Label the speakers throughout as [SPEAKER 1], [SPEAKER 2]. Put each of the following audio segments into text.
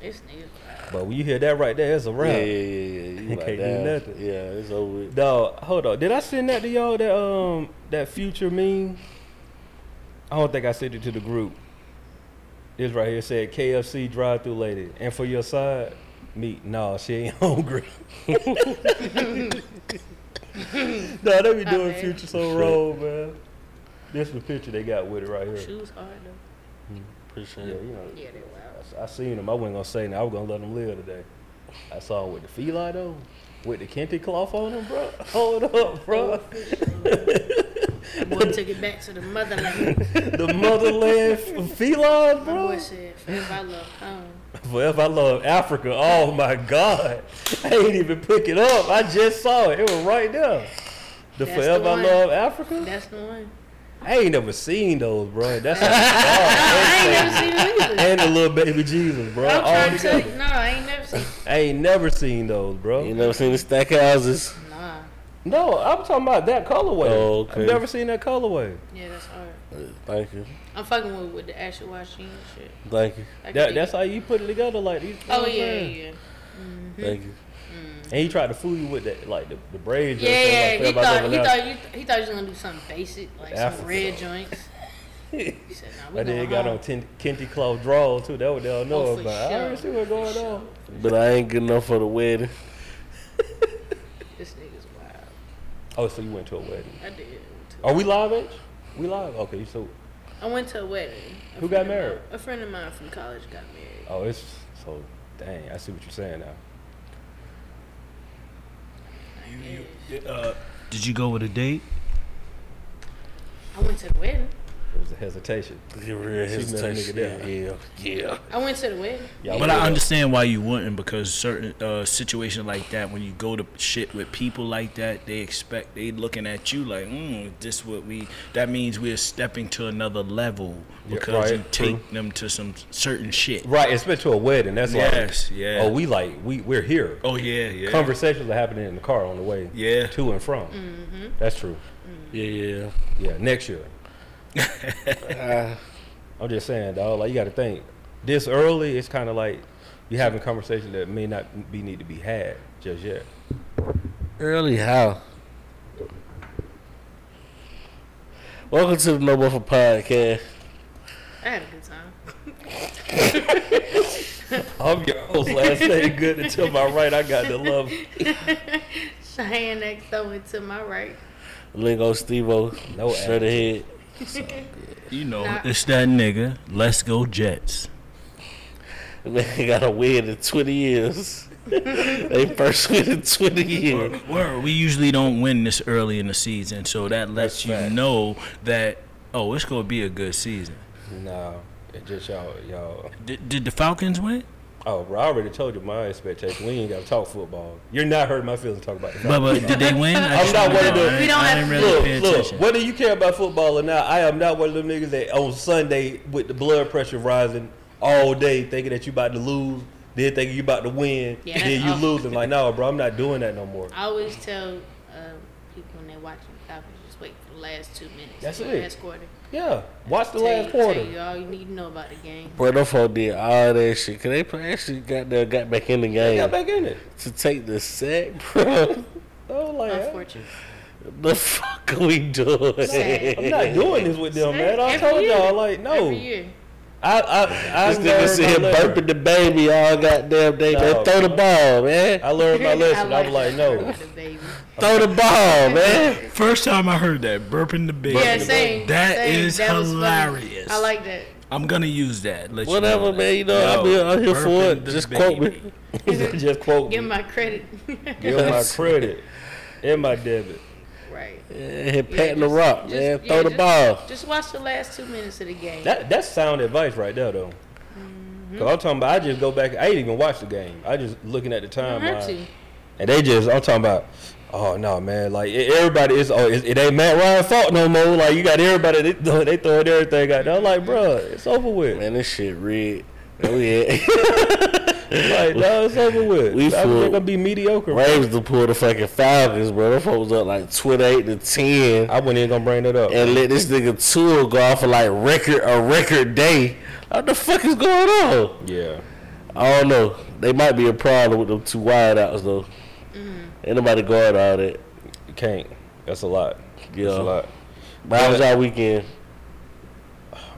[SPEAKER 1] This nigga.
[SPEAKER 2] But when you hear that right there, it's a
[SPEAKER 3] Yeah,
[SPEAKER 2] wrap.
[SPEAKER 3] yeah, yeah, yeah. You
[SPEAKER 2] Can't
[SPEAKER 3] like
[SPEAKER 2] do
[SPEAKER 3] that?
[SPEAKER 2] nothing.
[SPEAKER 3] Yeah, it's over. With.
[SPEAKER 2] Dog, hold on. Did I send that to y'all? That um, that future meme. I don't think I sent it to the group. This right here said KFC drive-through lady, and for your side meat. No, she ain't hungry. no, they be
[SPEAKER 1] My
[SPEAKER 2] doing
[SPEAKER 1] bad.
[SPEAKER 2] future so wrong, man. This the picture they got with it right here.
[SPEAKER 1] Shoes hard though.
[SPEAKER 2] Yeah,
[SPEAKER 3] Appreciate it.
[SPEAKER 2] you know.
[SPEAKER 1] Yeah, they wild.
[SPEAKER 2] I, I seen him. I wasn't gonna say nothing. I was gonna let him live today. I saw him with the feline on, with the kente cloth on him, bro. Hold up, bro.
[SPEAKER 1] My boy took it back to the motherland.
[SPEAKER 2] the motherland f- feline,
[SPEAKER 1] My boy
[SPEAKER 2] bro.
[SPEAKER 1] said, if I love home,
[SPEAKER 2] Forever I love Africa. Oh my God, I ain't even pick it up. I just saw it. It was right there. The
[SPEAKER 1] That's the
[SPEAKER 2] Forever I
[SPEAKER 1] one.
[SPEAKER 2] Love Africa.
[SPEAKER 1] that's the one.
[SPEAKER 2] I ain't never seen those, bro. That's a God.
[SPEAKER 1] I ain't never seen it either.
[SPEAKER 2] and the little baby Jesus, bro.
[SPEAKER 1] I'm
[SPEAKER 2] All
[SPEAKER 1] trying to
[SPEAKER 2] together.
[SPEAKER 1] tell you, no, I ain't never seen
[SPEAKER 2] I ain't never seen those, bro.
[SPEAKER 3] You never seen the stack houses?
[SPEAKER 1] Nah.
[SPEAKER 2] No, I'm talking about that colorway.
[SPEAKER 3] Oh, okay.
[SPEAKER 2] I've never seen that colorway.
[SPEAKER 1] Yeah, that's hard.
[SPEAKER 3] Thank you,
[SPEAKER 1] I'm fucking with, with the actual washing and shit.
[SPEAKER 3] thank you,
[SPEAKER 1] I can
[SPEAKER 2] That,
[SPEAKER 1] dig
[SPEAKER 2] that's
[SPEAKER 1] it.
[SPEAKER 2] how you put it together, like. You know
[SPEAKER 1] Oh
[SPEAKER 2] what I'm
[SPEAKER 1] yeah, yeah,
[SPEAKER 2] saying?
[SPEAKER 1] yeah. Mm-hmm.
[SPEAKER 3] thank you.
[SPEAKER 2] And he tried to fool you with that, like the, the braids. and
[SPEAKER 1] Yeah, yeah.
[SPEAKER 2] stuff like
[SPEAKER 1] He
[SPEAKER 2] that, but I
[SPEAKER 1] thought
[SPEAKER 2] never
[SPEAKER 1] he
[SPEAKER 2] left.
[SPEAKER 1] thought you he thought you was gonna do something basic like
[SPEAKER 2] Africa.
[SPEAKER 1] some red joints. He said, "Nah, we
[SPEAKER 2] But then he
[SPEAKER 1] going
[SPEAKER 2] got
[SPEAKER 1] home."
[SPEAKER 2] on ten, Kenty Claw draw too. That what they all know
[SPEAKER 1] Oh, for
[SPEAKER 2] about. I already see
[SPEAKER 1] sure.
[SPEAKER 2] what's going
[SPEAKER 1] sure.
[SPEAKER 2] on.
[SPEAKER 3] But I ain't good enough for the wedding.
[SPEAKER 1] This nigga's wild.
[SPEAKER 2] Oh, so you went to a wedding?
[SPEAKER 1] I did.
[SPEAKER 2] Are we live, H? We live? Okay, so
[SPEAKER 1] I went to a wedding. A
[SPEAKER 2] Who
[SPEAKER 1] friend
[SPEAKER 2] got
[SPEAKER 1] of mine-
[SPEAKER 2] married?
[SPEAKER 1] a friend of mine from college got married.
[SPEAKER 2] oh, it's so dang. I see what you're saying now.
[SPEAKER 4] Did you go with a date?
[SPEAKER 1] I went to the wedding.
[SPEAKER 2] It was a hesitation.
[SPEAKER 3] Get
[SPEAKER 2] She
[SPEAKER 3] real
[SPEAKER 2] met a nigga
[SPEAKER 3] hesitation.
[SPEAKER 2] there.
[SPEAKER 3] Yeah, yeah.
[SPEAKER 1] I went to the wedding.
[SPEAKER 2] Yeah,
[SPEAKER 4] But I understand why you wouldn't because certain uh, situation like that, when you go to shit with people like that, they expect they looking at you like, mm, this what we. That means we're stepping to another level
[SPEAKER 2] Yeah,
[SPEAKER 4] because
[SPEAKER 2] right,
[SPEAKER 4] you take
[SPEAKER 2] true.
[SPEAKER 4] them to some certain shit.
[SPEAKER 2] Right, it's been to a wedding. That's
[SPEAKER 4] Yes,
[SPEAKER 2] like,
[SPEAKER 4] yeah.
[SPEAKER 2] Oh, we like we we're here.
[SPEAKER 4] Oh yeah, yeah.
[SPEAKER 2] Conversations are happening in the car on the way
[SPEAKER 4] Yeah.
[SPEAKER 2] to and from. That's true.
[SPEAKER 3] Yeah,
[SPEAKER 2] Yeah, next year.
[SPEAKER 3] yeah.
[SPEAKER 2] I'm just saying, dog. Like you got to think this early. It's kind of like you having conversations that may not be need to be had just yet.
[SPEAKER 3] Early how? Welcome to the No Buffer Podcast.
[SPEAKER 1] I had a good time.
[SPEAKER 2] I'm your host. Last name good until my right. I got the love.
[SPEAKER 1] Cheyenne X throwing to my right.
[SPEAKER 3] Lingo Stevo.
[SPEAKER 2] No
[SPEAKER 3] Straight ahead.
[SPEAKER 4] You know,
[SPEAKER 1] Nah.
[SPEAKER 4] it's that nigga. Let's go Jets.
[SPEAKER 3] Man got a win in 20 years. they first win in 20 years.
[SPEAKER 4] Word, we usually don't win this early in the season, so that lets
[SPEAKER 2] That's
[SPEAKER 4] you
[SPEAKER 2] fact.
[SPEAKER 4] know that oh, it's gonna be a good season.
[SPEAKER 2] No, it just y'all, y'all.
[SPEAKER 4] Did, did the Falcons win?
[SPEAKER 2] Oh, bro, I already told you my expectation. We ain't got to talk football. You're not hurting my feelings talking about the
[SPEAKER 4] But, but did they win? I
[SPEAKER 2] I'm not one of them.
[SPEAKER 1] We don't
[SPEAKER 4] I
[SPEAKER 1] have
[SPEAKER 4] didn't
[SPEAKER 1] to-
[SPEAKER 4] really pay
[SPEAKER 2] Look, look,
[SPEAKER 4] attention.
[SPEAKER 2] whether you care about football or not, I am not one of them niggas that on Sunday with the blood pressure rising all day thinking that you about to lose, then thinking you about to win,
[SPEAKER 1] Yeah,
[SPEAKER 2] then
[SPEAKER 1] that's
[SPEAKER 2] you
[SPEAKER 1] awful.
[SPEAKER 2] losing. Like, no, bro, I'm not doing that no more.
[SPEAKER 1] I always tell uh, people when they're watching Falcons, just wait for the last two minutes.
[SPEAKER 2] That's
[SPEAKER 1] the
[SPEAKER 2] it.
[SPEAKER 1] Last quarter.
[SPEAKER 2] Yeah, watch
[SPEAKER 1] Tell
[SPEAKER 2] the
[SPEAKER 1] you-
[SPEAKER 2] last quarter.
[SPEAKER 1] Tell you all you need to know about the game.
[SPEAKER 3] Bro, them folk did all that shit. Cause they play- actually got there, got back in the
[SPEAKER 2] They got
[SPEAKER 3] game
[SPEAKER 2] back in it.
[SPEAKER 3] to take the sack, bro.
[SPEAKER 2] Oh, like,
[SPEAKER 1] Unfortunate.
[SPEAKER 3] the fuck are we doing?
[SPEAKER 1] Sack.
[SPEAKER 2] I'm not doing this with them, man. I
[SPEAKER 1] Every
[SPEAKER 2] told
[SPEAKER 1] year.
[SPEAKER 2] y'all, like, no.
[SPEAKER 1] Every year.
[SPEAKER 2] I, I, I,
[SPEAKER 3] This nigga
[SPEAKER 2] learned
[SPEAKER 3] sit
[SPEAKER 2] my
[SPEAKER 3] here
[SPEAKER 2] lesson.
[SPEAKER 3] burping the baby all goddamn day.
[SPEAKER 2] No,
[SPEAKER 3] man, throw the
[SPEAKER 2] bro.
[SPEAKER 3] ball, man.
[SPEAKER 2] I learned my lesson. I
[SPEAKER 1] I
[SPEAKER 2] was like, no.
[SPEAKER 1] the baby.
[SPEAKER 3] Throw the ball, man.
[SPEAKER 4] First time I heard that, burping the baby.
[SPEAKER 1] Yeah, same.
[SPEAKER 4] That
[SPEAKER 1] same.
[SPEAKER 4] is
[SPEAKER 1] That was funny.
[SPEAKER 4] hilarious.
[SPEAKER 1] I like that.
[SPEAKER 4] I'm gonna use that. Let you know
[SPEAKER 3] Whatever,
[SPEAKER 4] that.
[SPEAKER 3] man. You know, I'm
[SPEAKER 4] Yo,
[SPEAKER 3] here, I'm here for
[SPEAKER 4] burping
[SPEAKER 3] it.
[SPEAKER 4] the
[SPEAKER 3] Just quote
[SPEAKER 4] baby.
[SPEAKER 3] me.
[SPEAKER 2] Just quote
[SPEAKER 1] Give
[SPEAKER 2] me.
[SPEAKER 1] him my credit.
[SPEAKER 2] Give my credit and my debit.
[SPEAKER 1] right.
[SPEAKER 3] Yeah, hit
[SPEAKER 1] Yeah,
[SPEAKER 3] patting the
[SPEAKER 1] just-
[SPEAKER 3] rock,
[SPEAKER 1] just-
[SPEAKER 3] man.
[SPEAKER 1] yeah,
[SPEAKER 3] Throw the
[SPEAKER 1] just-
[SPEAKER 3] ball.
[SPEAKER 1] Just watch the last two minutes of the game.
[SPEAKER 2] That that's sound advice right there though. Cause I'm talking about I just go back. I ain't even watch the game. I just looking at the
[SPEAKER 1] Don't hurt you.
[SPEAKER 2] timeline, and they just I'm talking about. Oh no, man! Like e- everybody is. Oh, it, it ain't Matt Ryan's fault no more. Like you got everybody. They, throw- they throwing everything out. there. I'm like, bruh, it's over with.
[SPEAKER 3] Man, this shit red. Oh yeah,
[SPEAKER 2] Like no, it's over with.
[SPEAKER 3] We
[SPEAKER 2] I think
[SPEAKER 3] fool.
[SPEAKER 2] I'm gonna be mediocre.
[SPEAKER 3] Ravens to pull the fucking Falcons, bro. Them folks up like twenty-eight to ten,
[SPEAKER 2] I wasn't even gonna bring that up.
[SPEAKER 3] and let this nigga Tua go off for like record a record day. What the fuck is going on?
[SPEAKER 2] yeah,
[SPEAKER 3] I don't know. They might be a problem with them two wide outs though.
[SPEAKER 1] Mm-hmm.
[SPEAKER 3] Ain't nobody guard all that.
[SPEAKER 2] You can't. That's a lot.
[SPEAKER 3] Yeah.
[SPEAKER 2] That's a lot.
[SPEAKER 3] But how was y'all weekend?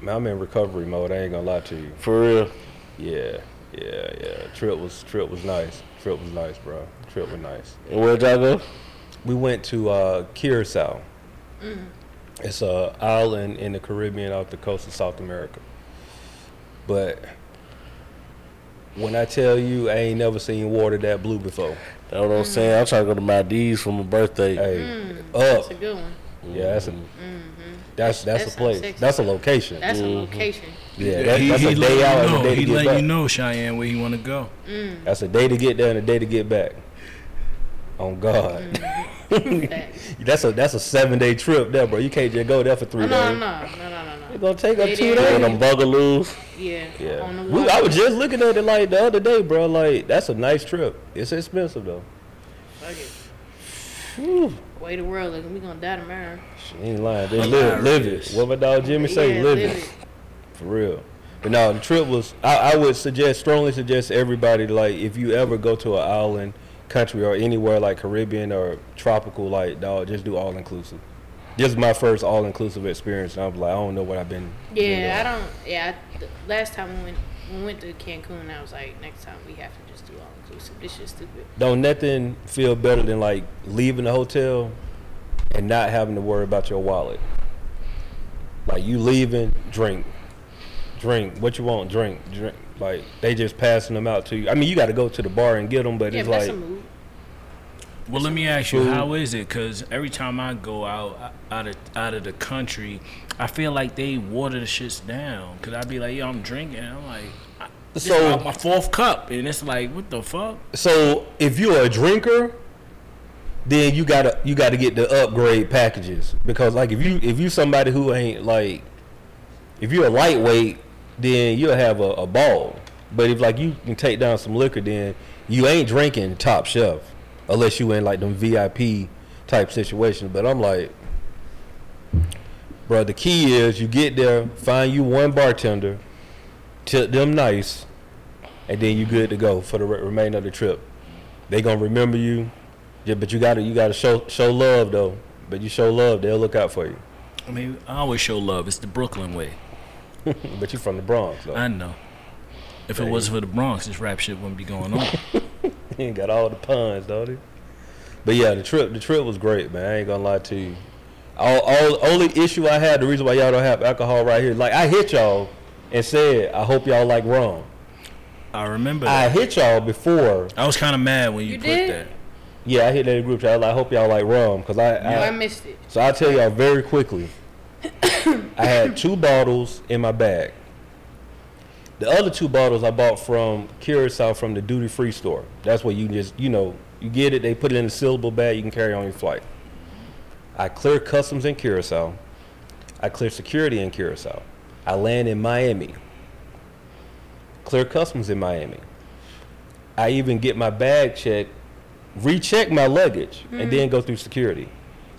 [SPEAKER 2] Man, I'm in recovery mode. I ain't gonna lie to you.
[SPEAKER 3] For real.
[SPEAKER 2] Yeah, yeah, yeah. Trip was trip was nice. Trip was nice, bro. Trip was nice.
[SPEAKER 3] And where'd y'all go?
[SPEAKER 2] We went to uh, Curacao. It's a island in the Caribbean off the coast of South America. But when I tell you, I ain't never seen water that blue before.
[SPEAKER 3] That's
[SPEAKER 1] Mm.
[SPEAKER 3] what I'm saying. I'm trying to go to my D's for my birthday.
[SPEAKER 2] Hey,
[SPEAKER 1] That's
[SPEAKER 2] up.
[SPEAKER 1] a good one.
[SPEAKER 2] Yeah, that's a that's that's,
[SPEAKER 1] That
[SPEAKER 2] a place.
[SPEAKER 1] sounds sexy.
[SPEAKER 2] That's a location.
[SPEAKER 1] That's a location.
[SPEAKER 2] yeah, that, that's a
[SPEAKER 4] let
[SPEAKER 2] day out
[SPEAKER 4] you
[SPEAKER 2] and a
[SPEAKER 4] know.
[SPEAKER 2] day to
[SPEAKER 4] He
[SPEAKER 2] get
[SPEAKER 4] let
[SPEAKER 2] back.
[SPEAKER 4] you know, Cheyenne, where he want to go.
[SPEAKER 2] That's a day to get there and a day to get back. On God.
[SPEAKER 1] That-
[SPEAKER 2] That's a that's a seven day trip there, bro. You can't just go there for three
[SPEAKER 1] Oh, no,
[SPEAKER 2] days.
[SPEAKER 1] no, no, no, no,
[SPEAKER 2] It's
[SPEAKER 1] no.
[SPEAKER 2] gonna take up
[SPEAKER 1] It
[SPEAKER 2] two
[SPEAKER 1] is.
[SPEAKER 3] One
[SPEAKER 2] days.
[SPEAKER 3] of them bugaloos.
[SPEAKER 1] Yeah. On
[SPEAKER 2] Yeah,
[SPEAKER 1] the
[SPEAKER 2] we, I
[SPEAKER 1] water.
[SPEAKER 2] was just looking at it like the other day, bro. Like that's a nice trip. It's expensive though.
[SPEAKER 1] Fuck it.
[SPEAKER 2] Whew.
[SPEAKER 1] Way the world looking. We gonna die tomorrow.
[SPEAKER 2] She ain't lying. They
[SPEAKER 4] I'm
[SPEAKER 2] live, live it.
[SPEAKER 4] serious.
[SPEAKER 2] What my dog Jimmy say?
[SPEAKER 1] Yeah,
[SPEAKER 2] live it for real. But no, the trip was. I, I would suggest strongly suggest everybody like if you ever go to an island country or anywhere like Caribbean or tropical, like dog, just do all inclusive. This is my first all inclusive experience, and I'm like, I don't know what I've been. been doing.
[SPEAKER 1] Yeah, I don't. Yeah, I, the last time we went, we went to Cancun, I was like, next time we have to just do all inclusive. This shit's stupid.
[SPEAKER 2] Don't nothing feel better than like leaving the hotel and not having to worry about your wallet. Like you leaving, drink, drink. What you want, drink, drink. Like they just passing them out to you. I mean, you got to go to the bar and get them, but
[SPEAKER 1] yeah,
[SPEAKER 2] it's
[SPEAKER 1] but
[SPEAKER 2] like
[SPEAKER 1] that's a move.
[SPEAKER 4] Well, let me ask you,
[SPEAKER 2] Food.
[SPEAKER 4] how is it? Because every time I go out out of out of the country, I feel like they water the shits down. Cause I be like, yo, I'm drinking. I'm like, I, this is
[SPEAKER 2] So-
[SPEAKER 4] my- my fourth cup, and it's like, what the fuck?
[SPEAKER 2] so. If you're a drinker, then you gotta you gotta get the upgrade packages because like if you if you somebody who ain't like if you're a lightweight, then you'll have a, a ball. But if like you can take down some liquor, then you ain't drinking top shelf unless you in like them VIP type situation. But I'm like, bro, the key is you get there, find you one bartender, tip them nice, and then you good to go for the re- remainder of the trip. They gonna remember you, yeah, but you gotta you gotta show show love though. But you show love, they'll look out for you.
[SPEAKER 4] I mean, I always show love. It's the Brooklyn way.
[SPEAKER 2] But you from the Bronx though.
[SPEAKER 4] I know. If it
[SPEAKER 2] Hey.
[SPEAKER 4] wasn't for the Bronx, this rap shit wouldn't be going on.
[SPEAKER 2] He ain't got all the puns, don't he? But yeah, the trip the trip was great, man. I ain't gonna lie to you. All, all only issue I had, the reason why y'all don't have alcohol right here, like I hit y'all and said, I hope y'all like rum.
[SPEAKER 4] I remember
[SPEAKER 2] I
[SPEAKER 4] that.
[SPEAKER 2] hit y'all before.
[SPEAKER 4] I, was kind of mad when you,
[SPEAKER 1] You
[SPEAKER 4] put
[SPEAKER 1] did?
[SPEAKER 4] that.
[SPEAKER 2] Yeah, I hit that in the group chat. I was like, I hope y'all like rum, cause I,
[SPEAKER 1] Oh, I
[SPEAKER 2] I
[SPEAKER 1] missed it.
[SPEAKER 2] so I tell y'all very quickly. I had two bottles in my bag. The other two bottles I bought from Curacao from the duty free store. That's where you just you know you get it. They put it in a sealable bag. You can carry it on your flight. I clear customs in Curacao. I clear security in Curacao. I land in Miami. Clear customs in Miami. I even get my bag checked, recheck my luggage, and then go through security.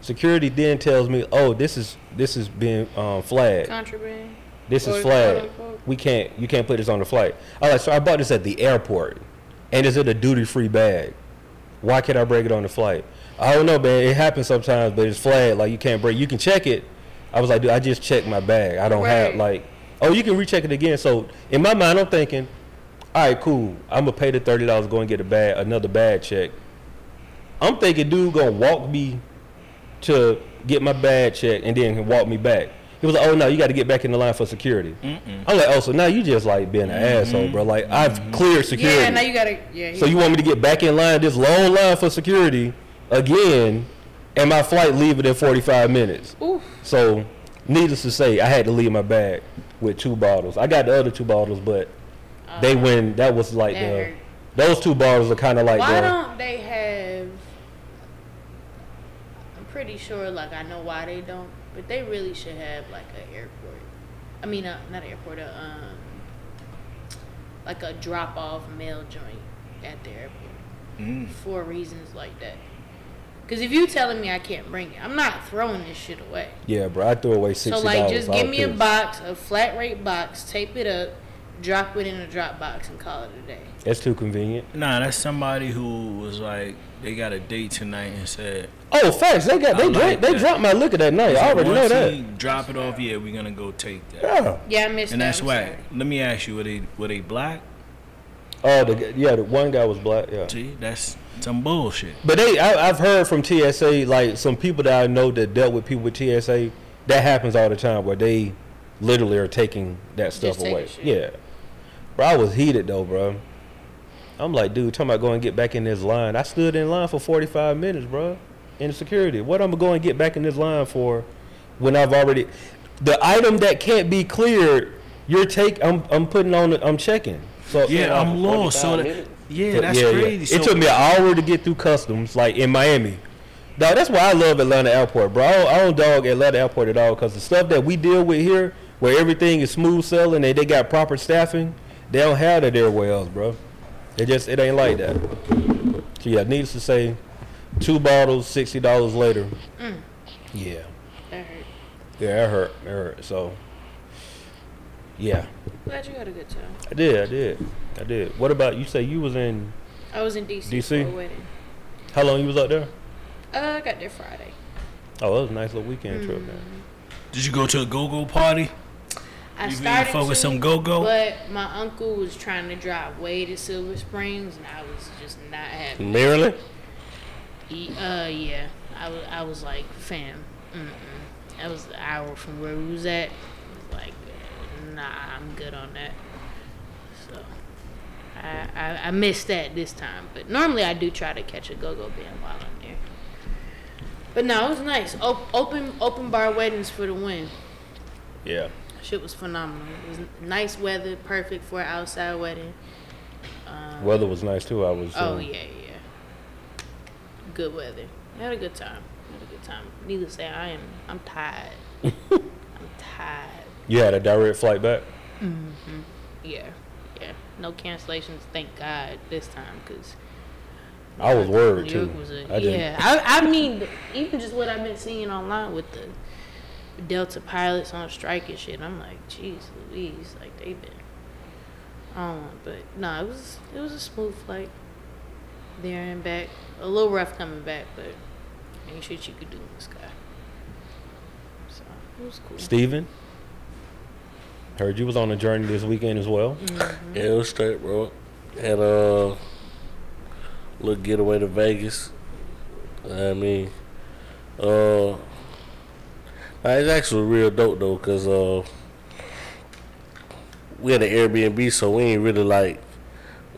[SPEAKER 2] Security then tells me, "Oh, this is this is being um, flagged.
[SPEAKER 1] Contraband.
[SPEAKER 2] This is
[SPEAKER 1] Or-
[SPEAKER 2] flagged.
[SPEAKER 1] quote, unquote.
[SPEAKER 2] We can't you can't put this on the flight." All right, so I bought this at the airport, and it's in a duty free bag. Why can't I break it on the flight? I don't know, man. It happens sometimes, but it's flagged. Like you can't break. You can check it. I was like, dude, I just checked my bag. I don't have
[SPEAKER 1] Right.
[SPEAKER 2] like. Oh, you can recheck it again. So in my mind, I'm thinking, all right, cool. I'm gonna pay the thirty dollars, go and get a bag, another bag check. I'm thinking, dude, gonna walk me to get my bag check and then walk me back. He was like, oh no, you got to get back in the line for security. I'm like, oh, so now you just like being an asshole, bro. Like I've cleared security.
[SPEAKER 1] Yeah, now you gotta. Yeah.
[SPEAKER 2] So you want me to get back in line, this long line for security again, and my flight leaving in 45 minutes.
[SPEAKER 1] Oof.
[SPEAKER 2] So, needless to say, I had to leave my bag with two bottles. I got the other two bottles, but they win. That was like
[SPEAKER 1] Oh. that
[SPEAKER 2] the
[SPEAKER 1] hurt.
[SPEAKER 2] those two bottles are kind of like uh,
[SPEAKER 1] Why
[SPEAKER 2] the,
[SPEAKER 1] don't they have? I'm pretty sure, like I know why they don't, but they really should have like an airport. I mean, uh, not an airport, a um, like a drop-off mail joint at the airport
[SPEAKER 2] Mm.
[SPEAKER 1] for reasons like that. Because if you telling me I can't bring it, I'm not throwing this shit away.
[SPEAKER 2] yeah, bro. I threw away sixty
[SPEAKER 1] So
[SPEAKER 2] dollars.
[SPEAKER 1] like, just give me a box, a flat rate box, tape it up, drop it in a Dropbox and call it a day.
[SPEAKER 2] That's too convenient.
[SPEAKER 4] Nah, that's somebody who was like, they got a date tonight and said,
[SPEAKER 2] Oh, facts. They got
[SPEAKER 4] I
[SPEAKER 2] they
[SPEAKER 4] like
[SPEAKER 2] drank, they
[SPEAKER 4] that.
[SPEAKER 2] dropped my liquor that night. I already know
[SPEAKER 4] once
[SPEAKER 2] that.
[SPEAKER 4] he drop it off, yeah, we're gonna go take that.
[SPEAKER 2] Yeah.
[SPEAKER 1] Yeah, I missed
[SPEAKER 4] And
[SPEAKER 1] that.
[SPEAKER 4] that's
[SPEAKER 1] I'm
[SPEAKER 4] why.
[SPEAKER 1] sorry.
[SPEAKER 4] Let me ask you, were they were they black?
[SPEAKER 2] Oh, the g- yeah, the one guy was black. Yeah.
[SPEAKER 4] See, that's some bullshit.
[SPEAKER 2] But they, I, I've heard from TSA, like some people that I know that dealt with people with TSA, that happens all the time where they literally are taking that stuff
[SPEAKER 1] Just taking
[SPEAKER 2] away.
[SPEAKER 1] shit.
[SPEAKER 2] Yeah. Bro, I was heated though, bro. I'm like, dude, talking about going and get back in this line. I stood in line for 45 minutes, bro, in security. What I'm going to get back in this line for when I've already. The item that can't be cleared, you're take. I'm, I'm putting on, I'm checking. So
[SPEAKER 4] Yeah,
[SPEAKER 2] I'm.
[SPEAKER 4] I'm lost. So
[SPEAKER 3] 45
[SPEAKER 4] that,
[SPEAKER 3] minutes?
[SPEAKER 4] yeah, that's
[SPEAKER 2] Yeah, yeah.
[SPEAKER 4] crazy. So,
[SPEAKER 2] It took me an hour to get through customs, like in Miami. Dog, that's why I love Atlanta Airport, bro. I don't, I don't dog Atlanta Airport at all because the stuff that we deal with here, where everything is smooth selling and they got proper staffing, they don't have that everywhere else, bro. It just it ain't like that. So yeah, needless to say, two bottles, sixty dollars later. Yeah,
[SPEAKER 1] That hurt.
[SPEAKER 2] yeah, it hurt, it hurt. So yeah,
[SPEAKER 1] Glad you had a good time.
[SPEAKER 2] I did, I did, I did. What about you? Say you was in
[SPEAKER 1] I was in DC,
[SPEAKER 2] DC?
[SPEAKER 1] for a wedding.
[SPEAKER 2] how long you was out there?
[SPEAKER 1] Uh, I got there Friday.
[SPEAKER 2] Oh, that was a nice little weekend trip, man.
[SPEAKER 4] did you go to a go-go party?
[SPEAKER 1] I
[SPEAKER 4] you been
[SPEAKER 1] started
[SPEAKER 4] fuck with
[SPEAKER 1] to,
[SPEAKER 4] some go-go?
[SPEAKER 1] but my uncle was trying to drive way to Silver Springs, and I was just not happy.
[SPEAKER 3] Maryland?
[SPEAKER 1] He, uh, yeah, I was, I was like, fam, mm-mm. that was the hour from where we was at. I was like, nah, I'm good on that. So, I, I, I missed that this time, but normally I do try to catch a go-go band while I'm there. But no, it was nice. Op- open, open bar weddings for the win.
[SPEAKER 2] Yeah.
[SPEAKER 1] Shit was phenomenal. It was nice weather, perfect for an outside wedding. Um,
[SPEAKER 2] Weather was nice too. I was.
[SPEAKER 1] oh
[SPEAKER 2] uh,
[SPEAKER 1] yeah, yeah. Good weather. I had a good time. I had a good time. Needless to say, I am. I'm tired. I'm tired.
[SPEAKER 2] You had a direct flight back.
[SPEAKER 1] Yeah, yeah. No cancellations. Thank God this time, cause
[SPEAKER 2] I was worried
[SPEAKER 1] New
[SPEAKER 2] too.
[SPEAKER 1] York was a
[SPEAKER 2] I didn't.
[SPEAKER 1] yeah. I, I mean, even just what I've been seeing online with the Delta pilots on strike and shit, I'm like, jeez, Louise, like they've been on. But no, it was it was a smooth flight there and back. A little rough coming back, but ain't shit you could do in the sky. So it was cool.
[SPEAKER 2] Steven? Heard you was on a journey this weekend as well.
[SPEAKER 3] Yeah, it was straight, bro. Had a little getaway to Vegas. I mean, uh, nah, it's actually real dope though, cause uh, we had an Airbnb, so we ain't really like,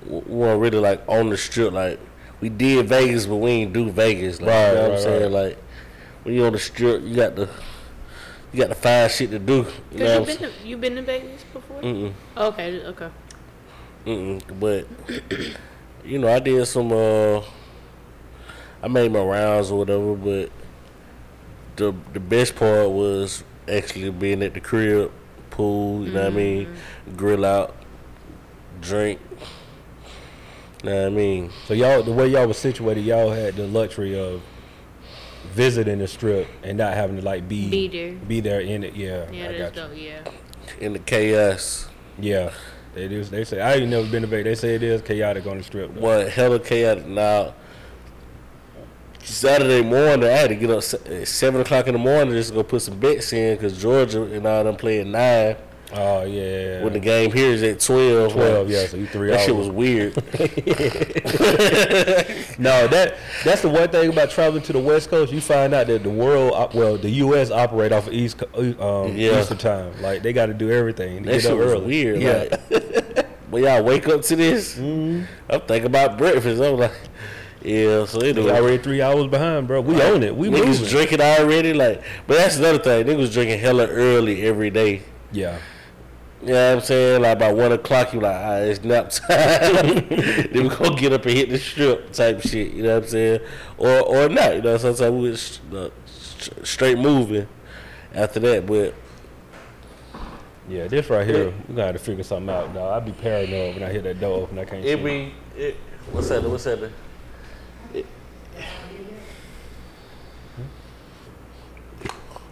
[SPEAKER 3] w- we weren't really like on the strip. Like we did Vegas, but we ain't do Vegas. Like,
[SPEAKER 2] Right,
[SPEAKER 3] you know what
[SPEAKER 2] right,
[SPEAKER 3] I'm saying?
[SPEAKER 2] right.
[SPEAKER 3] Like when you on the strip, you got the, you got to find shit to do. You know
[SPEAKER 1] Cause
[SPEAKER 3] what
[SPEAKER 1] you
[SPEAKER 3] I'm
[SPEAKER 1] been to, you been to Vegas before? Oh,
[SPEAKER 3] saying? Mm-mm.
[SPEAKER 1] Okay, okay.
[SPEAKER 3] Mm-mm, but you know, I did some. uh I made my rounds or whatever, but the the best part was actually being at the crib, pool. You know what I mean? Grill out, drink. You know what I mean?
[SPEAKER 2] So y'all, the way y'all was situated, y'all had the luxury of visiting the strip and not having to like be
[SPEAKER 1] Be there.
[SPEAKER 2] be there in it. Yeah,
[SPEAKER 1] Yeah,
[SPEAKER 2] I
[SPEAKER 1] that's
[SPEAKER 2] got you.
[SPEAKER 1] dope. Yeah.
[SPEAKER 3] In the chaos,
[SPEAKER 2] Yeah, they do. They say I ain't never been to Vegas. They say it is chaotic on the strip. Though.
[SPEAKER 3] what hella chaotic now. Saturday morning, I had to get up se- at seven o'clock in the morning just to go put some bets in because Georgia and all them play at nine.
[SPEAKER 2] Oh yeah.
[SPEAKER 3] when the game here is at 12.
[SPEAKER 2] 12,
[SPEAKER 3] like,
[SPEAKER 2] yeah, so you three
[SPEAKER 3] That shit
[SPEAKER 2] hours.
[SPEAKER 3] was weird.
[SPEAKER 2] No, that that's the one thing about traveling to the West Coast. You find out that the world, op- well, the U.S. operate off of East Co- um,
[SPEAKER 3] Yeah.
[SPEAKER 2] Eastern time. Like they got to do everything. They get
[SPEAKER 3] that shit
[SPEAKER 2] up
[SPEAKER 3] was
[SPEAKER 2] early.
[SPEAKER 3] weird.
[SPEAKER 2] Yeah, Mm-hmm.
[SPEAKER 3] Like, when y'all wake up to this, I'm thinking about breakfast. I'm like, yeah, so
[SPEAKER 2] we
[SPEAKER 3] anyway.
[SPEAKER 2] already three hours behind, bro. We own it. We
[SPEAKER 3] niggas
[SPEAKER 2] moving.
[SPEAKER 3] drinking already, like, but that's another thing. Niggas drinking hella early every day.
[SPEAKER 2] Yeah,
[SPEAKER 3] You know what I'm saying? Like by one o'clock, you like, all right, it's nap time. then we gonna get up and hit the strip type shit. You know what I'm saying? Or or not. You know, sometimes we was uh, st- straight moving after that. But
[SPEAKER 2] yeah. This right here, we gotta figure something out. Now I be paranoid when I hear that door open. I can't.
[SPEAKER 3] It
[SPEAKER 2] see.
[SPEAKER 3] be it, what's that? What's that? It,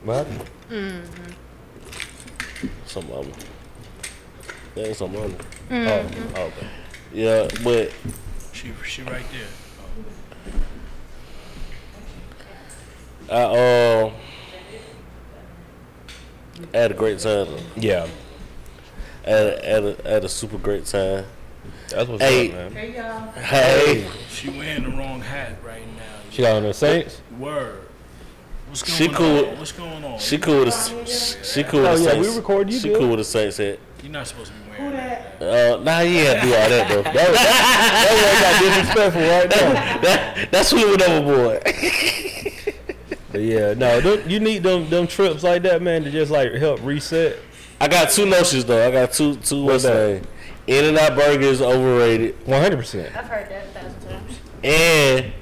[SPEAKER 2] What happened?
[SPEAKER 3] some of them. That ain't some money. Oh, okay. Yeah, but
[SPEAKER 4] She she right there.
[SPEAKER 3] I uh, I had a great time.
[SPEAKER 2] Yeah,
[SPEAKER 3] I had a, had a, had a super great time.
[SPEAKER 2] that's what's
[SPEAKER 3] Hey.
[SPEAKER 2] up, man.
[SPEAKER 3] Hey,
[SPEAKER 4] She wearing the wrong hat right now.
[SPEAKER 2] She got on the Saints.
[SPEAKER 4] Word. What's going
[SPEAKER 3] She cool.
[SPEAKER 4] on? What's going on?
[SPEAKER 3] she cool with the, she cool with
[SPEAKER 2] Oh,
[SPEAKER 3] the
[SPEAKER 2] yeah,
[SPEAKER 3] Saints.
[SPEAKER 2] we record you,
[SPEAKER 3] She
[SPEAKER 2] dude.
[SPEAKER 3] cool with the Saints hat.
[SPEAKER 4] You're not supposed to be wearing that.
[SPEAKER 3] Uh, nah, he had to do all that though. That,
[SPEAKER 2] That got disrespectful right now.
[SPEAKER 3] that, that's who went overboard.
[SPEAKER 2] But yeah, no, them, you need them them trips like that, man, to just like help reset.
[SPEAKER 3] I got two notions though. I got two two what's
[SPEAKER 2] that?
[SPEAKER 3] name. In and out burger is overrated,
[SPEAKER 2] One hundred percent.
[SPEAKER 5] I've heard that a thousand times.
[SPEAKER 3] and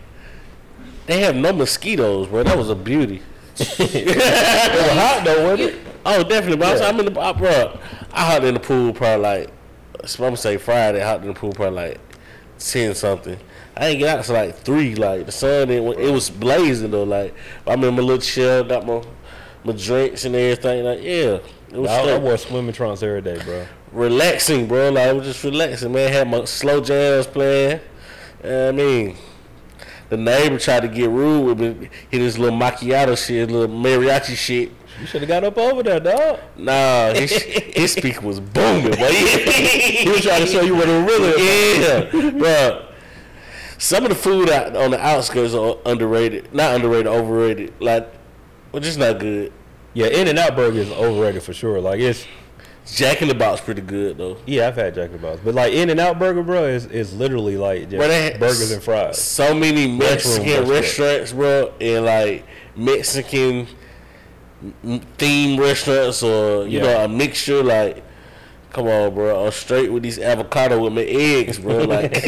[SPEAKER 3] they have no mosquitoes, bro. That was a beauty.
[SPEAKER 2] It was hot though, wasn't it?
[SPEAKER 3] Oh, definitely. But
[SPEAKER 2] Yeah.
[SPEAKER 3] I'm in the I, bro. I hopped in the pool probably like I'm gonna say Friday. Hopped in the pool probably like ten something. I ain't get out till like three. Like the sun, it, it was blazing though. Like I'm in my little chair, got my my drinks and everything. Like yeah, it was
[SPEAKER 2] I, I
[SPEAKER 3] straight.
[SPEAKER 2] wore swimming trunks every day, bro.
[SPEAKER 3] relaxing, bro. Like I was just relaxing, man. Had my slow jams playing. You know what I mean, the neighbor tried to get rude with me. Hit his little macchiato shit, little mariachi shit.
[SPEAKER 2] You should have got up over there, dog.
[SPEAKER 3] Nah, his his speaker was booming, boy. he was trying to show you what it really. Yeah, bro. Some of the food out on the outskirts are underrated, not underrated, overrated. Like, well, just not good.
[SPEAKER 2] Yeah, In and Out Burger is overrated for sure. Like it's
[SPEAKER 3] Jack in the Box pretty good though.
[SPEAKER 2] yeah, I've had Jack in the Box, but like In and Out Burger, bro, is is literally like
[SPEAKER 3] Bro, they
[SPEAKER 2] just
[SPEAKER 3] had
[SPEAKER 2] burgers and fries.
[SPEAKER 3] so many
[SPEAKER 2] restaurant.
[SPEAKER 3] Mexican restaurants, bro, and like Mexican m- themed restaurants, or you
[SPEAKER 2] Yeah.
[SPEAKER 3] know, a mixture. Like, come on, bro, I'm straight with these avocado with my eggs, bro. Like,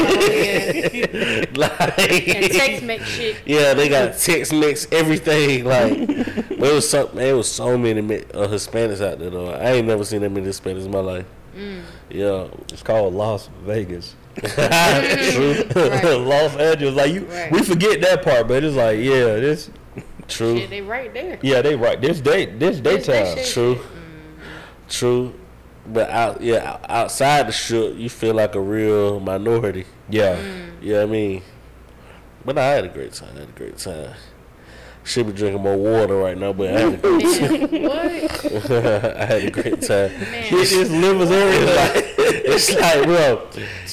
[SPEAKER 1] And Tex
[SPEAKER 3] like
[SPEAKER 1] Mex shit.
[SPEAKER 3] yeah, they got Tex Mex everything. Like, but it was so man, it was so many Me- uh, Hispanics out there though. I ain't never seen that many Hispanics in my life.
[SPEAKER 1] Mm.
[SPEAKER 3] Yeah,
[SPEAKER 2] It's called Las Vegas,
[SPEAKER 3] true,
[SPEAKER 2] Los Angeles. Like you,
[SPEAKER 1] Right.
[SPEAKER 2] we forget that part, but it's like yeah, this
[SPEAKER 3] true.
[SPEAKER 1] Shit, they right there.
[SPEAKER 2] yeah they right this day this
[SPEAKER 1] This- that
[SPEAKER 2] daytime.
[SPEAKER 1] shit-
[SPEAKER 3] True. True. But out yeah, o- outside the shook, you feel like a real minority.
[SPEAKER 2] Yeah,
[SPEAKER 1] Mm.
[SPEAKER 3] You know what I mean? But I had a great time. I had a great time. Should be drinking more water right now, but I had a great,
[SPEAKER 1] Man, what?
[SPEAKER 3] I had a great time.
[SPEAKER 1] Man.
[SPEAKER 3] This is livers everything. It's like, bro,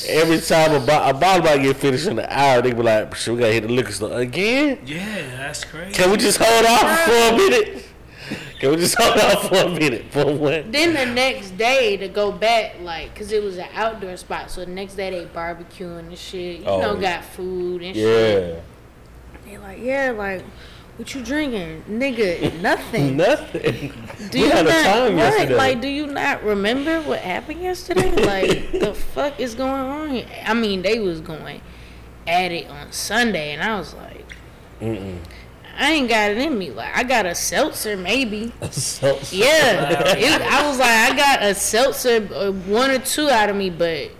[SPEAKER 3] every time a, bo- a bottle might get finished in an hour, they be like, "Shit, we gotta hit the liquor store again.
[SPEAKER 4] Yeah, that's crazy.
[SPEAKER 3] Can we just hold off for a minute? Can we just hold off for a minute? For what?
[SPEAKER 1] Then the next day to go back, like, cause it was an outdoor spot. So the next day they barbecuing and shit. You
[SPEAKER 2] Oh,
[SPEAKER 1] know,
[SPEAKER 2] yeah.
[SPEAKER 1] got food and shit.
[SPEAKER 2] yeah,
[SPEAKER 1] They like, yeah, like, what you drinking, nigga? Nothing.
[SPEAKER 2] nothing.
[SPEAKER 1] Do
[SPEAKER 2] we
[SPEAKER 1] you
[SPEAKER 2] had a
[SPEAKER 1] not,
[SPEAKER 2] time
[SPEAKER 1] right,
[SPEAKER 2] yesterday.
[SPEAKER 1] Like, do you not remember what happened yesterday? Like, the fuck is going on here? I mean, they was going at it on Sunday, and I was like, I ain't got it in me. Like, I got a seltzer, maybe.
[SPEAKER 2] So-
[SPEAKER 1] Yeah, It- I was like, I got a seltzer, uh, one or two out of me, but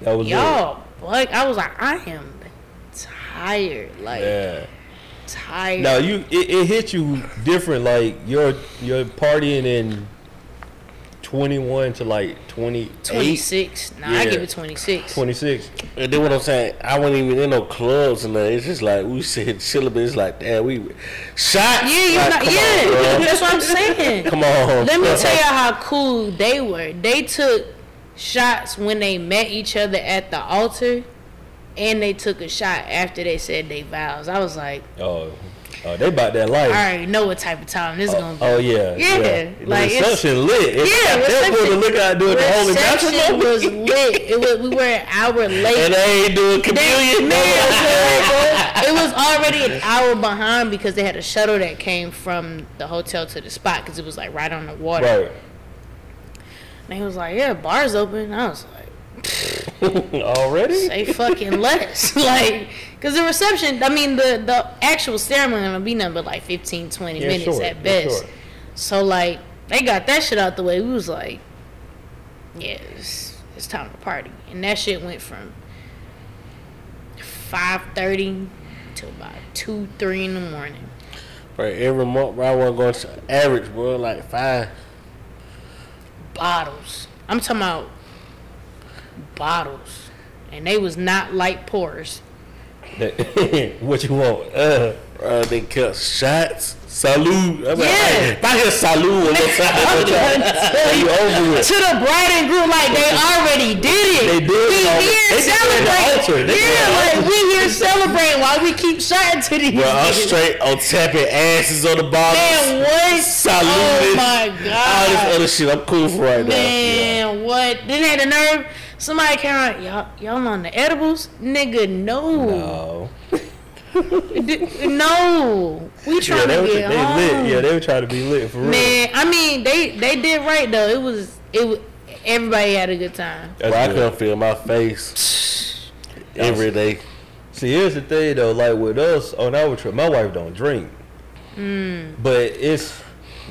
[SPEAKER 2] that was it.
[SPEAKER 1] y'all, like, I was like, I am tired, like
[SPEAKER 2] Yeah.
[SPEAKER 1] tired.
[SPEAKER 2] Now you it, it hit you different like you're you're partying in 21 to like 28
[SPEAKER 1] twenty six. Nah, I
[SPEAKER 2] Yeah.
[SPEAKER 1] give it twenty six.
[SPEAKER 2] 26
[SPEAKER 3] And then what I'm saying, I wasn't even in no clubs and that. It's just like we said, chilling, but it's like, damn, we shots.
[SPEAKER 1] Yeah, you
[SPEAKER 3] Like,
[SPEAKER 1] not,
[SPEAKER 3] come
[SPEAKER 1] yeah,
[SPEAKER 3] on, bro.
[SPEAKER 1] that's what I'm saying.
[SPEAKER 3] come on.
[SPEAKER 1] Let me
[SPEAKER 3] bro.
[SPEAKER 1] tell y'all how cool they were. They took shots when they met each other at the altar, and they took a shot after they said they vows. I was like,
[SPEAKER 2] oh oh they about that life
[SPEAKER 1] I already know what type of time this is gonna be.
[SPEAKER 2] oh yeah
[SPEAKER 1] Yeah, like,
[SPEAKER 2] the
[SPEAKER 1] it's-
[SPEAKER 2] reception lit It's-
[SPEAKER 1] yeah,
[SPEAKER 2] that boy to
[SPEAKER 1] reception-
[SPEAKER 2] look out doing the holy
[SPEAKER 1] Reception
[SPEAKER 2] bachelor
[SPEAKER 1] was lit. It was, we were an hour late.
[SPEAKER 3] And they ain't
[SPEAKER 1] They-
[SPEAKER 3] doing communion.
[SPEAKER 1] man, bro, it was already an hour behind because they had a shuttle that came from the hotel to the spot because it was like right on the water.
[SPEAKER 2] right
[SPEAKER 1] And he was like, "Yeah, bars open." I was like.
[SPEAKER 2] already
[SPEAKER 1] They fucking let us. Like, because the reception, I mean, the, the actual ceremony will be nothing but like 15, 20
[SPEAKER 2] Yeah,
[SPEAKER 1] minutes
[SPEAKER 2] sure,
[SPEAKER 1] at
[SPEAKER 2] yeah,
[SPEAKER 1] best.
[SPEAKER 2] sure.
[SPEAKER 1] So, like, they got that shit out the way. We was like, yeah, it's, it's time to party. And that shit went from 5.30 to about 2, 3 in the morning.
[SPEAKER 3] Bro, every month, bro, I wasn't going to average, bro, like five.
[SPEAKER 1] Bottles. I'm talking about bottles, and they was not light pours.
[SPEAKER 2] That- what you want? Uh,
[SPEAKER 3] Uh, they kept shots. Salute.
[SPEAKER 1] Yeah.
[SPEAKER 3] I'm Like, if I hear salute on the side, you over with.
[SPEAKER 1] To the bride and groom, like they already did it.
[SPEAKER 3] They did
[SPEAKER 1] We
[SPEAKER 3] it already.
[SPEAKER 1] here
[SPEAKER 3] They did it at the altar.
[SPEAKER 1] celebrating.
[SPEAKER 3] They did it at the
[SPEAKER 1] yeah, like we here celebrating while we keep shouting to these.
[SPEAKER 3] Well, I'm
[SPEAKER 1] niggas.
[SPEAKER 3] straight on tapping asses on the bottom.
[SPEAKER 1] Man, what?
[SPEAKER 3] Salute
[SPEAKER 1] Oh
[SPEAKER 3] it.
[SPEAKER 1] my
[SPEAKER 3] All this
[SPEAKER 1] god.
[SPEAKER 3] other shit, I'm cool for right
[SPEAKER 1] Man, what? Then they had the nerve. Somebody came out, y'all, y'all on the edibles? Nigga,
[SPEAKER 2] Oh.
[SPEAKER 1] no.
[SPEAKER 2] no.
[SPEAKER 1] D- No. We
[SPEAKER 2] Yeah,
[SPEAKER 1] trying
[SPEAKER 2] they,
[SPEAKER 1] to
[SPEAKER 2] was,
[SPEAKER 1] get
[SPEAKER 2] they
[SPEAKER 1] home.
[SPEAKER 2] lit. Yeah, they were trying to be lit for real.
[SPEAKER 1] Man, I mean, they they did right though. It was it. wa- Everybody had a good time.
[SPEAKER 3] now.
[SPEAKER 2] That's
[SPEAKER 3] Well, I
[SPEAKER 2] good.
[SPEAKER 3] couldn't feel my face every day.
[SPEAKER 2] See, here's the thing though. Like with us on our trip, my wife don't drink, but it's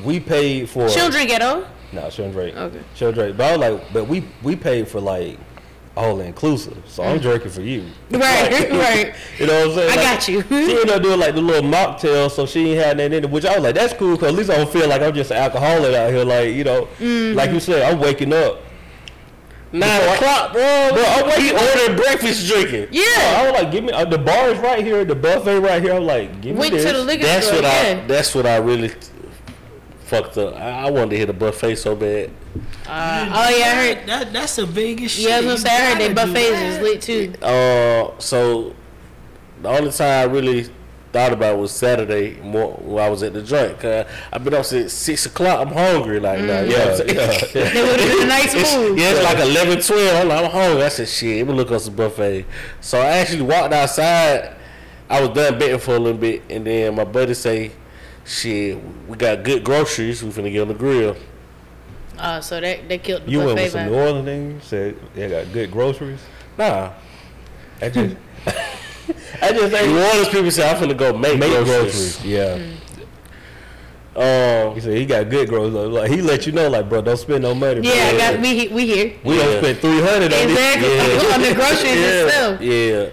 [SPEAKER 2] we paid for.
[SPEAKER 1] She don't Mm. drink at all.
[SPEAKER 2] No, she don't drink.
[SPEAKER 1] Okay.
[SPEAKER 2] She don't drink. But I was like, but we we paid for like all inclusive, so I'm drinking for you.
[SPEAKER 1] Right, right.
[SPEAKER 2] You know what I'm saying?
[SPEAKER 1] Mm. I
[SPEAKER 2] Like,
[SPEAKER 1] got you.
[SPEAKER 2] She ended up doing like the little mocktail, so she ain't had nothing in it. Which I was like, that's cool, cause at least I don't feel like I'm just an alcoholic out here. Like you know,
[SPEAKER 1] Mm.
[SPEAKER 2] like you said, I'm waking up.
[SPEAKER 3] Nine o'clock, bro. Bro, I'm waking He ordered breakfast drinking.
[SPEAKER 1] Yeah.
[SPEAKER 2] I was like, give me uh, the bar is right here, the buffet right here. I'm like, give me
[SPEAKER 1] Went
[SPEAKER 2] this.
[SPEAKER 1] to the liquor
[SPEAKER 3] That's
[SPEAKER 1] store.
[SPEAKER 3] what I.
[SPEAKER 1] yeah.
[SPEAKER 3] That's what I really fucked up. I, I wanted to hit a buffet so bad.
[SPEAKER 1] Uh, oh yeah, I heard.
[SPEAKER 4] That, that's the Vegas
[SPEAKER 1] Yeah, I was gonna say I heard they buffets is
[SPEAKER 4] lit.
[SPEAKER 1] lit too.
[SPEAKER 3] Uh, so the only time I really thought about was Saturday more when I was at the joint. Cause I've been up since six o'clock. I'm hungry like now. You know
[SPEAKER 2] Mm. Yeah,
[SPEAKER 3] what I'm saying?
[SPEAKER 2] yeah, yeah.
[SPEAKER 1] It would have been a nice
[SPEAKER 3] It's,
[SPEAKER 1] move.
[SPEAKER 3] yeah, it's like 11, 12. I'm, like, I'm hungry. I said, shit, let me look up some buffet. So I actually walked outside. I was done betting for a little bit. And then my buddy say, shit, we got good groceries. We finna get on the grill.
[SPEAKER 1] Uh, so that they killed the
[SPEAKER 2] You went
[SPEAKER 1] buffet
[SPEAKER 2] with some
[SPEAKER 1] vibe.
[SPEAKER 2] New Orleans thing. Said they got good groceries.
[SPEAKER 3] Nah.
[SPEAKER 2] I just, I just
[SPEAKER 3] New
[SPEAKER 2] ain't
[SPEAKER 3] Orleans people say, I'm finna go make,
[SPEAKER 2] make
[SPEAKER 3] groceries.
[SPEAKER 2] groceries. Yeah,
[SPEAKER 3] Um,
[SPEAKER 2] he said he got good groceries. Like he let you know, like bro, don't spend no money.
[SPEAKER 1] Yeah, I
[SPEAKER 2] bro.
[SPEAKER 1] got we he- we here.
[SPEAKER 2] We
[SPEAKER 3] Yeah.
[SPEAKER 2] don't spend three hundred on
[SPEAKER 1] Exactly.
[SPEAKER 2] this.
[SPEAKER 1] On the groceries itself.
[SPEAKER 3] Yeah,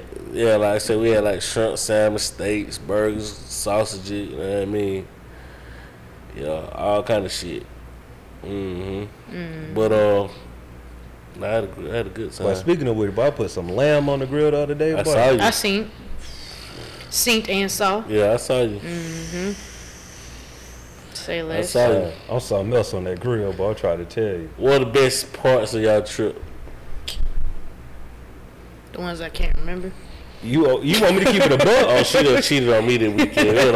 [SPEAKER 3] yeah. Like I said, we had like shrimp, salmon, steaks, burgers, sausages. You know what I mean? Yeah, all kind of shit. hmm But uh, I had a, gr- I had a good time.
[SPEAKER 2] Well, speaking of which, boy, I put some lamb on the grill the other day.
[SPEAKER 3] I
[SPEAKER 2] boy.
[SPEAKER 3] saw you.
[SPEAKER 1] I seen, synced and saw.
[SPEAKER 3] yeah, I saw you.
[SPEAKER 1] Say
[SPEAKER 3] I
[SPEAKER 1] less.
[SPEAKER 3] saw you.
[SPEAKER 2] I'm something else on that grill, boy. I try to tell you.
[SPEAKER 3] What of the best parts of y'all trip?
[SPEAKER 1] The ones I can't remember.
[SPEAKER 3] uh,
[SPEAKER 2] You you want me to keep it a
[SPEAKER 3] Oh,
[SPEAKER 2] buck?
[SPEAKER 3] she done cheated on me that weekend. It was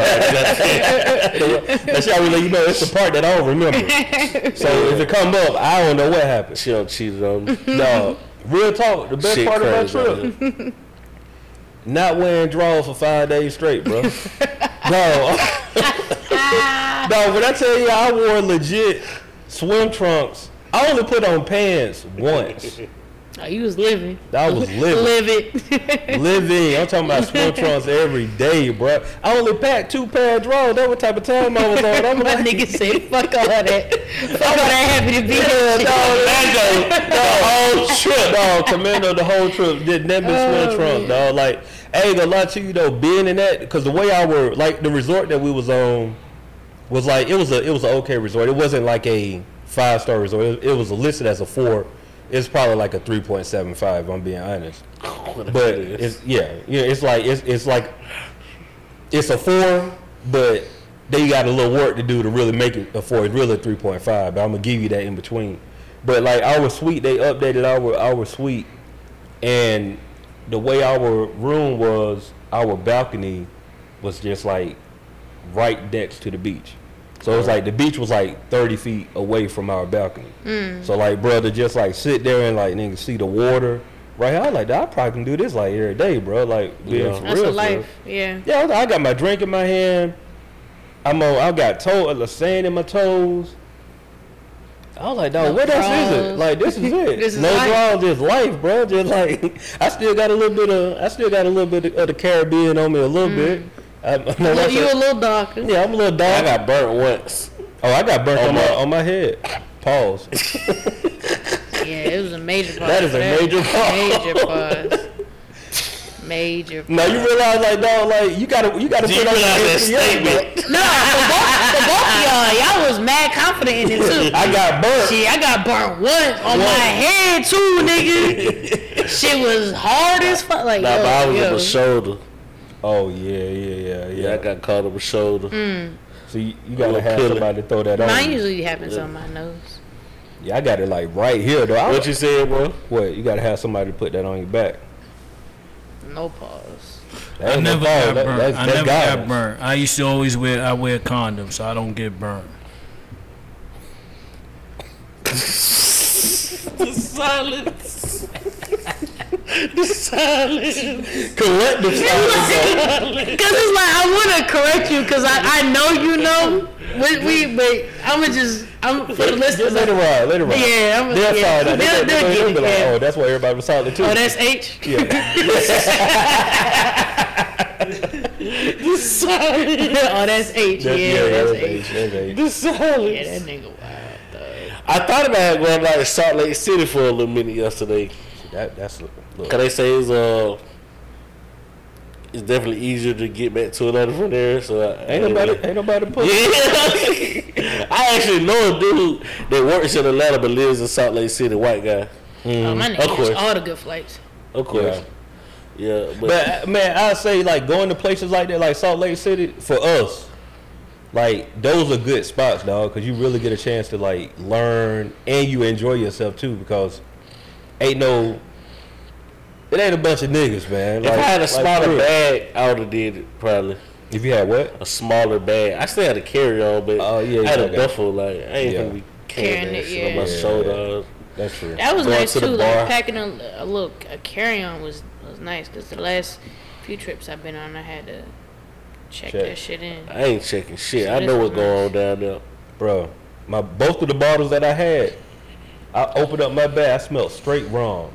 [SPEAKER 3] like-
[SPEAKER 2] That's how we let you know it's the part that I don't remember. So if it come up, I don't know what happened.
[SPEAKER 3] she done cheated on me.
[SPEAKER 2] No, real talk. The best
[SPEAKER 3] Shit
[SPEAKER 2] part of
[SPEAKER 3] crazy.
[SPEAKER 2] my trip.
[SPEAKER 3] man.
[SPEAKER 2] Not wearing drawers for five days straight, bro. no. no, when I tell you I wore legit swim trunks, I only put on pants once.
[SPEAKER 1] Oh, you was living.
[SPEAKER 2] I was living.
[SPEAKER 1] Live it.
[SPEAKER 2] Living. I'm talking about swim trunks every day, bro. I only packed two pair of drawers. That what type of time I was on. I'm
[SPEAKER 1] My
[SPEAKER 2] like,
[SPEAKER 1] nigga said, fuck all that. Fuck all that happy to be here.
[SPEAKER 2] yeah,
[SPEAKER 1] shit."
[SPEAKER 2] dog, the whole trip, Oh, dog. Commando, the whole trip did nothing but swim trunks, dog. Like, I ain't gonna lie to you though, being in that, cause the way I were, like, the resort that we was on was like it was a it was an okay resort. It wasn't like a five star resort. It, it was listed as a four. It's probably like a three point seven five. I'm being honest,
[SPEAKER 3] What a
[SPEAKER 2] but
[SPEAKER 3] shit it is.
[SPEAKER 2] it's yeah, yeah. It's like it's it's like it's a four, but they got a little work to do to really make it a four. It's really three point five, but I'm gonna give you that in between. But like our suite, they updated our our suite, and the way our room was, our balcony was just like right next to the beach. So it was like the beach was like 30 feet away from our balcony.
[SPEAKER 1] Mm.
[SPEAKER 2] So like, brother, just like sit there and like nigga see the water right here. I was like, I probably can do this like every day, bro. Like being
[SPEAKER 3] Yeah.
[SPEAKER 2] for
[SPEAKER 1] That's
[SPEAKER 2] real.
[SPEAKER 1] a
[SPEAKER 2] for real.
[SPEAKER 1] life. Yeah.
[SPEAKER 2] Yeah, I- I got my drink in my hand. I'm on. I got toe, uh, sand in my toes. I was like, dog,
[SPEAKER 1] No
[SPEAKER 2] what else is it?
[SPEAKER 1] draws.
[SPEAKER 2] Like this is it.
[SPEAKER 1] This is
[SPEAKER 2] no
[SPEAKER 1] life.
[SPEAKER 2] draws, just life, bro. Just like I still got a little bit of, I still got a little bit of the Caribbean on me, a little bit. I, I know
[SPEAKER 1] Well,
[SPEAKER 2] that's
[SPEAKER 1] Mm. you a
[SPEAKER 2] a-
[SPEAKER 1] little darker.
[SPEAKER 2] yeah, I'm a little
[SPEAKER 3] I
[SPEAKER 2] dog.
[SPEAKER 3] got burnt once.
[SPEAKER 2] oh, I got burnt
[SPEAKER 3] Oh,
[SPEAKER 2] on
[SPEAKER 3] my-
[SPEAKER 2] my on my head. Pause.
[SPEAKER 1] Yeah, it was a major part.
[SPEAKER 2] That is a major
[SPEAKER 1] Major pause. Major pause.
[SPEAKER 2] now you realize, like, dog, like you gotta you gotta
[SPEAKER 3] Do you
[SPEAKER 2] put on
[SPEAKER 3] realize that
[SPEAKER 2] Yeah,
[SPEAKER 3] statement?
[SPEAKER 1] No, for both, for both of y'all, y'all was mad confident in it
[SPEAKER 2] bro.
[SPEAKER 1] too.
[SPEAKER 2] I got burnt.
[SPEAKER 1] Shit, I got burnt once on my head too, nigga. shit was hard as fuck. Like,
[SPEAKER 3] Nah,
[SPEAKER 1] yo,
[SPEAKER 3] but I was
[SPEAKER 1] yo.
[SPEAKER 3] up a shoulder.
[SPEAKER 2] Oh yeah, yeah, yeah,
[SPEAKER 3] Yeah, I
[SPEAKER 2] yeah.
[SPEAKER 3] got caught up a shoulder.
[SPEAKER 2] So you, you
[SPEAKER 3] little
[SPEAKER 2] gotta have
[SPEAKER 3] pillar.
[SPEAKER 2] somebody to throw that on.
[SPEAKER 1] Mine
[SPEAKER 2] you.
[SPEAKER 1] usually happens on my nose.
[SPEAKER 2] Yeah, I got it like right here though. I,
[SPEAKER 3] What you said, bro?
[SPEAKER 2] what you gotta have somebody to put that on your back.
[SPEAKER 1] No pause.
[SPEAKER 2] That
[SPEAKER 4] I
[SPEAKER 3] Oh,
[SPEAKER 2] ain't no
[SPEAKER 4] never
[SPEAKER 2] foul.
[SPEAKER 4] got
[SPEAKER 2] That-
[SPEAKER 4] burned.
[SPEAKER 2] that's-
[SPEAKER 4] I
[SPEAKER 2] that's
[SPEAKER 4] never got
[SPEAKER 2] guidance.
[SPEAKER 4] burned. I used to always wear I wear condoms, so I don't get burned.
[SPEAKER 3] Silence. the silence. Collective
[SPEAKER 1] Cause it's like I want to correct you, cause I, I know you know. We, we but I'ma just I'm for the listeners.
[SPEAKER 2] Just let it ride, let it ride.
[SPEAKER 1] Yeah, I'm-
[SPEAKER 2] they'll
[SPEAKER 1] yeah.
[SPEAKER 2] find out. They-
[SPEAKER 1] They'll- they'll
[SPEAKER 2] they- they'll
[SPEAKER 1] get
[SPEAKER 2] be
[SPEAKER 1] it,
[SPEAKER 2] like,
[SPEAKER 1] yeah.
[SPEAKER 2] oh, that's why everybody was solid too.
[SPEAKER 1] oh, that's H.
[SPEAKER 2] yeah.
[SPEAKER 1] oh, that's H.
[SPEAKER 2] That's,
[SPEAKER 1] yeah,
[SPEAKER 2] yeah,
[SPEAKER 1] that's,
[SPEAKER 2] that's
[SPEAKER 1] H.
[SPEAKER 2] age, that's age.
[SPEAKER 3] The silence.
[SPEAKER 1] Yeah, that nigga wild. Though.
[SPEAKER 3] I thought about going like to Salt Lake City for a little minute yesterday.
[SPEAKER 2] That, that's look.
[SPEAKER 3] Cause they say it's uh, it's definitely easier to get back to Atlanta from there. So I, I
[SPEAKER 2] Ain't nobody, ain't nobody pushing.
[SPEAKER 3] Yeah, I actually know a dude that works in Atlanta but lives in Salt Lake City. White guy,
[SPEAKER 1] Oh, my
[SPEAKER 3] Of
[SPEAKER 1] nigga
[SPEAKER 3] course.
[SPEAKER 1] gets all the good flights.
[SPEAKER 3] of course. Yeah, but,
[SPEAKER 2] But man, I say like going to places like that, like Salt Lake City, for us, like those are good spots, dog, because you really get a chance to like learn and you enjoy yourself too, because ain't no, it ain't a bunch of niggas, man.
[SPEAKER 3] if I had a smaller
[SPEAKER 2] real.
[SPEAKER 3] bag, I would have did it probably.
[SPEAKER 2] if you had what?
[SPEAKER 3] A smaller bag. I still had a carry on, but
[SPEAKER 2] Oh, yeah,
[SPEAKER 3] I had
[SPEAKER 2] yeah,
[SPEAKER 3] a
[SPEAKER 2] okay.
[SPEAKER 3] duffel. Like I ain't
[SPEAKER 2] Yeah.
[SPEAKER 3] gonna be carrying
[SPEAKER 1] Carrying
[SPEAKER 3] that
[SPEAKER 1] it,
[SPEAKER 3] shit on
[SPEAKER 1] yeah.
[SPEAKER 3] my
[SPEAKER 2] Yeah.
[SPEAKER 3] shoulder.
[SPEAKER 2] That's true.
[SPEAKER 1] That was
[SPEAKER 3] Going
[SPEAKER 1] nice
[SPEAKER 3] to the
[SPEAKER 1] too.
[SPEAKER 3] bar.
[SPEAKER 1] Like packing a, a look, a carry on was was nice. Cause the last few trips I've been on, I had to check,
[SPEAKER 2] Check.
[SPEAKER 1] that shit in.
[SPEAKER 3] I ain't checking shit.
[SPEAKER 1] So
[SPEAKER 3] I
[SPEAKER 1] this
[SPEAKER 3] know
[SPEAKER 1] is
[SPEAKER 3] what's going
[SPEAKER 1] nice.
[SPEAKER 3] on down there.
[SPEAKER 2] bro. My both of the bottles that I had, I opened up my bag. I smelled straight wrong.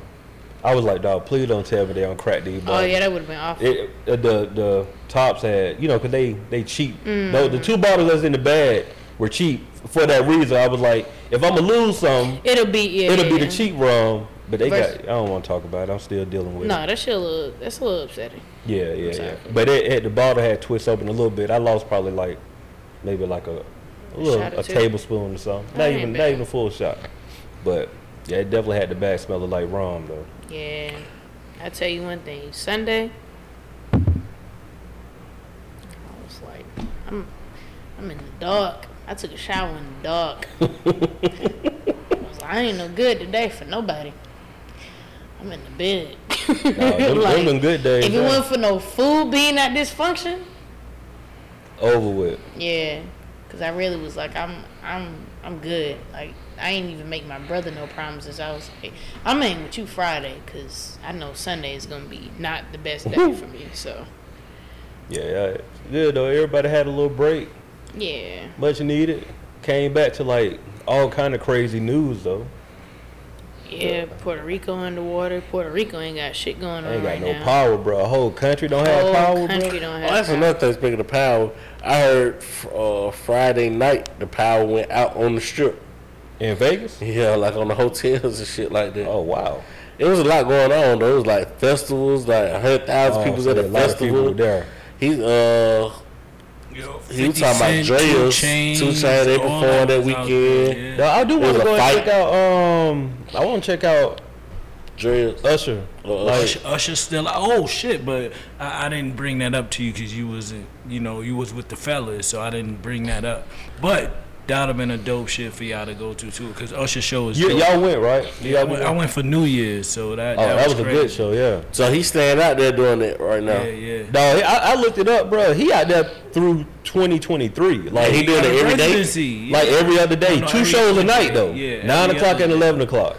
[SPEAKER 2] I was like, dog, please don't tell me they don't crack these
[SPEAKER 1] Oh
[SPEAKER 2] bottles.
[SPEAKER 1] yeah, that would have been awful.
[SPEAKER 2] It, uh, the the tops had, you know, cause they they cheap.
[SPEAKER 1] Mm.
[SPEAKER 2] No, the two bottles that's in the bag were cheap for that reason. I was like, if I'm gonna lose some,
[SPEAKER 1] It'll be yeah.
[SPEAKER 2] it'll be
[SPEAKER 1] yeah.
[SPEAKER 2] the cheap rum. But they
[SPEAKER 1] Vers-
[SPEAKER 2] got. I don't want to talk about it. I'm still dealing with
[SPEAKER 1] No,
[SPEAKER 2] it.
[SPEAKER 1] that shit a little. That's a little upsetting.
[SPEAKER 2] Yeah, yeah,
[SPEAKER 1] sorry.
[SPEAKER 2] yeah. But it, it, the bottle had twist open a little bit. I lost probably like maybe like a, a little
[SPEAKER 1] shot or
[SPEAKER 2] a
[SPEAKER 1] two.
[SPEAKER 2] tablespoon or something. Not
[SPEAKER 1] ain't
[SPEAKER 2] even not
[SPEAKER 1] bad.
[SPEAKER 2] even a full shot. But yeah, it definitely had the bag smelling like rum though.
[SPEAKER 1] Yeah, I tell you one thing. Sunday, I was like, I'm, I'm in the dark. I took a shower in the dark. I was like, I ain't no good today for nobody. I'm in the bed.
[SPEAKER 2] Nah, them, them
[SPEAKER 1] Like,
[SPEAKER 2] them good days.
[SPEAKER 1] if it
[SPEAKER 2] man.
[SPEAKER 1] wasn't for no food being at this function,
[SPEAKER 2] over with.
[SPEAKER 1] yeah, because I really was like, I'm, I'm, I'm good. Like, I ain't even make my brother no promises. I was like, I'm in with you Friday, cause I know Sunday is gonna be not the best day for me. So,
[SPEAKER 2] Yeah, yeah. It's Good though. Everybody had a little break,
[SPEAKER 1] yeah,
[SPEAKER 2] much needed. Came back to like all kind of crazy news though.
[SPEAKER 1] yeah. Puerto Rico underwater. Puerto Rico ain't got shit going on
[SPEAKER 2] Ain't got
[SPEAKER 1] right
[SPEAKER 2] no
[SPEAKER 1] now.
[SPEAKER 2] power, bro. A whole country don't have
[SPEAKER 1] Whole
[SPEAKER 2] power,
[SPEAKER 1] country
[SPEAKER 2] bro.
[SPEAKER 1] don't
[SPEAKER 3] Oh,
[SPEAKER 1] have
[SPEAKER 3] that's
[SPEAKER 1] power.
[SPEAKER 3] another thing. Speaking of power, I heard f- uh, Friday night the power went out on the strip.
[SPEAKER 2] In Vegas.
[SPEAKER 3] Yeah, like on the hotels and shit like that.
[SPEAKER 2] Oh wow.
[SPEAKER 3] It was a lot going on. though. It was like festivals, like hundred thousand
[SPEAKER 2] Oh,
[SPEAKER 3] people
[SPEAKER 2] so
[SPEAKER 3] at
[SPEAKER 2] a
[SPEAKER 3] a
[SPEAKER 2] lot of people
[SPEAKER 3] festival.
[SPEAKER 2] were there.
[SPEAKER 3] He's uh, he was talking about Drea's Two Chainz. They performed that weekend.
[SPEAKER 2] Now, I do
[SPEAKER 3] There
[SPEAKER 2] want
[SPEAKER 3] was
[SPEAKER 2] to
[SPEAKER 3] a
[SPEAKER 2] go and
[SPEAKER 3] fight.
[SPEAKER 2] check out. Um, I want to check out
[SPEAKER 3] Drea's.
[SPEAKER 2] Usher.
[SPEAKER 3] Uh,
[SPEAKER 2] like,
[SPEAKER 4] Usher, Usher still oh shit, but I, I didn't bring that up to you because you wasn't you know you was with the fellas, so I didn't bring that up. But that'd have been a dope shit for y'all to go to too, because Usher show is.
[SPEAKER 2] you,
[SPEAKER 4] dope.
[SPEAKER 2] y'all went right?
[SPEAKER 4] Yeah, I
[SPEAKER 2] Y'all
[SPEAKER 4] went,
[SPEAKER 2] went?
[SPEAKER 4] I went for New Year's, so that
[SPEAKER 2] oh,
[SPEAKER 4] that, was,
[SPEAKER 2] a
[SPEAKER 4] crazy.
[SPEAKER 2] good show. Yeah.
[SPEAKER 3] So he's staying out there doing it right now.
[SPEAKER 4] Yeah, yeah.
[SPEAKER 2] No, I, I looked it up, bro. He out there through 2023. Like
[SPEAKER 3] And he doing it
[SPEAKER 4] Got a
[SPEAKER 3] every day.
[SPEAKER 4] residency, yeah.
[SPEAKER 2] Like every other day,
[SPEAKER 4] No, no,
[SPEAKER 2] two
[SPEAKER 4] every-
[SPEAKER 2] shows a night though.
[SPEAKER 4] Yeah,
[SPEAKER 2] Nine
[SPEAKER 4] every
[SPEAKER 2] o'clock
[SPEAKER 4] other
[SPEAKER 2] and
[SPEAKER 4] day.
[SPEAKER 2] eleven o'clock.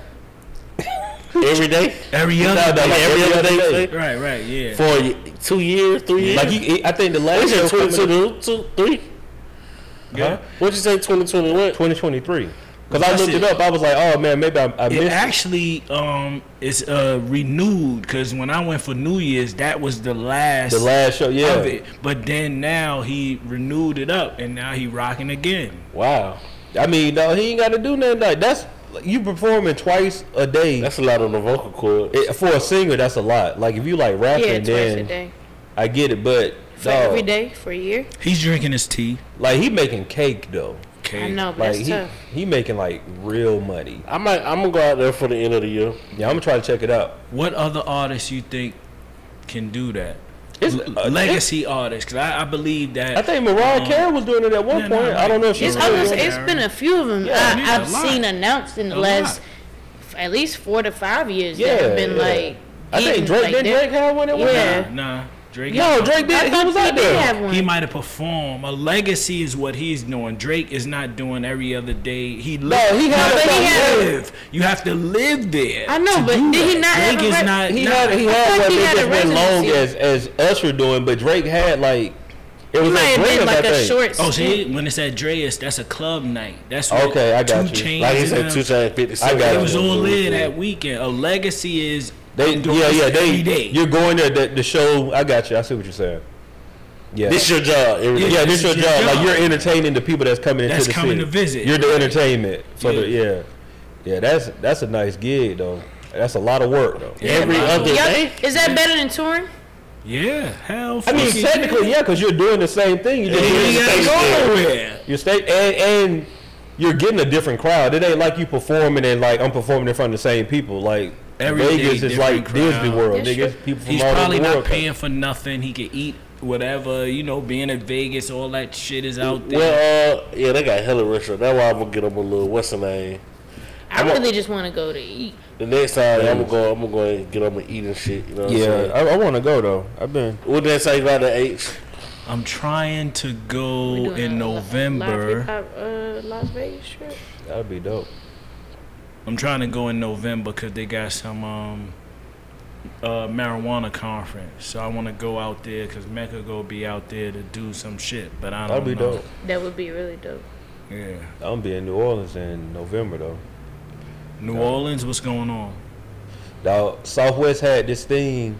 [SPEAKER 3] Every day.
[SPEAKER 4] every
[SPEAKER 2] Nah,
[SPEAKER 4] other
[SPEAKER 2] nah,
[SPEAKER 4] day.
[SPEAKER 3] Like every other day.
[SPEAKER 4] Right, right, yeah.
[SPEAKER 3] For a y- two years, three years.
[SPEAKER 2] Like he, he- I think the
[SPEAKER 3] What
[SPEAKER 2] last
[SPEAKER 3] you
[SPEAKER 2] show
[SPEAKER 3] say,
[SPEAKER 2] coming
[SPEAKER 3] 22,
[SPEAKER 2] up-
[SPEAKER 3] dude? Two, three?
[SPEAKER 4] Yeah.
[SPEAKER 3] What'd you say, 2021?
[SPEAKER 2] 2023. Because I
[SPEAKER 4] That's
[SPEAKER 2] looked it
[SPEAKER 4] it.
[SPEAKER 2] up, I was like, oh man, maybe I, I
[SPEAKER 4] It
[SPEAKER 2] missed.
[SPEAKER 4] actually um is uh renewed because when I went for New Year's, that was the last,
[SPEAKER 2] The last show, yeah.
[SPEAKER 4] of it. But then now he renewed it up, and now he rocking again.
[SPEAKER 2] Wow. I mean, no, he ain't got to do nothing like that's you performing twice a day.
[SPEAKER 3] That's a lot on the vocal cord.
[SPEAKER 2] it, for a singer, that's a lot. Like if you like rapping,
[SPEAKER 1] Yeah, twice
[SPEAKER 2] then
[SPEAKER 1] a day.
[SPEAKER 2] I get it. But
[SPEAKER 1] For
[SPEAKER 2] dog,
[SPEAKER 1] every day for a year.
[SPEAKER 4] He's drinking his tea.
[SPEAKER 2] like he making cake though.
[SPEAKER 4] okay.
[SPEAKER 1] I know, but
[SPEAKER 2] Like
[SPEAKER 1] that's
[SPEAKER 2] he,
[SPEAKER 1] tough.
[SPEAKER 2] he making like real money.
[SPEAKER 3] I might. I'm gonna go out there for the end of the year.
[SPEAKER 2] Yeah, I'm gonna try to check it out.
[SPEAKER 4] What other artists you think can do that?
[SPEAKER 2] It's-
[SPEAKER 4] L-
[SPEAKER 2] uh,
[SPEAKER 4] legacy artists, because I, I believe that.
[SPEAKER 2] I think Mariah
[SPEAKER 4] Um,
[SPEAKER 2] Carey was doing it at one
[SPEAKER 4] yeah,
[SPEAKER 2] point.
[SPEAKER 4] no,
[SPEAKER 2] I don't know if she's
[SPEAKER 1] It's
[SPEAKER 4] Right.
[SPEAKER 2] still
[SPEAKER 1] almost,
[SPEAKER 4] others-
[SPEAKER 2] doing it.
[SPEAKER 4] it.
[SPEAKER 1] it's been a few of them
[SPEAKER 2] Yeah,
[SPEAKER 4] there's
[SPEAKER 1] I, I've
[SPEAKER 4] a lot.
[SPEAKER 1] seen announced in the
[SPEAKER 4] A
[SPEAKER 1] last
[SPEAKER 4] lot.
[SPEAKER 1] f- at least four to five years. that
[SPEAKER 2] Yeah,
[SPEAKER 1] have been
[SPEAKER 2] yeah.
[SPEAKER 1] like.
[SPEAKER 2] I
[SPEAKER 1] getting,
[SPEAKER 2] think Drake
[SPEAKER 1] like,
[SPEAKER 2] didn't
[SPEAKER 1] they're-
[SPEAKER 2] Drake have one at one.
[SPEAKER 1] Yeah.
[SPEAKER 4] Nah, nah, Drake.
[SPEAKER 2] No,
[SPEAKER 4] ain't-
[SPEAKER 2] Drake
[SPEAKER 1] I
[SPEAKER 2] did. He
[SPEAKER 1] thought
[SPEAKER 2] was
[SPEAKER 1] he
[SPEAKER 2] out
[SPEAKER 1] did
[SPEAKER 2] there.
[SPEAKER 1] have one.
[SPEAKER 4] He might have performed. A legacy is what he's doing. Drake is not doing every other day. He
[SPEAKER 2] No,
[SPEAKER 4] lived.
[SPEAKER 2] he
[SPEAKER 1] No,
[SPEAKER 2] had.
[SPEAKER 1] but
[SPEAKER 2] a
[SPEAKER 1] he had-
[SPEAKER 4] live. You have to live there.
[SPEAKER 1] I know,
[SPEAKER 4] to
[SPEAKER 1] but
[SPEAKER 4] do
[SPEAKER 1] did he
[SPEAKER 4] that.
[SPEAKER 1] not have
[SPEAKER 4] Drake
[SPEAKER 1] a
[SPEAKER 4] is
[SPEAKER 1] re-
[SPEAKER 4] not.
[SPEAKER 2] He
[SPEAKER 4] not-
[SPEAKER 2] had he had
[SPEAKER 1] thought
[SPEAKER 2] what
[SPEAKER 1] he
[SPEAKER 2] they
[SPEAKER 1] had
[SPEAKER 2] just
[SPEAKER 1] a
[SPEAKER 2] went long as
[SPEAKER 1] residency.
[SPEAKER 2] as Usher doing, but Drake had like it was
[SPEAKER 1] It might
[SPEAKER 2] like
[SPEAKER 1] have
[SPEAKER 2] Drake
[SPEAKER 1] been
[SPEAKER 2] at
[SPEAKER 1] like
[SPEAKER 2] that
[SPEAKER 1] a
[SPEAKER 2] thing.
[SPEAKER 1] short.
[SPEAKER 4] Oh, see,
[SPEAKER 1] stint.
[SPEAKER 4] when it's at Dreas, that's a club night. That's what
[SPEAKER 2] Okay, I got
[SPEAKER 4] two
[SPEAKER 2] you.
[SPEAKER 4] Chainz
[SPEAKER 3] Like he
[SPEAKER 4] and
[SPEAKER 3] said,
[SPEAKER 4] them-
[SPEAKER 3] two times fifty.
[SPEAKER 2] I got
[SPEAKER 4] It
[SPEAKER 2] it.
[SPEAKER 4] was
[SPEAKER 2] Yeah,
[SPEAKER 4] on
[SPEAKER 2] yeah,
[SPEAKER 4] lid
[SPEAKER 2] yeah.
[SPEAKER 4] that weekend. A legacy is
[SPEAKER 2] They
[SPEAKER 4] doing
[SPEAKER 2] yeah
[SPEAKER 4] this
[SPEAKER 2] yeah
[SPEAKER 4] every
[SPEAKER 2] they
[SPEAKER 4] day.
[SPEAKER 2] you're going there the, the show. I got you. I see what you're saying. Yeah.
[SPEAKER 3] This your job. Every day.
[SPEAKER 2] yeah, this
[SPEAKER 4] this
[SPEAKER 2] your
[SPEAKER 4] is your
[SPEAKER 2] job. Like
[SPEAKER 4] job.
[SPEAKER 2] you're entertaining the people that's coming into
[SPEAKER 4] That's
[SPEAKER 2] the
[SPEAKER 4] coming
[SPEAKER 2] city.
[SPEAKER 4] to visit.
[SPEAKER 2] You're the entertainment for the
[SPEAKER 4] Yeah.
[SPEAKER 2] yeah, yeah. That's that's a nice gig though. That's a lot of work though.
[SPEAKER 3] Every
[SPEAKER 4] Yeah.
[SPEAKER 3] other
[SPEAKER 1] Y'all-
[SPEAKER 3] day.
[SPEAKER 1] is that better than touring?
[SPEAKER 4] yeah, hell.
[SPEAKER 2] I mean,
[SPEAKER 4] fucking
[SPEAKER 2] technically, yeah, because you're doing the same thing. You're
[SPEAKER 4] yeah.
[SPEAKER 2] just
[SPEAKER 4] You
[SPEAKER 2] doing
[SPEAKER 4] ain't
[SPEAKER 2] the same
[SPEAKER 4] gotta go
[SPEAKER 2] thing.
[SPEAKER 4] nowhere.
[SPEAKER 2] Your state and and you're getting a different crowd. It ain't like you performing and like I'm performing in front of the same people. Like
[SPEAKER 4] Every
[SPEAKER 2] Vegas
[SPEAKER 4] day,
[SPEAKER 2] is like
[SPEAKER 4] different
[SPEAKER 2] Disney
[SPEAKER 4] crowd.
[SPEAKER 2] World.
[SPEAKER 1] That's
[SPEAKER 2] Niggas,
[SPEAKER 1] true.
[SPEAKER 2] people from
[SPEAKER 4] He's
[SPEAKER 2] all
[SPEAKER 4] probably
[SPEAKER 2] over the
[SPEAKER 4] not
[SPEAKER 2] world. come.
[SPEAKER 4] paying for nothing. He could eat whatever. You know, being in Vegas, all that shit is out there.
[SPEAKER 3] Well, uh, yeah, they got hella restaurant. That's why I'm gonna get them a little. What's the name?
[SPEAKER 1] I
[SPEAKER 3] I'm a-
[SPEAKER 1] really just want to E. go to eat.
[SPEAKER 3] The next time I'm gonna go, I'm gonna go and get them and eat and shit. You know what I'm
[SPEAKER 2] Yeah,
[SPEAKER 3] saying?
[SPEAKER 2] I, I want to go though. I've been.
[SPEAKER 3] What that say about the H?
[SPEAKER 4] I'm trying to
[SPEAKER 1] We
[SPEAKER 4] go
[SPEAKER 1] doing
[SPEAKER 4] in
[SPEAKER 1] a li-
[SPEAKER 4] November.
[SPEAKER 1] live hip-hop, uh, Las Vegas trip.
[SPEAKER 2] That'd be dope.
[SPEAKER 4] I'm trying to go in November because they got some um, uh, marijuana conference. So I want to go out there because Mecca go be out there to do some shit. But I don't
[SPEAKER 2] That'd be
[SPEAKER 4] know.
[SPEAKER 2] dope.
[SPEAKER 1] That would be really dope.
[SPEAKER 4] Yeah,
[SPEAKER 2] I'm gonna be in New Orleans in November though.
[SPEAKER 4] New Orleans, what's going on?
[SPEAKER 2] Now Southwest had this thing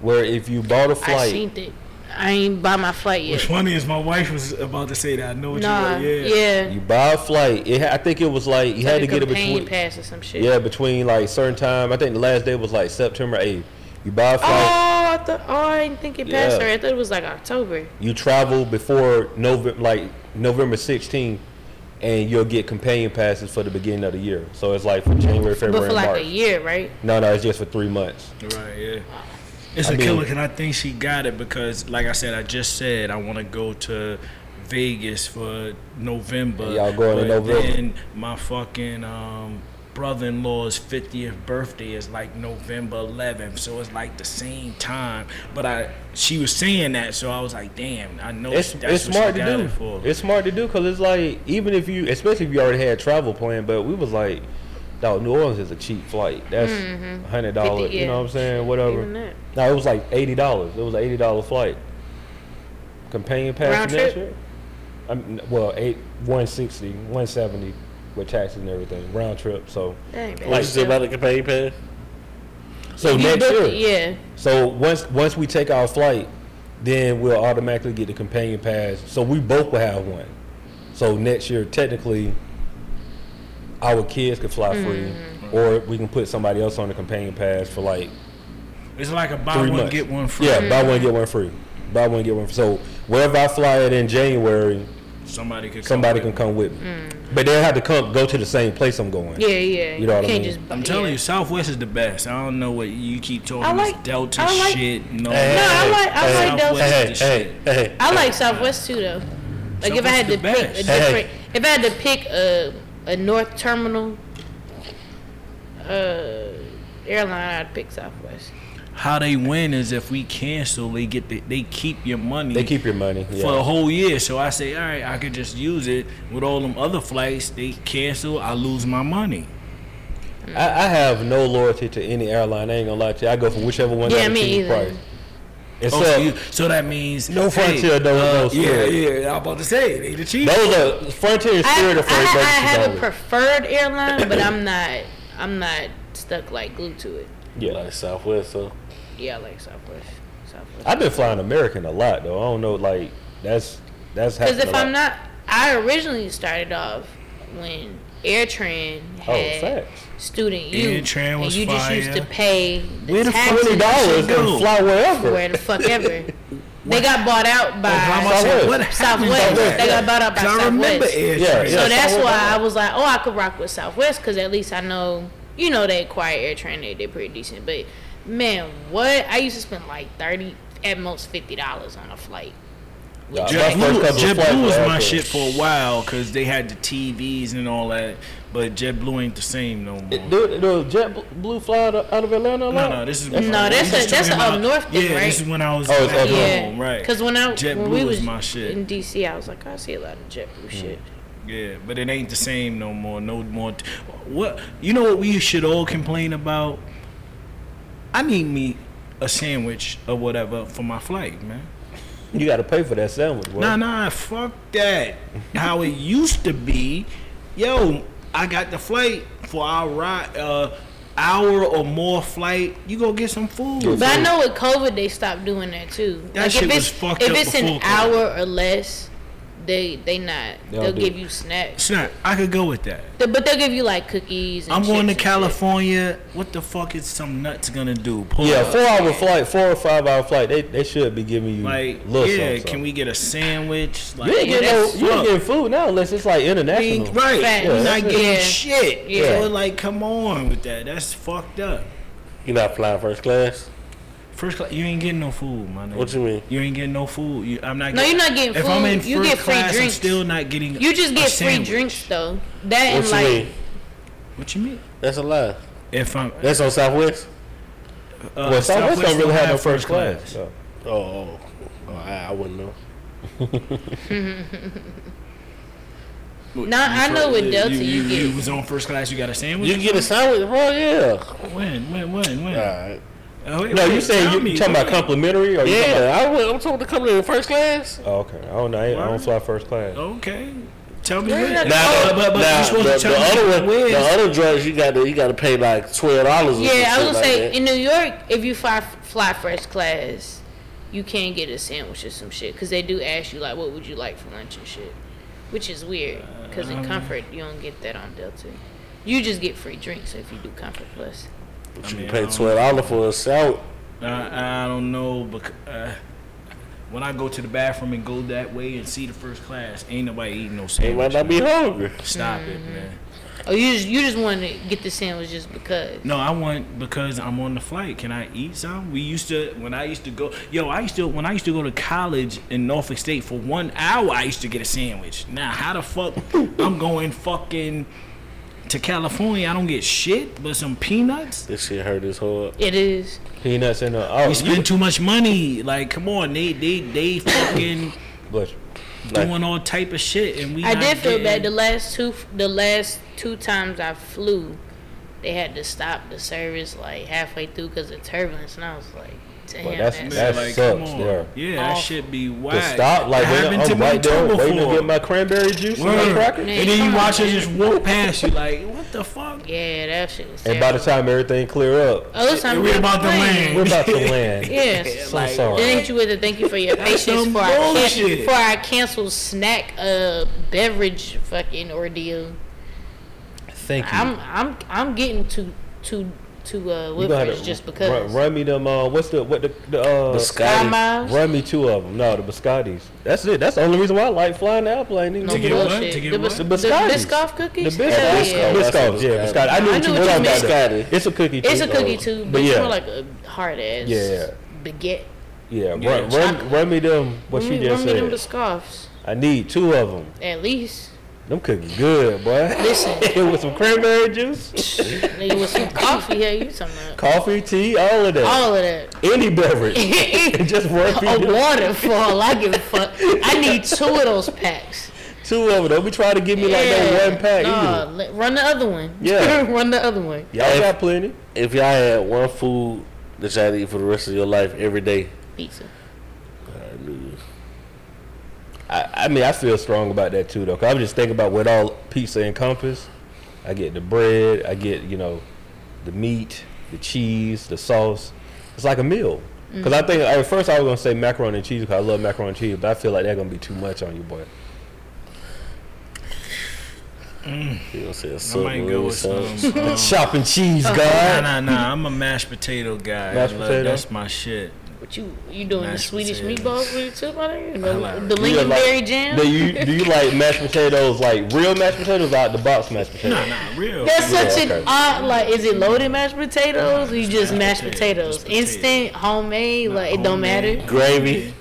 [SPEAKER 2] where if you bought a
[SPEAKER 1] I
[SPEAKER 2] flight,
[SPEAKER 1] seen it. I ain't buy my flight yet.
[SPEAKER 4] What's funny is my wife was about to say that. I know what
[SPEAKER 1] Nah,
[SPEAKER 4] you were.
[SPEAKER 1] yeah.
[SPEAKER 4] Yeah.
[SPEAKER 2] you buy a flight. It, ha- I think it was like you had to
[SPEAKER 1] Like a
[SPEAKER 2] get it
[SPEAKER 1] companion
[SPEAKER 2] between.
[SPEAKER 1] pass or some shit.
[SPEAKER 2] Yeah, between like certain time. I think the last day was like September 8th. You buy a
[SPEAKER 1] Oh,
[SPEAKER 2] flight.
[SPEAKER 1] I thought. Oh, I didn't think it passed
[SPEAKER 2] Yeah.
[SPEAKER 1] her. I thought it was like October.
[SPEAKER 2] you travel before November, like November 16th, and you'll get companion passes for the beginning of the year. So it's like for January,
[SPEAKER 1] But
[SPEAKER 2] February,
[SPEAKER 1] for
[SPEAKER 2] and
[SPEAKER 1] like
[SPEAKER 2] March.
[SPEAKER 1] a year, right?
[SPEAKER 2] No, no, it's just for three months.
[SPEAKER 4] Right, yeah. It's
[SPEAKER 2] I
[SPEAKER 4] a
[SPEAKER 2] mean-
[SPEAKER 4] killer, and I think she got it because, like I said, I just said I want to go to Vegas for November.
[SPEAKER 2] Y'all going in
[SPEAKER 4] but
[SPEAKER 2] November.
[SPEAKER 4] Then my fucking um, brother-in-law's 50th birthday is like November 11th, so it's like the same time. But I, she was saying that, so I was like, damn, I know
[SPEAKER 2] It's
[SPEAKER 4] Oh,
[SPEAKER 2] it's
[SPEAKER 4] that's what she
[SPEAKER 2] smart to
[SPEAKER 4] got it
[SPEAKER 2] do.
[SPEAKER 4] for.
[SPEAKER 2] It's smart to do because it's like even if you, especially if you already had travel planned, but we was like, no, New Orleans is a cheap flight. That's hundred dollars.
[SPEAKER 1] Mm-hmm. Fifty,
[SPEAKER 2] You know
[SPEAKER 1] yeah.
[SPEAKER 2] what I'm saying? Whatever.
[SPEAKER 1] Even that.
[SPEAKER 2] No, it was like eighty dollars. It was an eighty dollar flight. Companion pass
[SPEAKER 1] Round
[SPEAKER 2] and that
[SPEAKER 1] trip?
[SPEAKER 2] shit? I'm, well, eight one sixty, one seventy with taxes and everything. Round trip. So
[SPEAKER 1] That ain't bad.
[SPEAKER 3] What you say about the companion pass?
[SPEAKER 2] so
[SPEAKER 1] You
[SPEAKER 2] next
[SPEAKER 1] booked
[SPEAKER 2] year.
[SPEAKER 1] it, Yeah.
[SPEAKER 2] So once once we take our flight, then we'll automatically get the companion pass. So we both will have one. So next year, technically, our kids could fly
[SPEAKER 1] Mm.
[SPEAKER 2] free, or we can put somebody else on the companion pass for like
[SPEAKER 4] It's like a buy
[SPEAKER 2] three
[SPEAKER 4] one
[SPEAKER 2] months.
[SPEAKER 4] get one free.
[SPEAKER 2] Yeah, buy
[SPEAKER 1] Mm-hmm.
[SPEAKER 2] one get one free. Buy one get one. Free. So wherever I fly it in January,
[SPEAKER 4] Somebody could. come
[SPEAKER 2] somebody
[SPEAKER 4] with
[SPEAKER 2] can
[SPEAKER 4] me.
[SPEAKER 2] come with me, but they'll have to come go to the same place I'm going.
[SPEAKER 1] Mm. Yeah, yeah.
[SPEAKER 2] You know what I
[SPEAKER 1] can't
[SPEAKER 2] mean?
[SPEAKER 1] just.
[SPEAKER 4] I'm telling
[SPEAKER 1] yeah.
[SPEAKER 4] you, Southwest is the best. I don't know what you keep talking.
[SPEAKER 1] I
[SPEAKER 4] this
[SPEAKER 1] like-
[SPEAKER 4] Delta
[SPEAKER 1] I like-
[SPEAKER 4] shit. No,
[SPEAKER 1] No, I like. I like Delta.
[SPEAKER 4] Southwest.
[SPEAKER 3] Hey, hey, hey.
[SPEAKER 1] I like Southwest too, though. Like if I
[SPEAKER 4] Southwest
[SPEAKER 1] had
[SPEAKER 4] the
[SPEAKER 1] to pick a
[SPEAKER 4] best.
[SPEAKER 1] different, if I had to pick a a North Terminal uh, airline, I'd pick Southwest.
[SPEAKER 4] How they win is if we cancel, they get the, they keep your money.
[SPEAKER 2] They keep your money. Yeah.
[SPEAKER 4] for a whole year. So I say, all right, I could just use it with all them other flights. They cancel, I lose my money.
[SPEAKER 2] I, I have no loyalty to any airline. I ain't gonna lie to you. I go for whichever one
[SPEAKER 1] Yeah,
[SPEAKER 2] got the
[SPEAKER 1] me
[SPEAKER 2] cheapest
[SPEAKER 1] either.
[SPEAKER 2] price. Except
[SPEAKER 4] Oh, so, you, so that means
[SPEAKER 2] No Frontier, though, no
[SPEAKER 4] yeah,
[SPEAKER 2] Spirit.
[SPEAKER 4] yeah. I'm about to say they the cheap.
[SPEAKER 2] Those are Frontier and
[SPEAKER 1] I,
[SPEAKER 2] Spirit
[SPEAKER 1] I,
[SPEAKER 2] are for
[SPEAKER 1] I
[SPEAKER 2] emergency
[SPEAKER 1] have a
[SPEAKER 2] dollars.
[SPEAKER 1] preferred airline, but I'm not. I'm not stuck like glued to it.
[SPEAKER 2] yeah.
[SPEAKER 3] Like Southwest, huh?
[SPEAKER 1] Yeah, I like Southwest. Southwest.
[SPEAKER 2] I've been flying American a lot though. I don't know, like that's that's
[SPEAKER 1] Because
[SPEAKER 2] happened.
[SPEAKER 1] if
[SPEAKER 2] a
[SPEAKER 1] I'm
[SPEAKER 2] lot.
[SPEAKER 1] not, I originally started off when AirTran
[SPEAKER 2] oh
[SPEAKER 1] had
[SPEAKER 2] facts,
[SPEAKER 1] student you,
[SPEAKER 4] AirTran was
[SPEAKER 1] and you just used to
[SPEAKER 4] fire.
[SPEAKER 1] pay the
[SPEAKER 4] Where the fuck
[SPEAKER 1] taxes
[SPEAKER 2] twenty
[SPEAKER 1] and
[SPEAKER 2] dollars
[SPEAKER 1] shit
[SPEAKER 2] and
[SPEAKER 4] go?
[SPEAKER 2] fly wherever.
[SPEAKER 1] where the fuck ever. They got bought out by
[SPEAKER 5] Obama
[SPEAKER 1] Southwest.
[SPEAKER 5] said, what happened to that?
[SPEAKER 1] They got bought out by
[SPEAKER 5] Cause I
[SPEAKER 1] Southwest.
[SPEAKER 5] remember Air
[SPEAKER 3] Yeah,
[SPEAKER 5] Train.
[SPEAKER 3] yeah.
[SPEAKER 1] so that's
[SPEAKER 3] Southwest.
[SPEAKER 1] why I was like, oh, I could rock with Southwest because at least I know, you know, they acquired Air Train. They did pretty decent. But man, what? I used to spend like 30 at most $50 on a flight.
[SPEAKER 3] Nah, my first
[SPEAKER 4] JetBlue,
[SPEAKER 3] couple of flights
[SPEAKER 4] JetBlue was
[SPEAKER 3] were
[SPEAKER 4] my
[SPEAKER 3] out
[SPEAKER 4] shit
[SPEAKER 3] there.
[SPEAKER 4] for a while because they had the TVs and all that, but JetBlue ain't the same no more.
[SPEAKER 2] Do, do jet blue fly out of, out of Atlanta a
[SPEAKER 4] no,
[SPEAKER 2] lot?
[SPEAKER 4] no, this is
[SPEAKER 1] No, that's
[SPEAKER 4] we just
[SPEAKER 1] a- that's
[SPEAKER 4] talking
[SPEAKER 1] a up
[SPEAKER 4] about-
[SPEAKER 1] north thing,
[SPEAKER 4] Yeah, this
[SPEAKER 1] right?
[SPEAKER 4] is when I was
[SPEAKER 3] Oh, it's
[SPEAKER 4] back
[SPEAKER 3] up north.
[SPEAKER 4] home,
[SPEAKER 1] Yeah,
[SPEAKER 4] right?
[SPEAKER 1] Because when I when
[SPEAKER 4] JetBlue
[SPEAKER 1] we
[SPEAKER 4] was
[SPEAKER 1] was
[SPEAKER 4] my shit. Mm.
[SPEAKER 1] in DC, I was like, oh, I see a lot of JetBlue shit.
[SPEAKER 4] Yeah, but it ain't the same no more. No more. T- what you know? What we should all complain about? I need me a sandwich or whatever for my flight, man.
[SPEAKER 2] You got to pay for that sandwich, boy.
[SPEAKER 4] Nah, nah, fuck that. How it used to be, yo. I got the flight for our ride, uh, hour or more flight. You go get some food.
[SPEAKER 1] But I know with COVID, they stopped doing that too.
[SPEAKER 4] That shit
[SPEAKER 1] if
[SPEAKER 4] was
[SPEAKER 1] it's,
[SPEAKER 4] fucked
[SPEAKER 1] if
[SPEAKER 4] up
[SPEAKER 1] it's an
[SPEAKER 4] before COVID.
[SPEAKER 1] hour or less, they they not.
[SPEAKER 2] They'll
[SPEAKER 1] They'll,
[SPEAKER 2] do
[SPEAKER 1] give
[SPEAKER 2] it.
[SPEAKER 1] you snacks,
[SPEAKER 4] Snap. I could go with that.
[SPEAKER 1] They- but they'll give you like cookies. And
[SPEAKER 4] I'm going to
[SPEAKER 1] chips and shit.
[SPEAKER 4] California. What the fuck is some nuts gonna do? Pull
[SPEAKER 2] Yeah,
[SPEAKER 4] up.
[SPEAKER 2] four hour flight, four or five hour flight. They they should be giving you
[SPEAKER 4] Like,
[SPEAKER 2] little
[SPEAKER 4] yeah,
[SPEAKER 2] something,
[SPEAKER 4] can
[SPEAKER 2] something.
[SPEAKER 4] we get a sandwich? Like,
[SPEAKER 2] You ain't getting no,
[SPEAKER 1] that's
[SPEAKER 2] you ain't
[SPEAKER 4] fucked.
[SPEAKER 2] getting food now unless it's like international.
[SPEAKER 4] right?
[SPEAKER 1] Facts.
[SPEAKER 4] You're
[SPEAKER 2] Yeah.
[SPEAKER 4] not getting
[SPEAKER 1] Yeah.
[SPEAKER 4] shit.
[SPEAKER 1] Yeah.
[SPEAKER 4] So like, come on with that. That's fucked up.
[SPEAKER 3] You not flying first class?
[SPEAKER 4] First class, you ain't getting no food, my nigga.
[SPEAKER 3] What you mean?
[SPEAKER 4] You ain't getting no food. You, I'm not.
[SPEAKER 1] No, you're not getting
[SPEAKER 4] If I'm
[SPEAKER 1] food.
[SPEAKER 4] in
[SPEAKER 1] You
[SPEAKER 4] first
[SPEAKER 1] get free
[SPEAKER 4] class, I'm
[SPEAKER 1] drinks.
[SPEAKER 4] still not getting.
[SPEAKER 1] You just
[SPEAKER 4] a
[SPEAKER 1] get free
[SPEAKER 4] sandwich.
[SPEAKER 1] drinks though. That
[SPEAKER 3] What
[SPEAKER 1] and
[SPEAKER 3] you
[SPEAKER 1] like
[SPEAKER 3] mean?
[SPEAKER 4] What you mean?
[SPEAKER 3] That's a lie.
[SPEAKER 4] If I'm, uh,
[SPEAKER 3] That's on Southwest.
[SPEAKER 2] Well, Southwest don't really have no
[SPEAKER 4] have
[SPEAKER 2] first class. so.
[SPEAKER 3] Oh, oh, oh, I, I wouldn't know.
[SPEAKER 1] No, I know with Delta you
[SPEAKER 4] you
[SPEAKER 1] get-
[SPEAKER 4] was on first class. You got a sandwich.
[SPEAKER 3] You get a sandwich, bro? Yeah.
[SPEAKER 4] when, when, when, when?
[SPEAKER 3] All right.
[SPEAKER 4] Oh, wait,
[SPEAKER 2] No,
[SPEAKER 4] wait,
[SPEAKER 2] you
[SPEAKER 4] tell
[SPEAKER 2] saying you
[SPEAKER 4] me,
[SPEAKER 2] talking about
[SPEAKER 4] wait.
[SPEAKER 2] complimentary or you talking about-
[SPEAKER 3] Yeah, I would, I'm talking to come in first class.
[SPEAKER 2] Oh, okay. I don't know. I, ain't- I don't fly first class.
[SPEAKER 4] Okay, tell me
[SPEAKER 1] You're
[SPEAKER 4] when.
[SPEAKER 1] not-
[SPEAKER 3] Now,
[SPEAKER 4] Oh, but- but
[SPEAKER 3] now,
[SPEAKER 4] you supposed
[SPEAKER 3] the,
[SPEAKER 4] to tell
[SPEAKER 3] the
[SPEAKER 4] me
[SPEAKER 3] other
[SPEAKER 4] when
[SPEAKER 3] one,
[SPEAKER 4] it
[SPEAKER 3] the
[SPEAKER 4] is.
[SPEAKER 3] other drugs, you got to you got to pay like twelve dollars.
[SPEAKER 1] yeah, I was gonna
[SPEAKER 3] like
[SPEAKER 1] say
[SPEAKER 3] that.
[SPEAKER 1] in New York, if you fly fly first class, you can get a sandwich or some shit because they do ask you like, what would you like for lunch and shit, which is weird because
[SPEAKER 4] Um,
[SPEAKER 1] in Comfort you don't get that on Delta. You just get free drinks if you do Comfort Plus.
[SPEAKER 3] But
[SPEAKER 4] I
[SPEAKER 3] you
[SPEAKER 4] mean, I
[SPEAKER 3] pay
[SPEAKER 4] don't-
[SPEAKER 3] twelve dollars for a sandwich.
[SPEAKER 4] I, I don't know, but uh, when I go to the bathroom and go that way and see the first class, ain't nobody eating no
[SPEAKER 3] You might
[SPEAKER 4] sandwich.
[SPEAKER 3] not be hungry.
[SPEAKER 4] Stop it, man.
[SPEAKER 1] Oh, you just you just want to get the sandwich just because.
[SPEAKER 4] No, I want because I'm on the flight. Can I eat some? We used to when I used to go. Yo, I used to when I used to go to college in Norfolk State for one hour. I used to get a sandwich. Now how the fuck I'm going fucking to California? I don't get shit but some peanuts.
[SPEAKER 3] This shit hurt his heart.
[SPEAKER 1] It is.
[SPEAKER 2] Peanuts and uh, oh,
[SPEAKER 4] We
[SPEAKER 2] you,
[SPEAKER 4] spend too much money. Like, come on, they they they fucking
[SPEAKER 2] bless you.
[SPEAKER 4] doing all type of shit, and we.
[SPEAKER 1] I
[SPEAKER 4] not
[SPEAKER 1] did feel
[SPEAKER 4] getting-
[SPEAKER 1] bad the last two the last two times I flew, they had to stop the service like halfway through because of turbulence, and I was like, damn,
[SPEAKER 2] Well,
[SPEAKER 1] that's,
[SPEAKER 2] that's-
[SPEAKER 4] Man,
[SPEAKER 2] that sucks,
[SPEAKER 4] come
[SPEAKER 2] yeah.
[SPEAKER 4] on. Yeah, that
[SPEAKER 1] Awful.
[SPEAKER 4] shit be
[SPEAKER 2] The
[SPEAKER 4] wild.
[SPEAKER 2] stop, like when I'm right there waiting to get my cranberry juice and my
[SPEAKER 4] Word.
[SPEAKER 2] cracker.
[SPEAKER 1] Man.
[SPEAKER 4] and then you watch it just walk past you, like what the fuck?
[SPEAKER 1] yeah, that shit was.
[SPEAKER 2] And by the
[SPEAKER 1] terrible.
[SPEAKER 2] time everything clear up,
[SPEAKER 1] oh, it's time
[SPEAKER 4] we
[SPEAKER 1] to
[SPEAKER 4] about to land.
[SPEAKER 2] we're about to land.
[SPEAKER 1] Yes.
[SPEAKER 2] So sorry.
[SPEAKER 1] Thank you with it. Thank you for your patience
[SPEAKER 4] some
[SPEAKER 1] for our, can-
[SPEAKER 4] bullshit.
[SPEAKER 1] for our canceled snack uh beverage fucking ordeal.
[SPEAKER 2] Thank you.
[SPEAKER 1] I'm I'm I'm getting to to to uh
[SPEAKER 2] You gonna have
[SPEAKER 1] Woodbridge
[SPEAKER 2] to
[SPEAKER 1] just
[SPEAKER 2] run-
[SPEAKER 1] because.
[SPEAKER 2] Run, me them. Uh, what's the what the, the uh,
[SPEAKER 3] Biscotti.
[SPEAKER 1] Five miles.
[SPEAKER 2] run me two of them. No, the biscottis. That's it. That's the only reason why I like flying the airplane. nigga.
[SPEAKER 1] No
[SPEAKER 4] To get what?
[SPEAKER 1] bullshit.
[SPEAKER 4] To get
[SPEAKER 1] the,
[SPEAKER 4] what?
[SPEAKER 1] Bis-
[SPEAKER 2] The
[SPEAKER 1] the
[SPEAKER 2] biscottis.
[SPEAKER 1] Biscoff
[SPEAKER 2] The
[SPEAKER 1] cookies?
[SPEAKER 2] biscuit,
[SPEAKER 1] Hell
[SPEAKER 3] Biscoff.
[SPEAKER 1] yeah.
[SPEAKER 3] Biscoff.
[SPEAKER 2] yeah, biscotti. I knew
[SPEAKER 1] I
[SPEAKER 2] what
[SPEAKER 1] knew
[SPEAKER 2] you
[SPEAKER 1] what
[SPEAKER 2] meant
[SPEAKER 1] you
[SPEAKER 2] about
[SPEAKER 1] meant.
[SPEAKER 2] that. It's a cookie.
[SPEAKER 1] It's
[SPEAKER 2] too,
[SPEAKER 1] a cookie
[SPEAKER 2] though.
[SPEAKER 1] too, but,
[SPEAKER 2] But
[SPEAKER 1] it's
[SPEAKER 2] yeah,
[SPEAKER 1] more like a hard ass
[SPEAKER 2] Yeah.
[SPEAKER 1] baguette.
[SPEAKER 2] yeah.
[SPEAKER 4] Yeah,
[SPEAKER 2] Run, run,
[SPEAKER 1] Mm, chocolate.
[SPEAKER 2] run me them. What
[SPEAKER 1] Run
[SPEAKER 2] she
[SPEAKER 1] me-
[SPEAKER 2] just
[SPEAKER 1] Run me them
[SPEAKER 2] said.
[SPEAKER 1] Biscoffs,
[SPEAKER 2] I need two of them.
[SPEAKER 1] at least.
[SPEAKER 2] Them cookies good, boy.
[SPEAKER 1] Listen,
[SPEAKER 2] With some cranberry juice,
[SPEAKER 1] nigga, with some coffee here, you talking about
[SPEAKER 2] coffee, tea, all of that.
[SPEAKER 1] all of that.
[SPEAKER 2] Any beverage. Just run me
[SPEAKER 1] a
[SPEAKER 2] them.
[SPEAKER 1] waterfall. I give a fuck. I need two of those packs.
[SPEAKER 2] two of them. Don't be trying to give me like
[SPEAKER 1] Yeah.
[SPEAKER 2] that one pack
[SPEAKER 1] Nah,
[SPEAKER 2] either.
[SPEAKER 1] let- run the other one.
[SPEAKER 2] Yeah.
[SPEAKER 1] run the other one.
[SPEAKER 2] Y'all got plenty.
[SPEAKER 3] If y'all had one food that y'all eat for the rest of your life every day,
[SPEAKER 1] Pizza.
[SPEAKER 3] I knew
[SPEAKER 2] I, I mean, I feel strong about that too, though. Cause I'm just thinking about what all pizza encompass. I get the bread, I get you know, the meat, the cheese, the sauce. It's like a meal. Cause I think at first I was gonna say macaroni and cheese because I love macaroni and cheese, but I feel like that's gonna be too much on you, boy.
[SPEAKER 3] you know what I'm saying.
[SPEAKER 4] I might Mm. go with some.
[SPEAKER 3] something.
[SPEAKER 4] um,
[SPEAKER 2] Chopping cheese,
[SPEAKER 1] Uh-huh.
[SPEAKER 4] Nah,
[SPEAKER 2] God.
[SPEAKER 4] nah, nah. I'm a mashed potato guy.
[SPEAKER 2] Mashed
[SPEAKER 4] Look,
[SPEAKER 2] potato?
[SPEAKER 4] That's my shit.
[SPEAKER 1] What you you doing
[SPEAKER 4] Mashed
[SPEAKER 1] the Swedish
[SPEAKER 4] potatoes.
[SPEAKER 1] meatballs with it too, my nigga? The,
[SPEAKER 4] like-
[SPEAKER 1] the
[SPEAKER 2] You like-
[SPEAKER 1] lingonberry jam.
[SPEAKER 2] Do you do you like mashed potatoes like real mashed potatoes or out the box mashed potatoes?
[SPEAKER 4] Nah, real.
[SPEAKER 1] That's such
[SPEAKER 2] Yeah,
[SPEAKER 1] an
[SPEAKER 2] okay.
[SPEAKER 1] odd like. Is it loaded mashed potatoes? Or you just mashed
[SPEAKER 4] potato,
[SPEAKER 1] potatoes,
[SPEAKER 4] just potato.
[SPEAKER 1] instant, homemade.
[SPEAKER 4] Nah,
[SPEAKER 1] like it don't
[SPEAKER 4] homemade.
[SPEAKER 1] matter.
[SPEAKER 3] Gravy.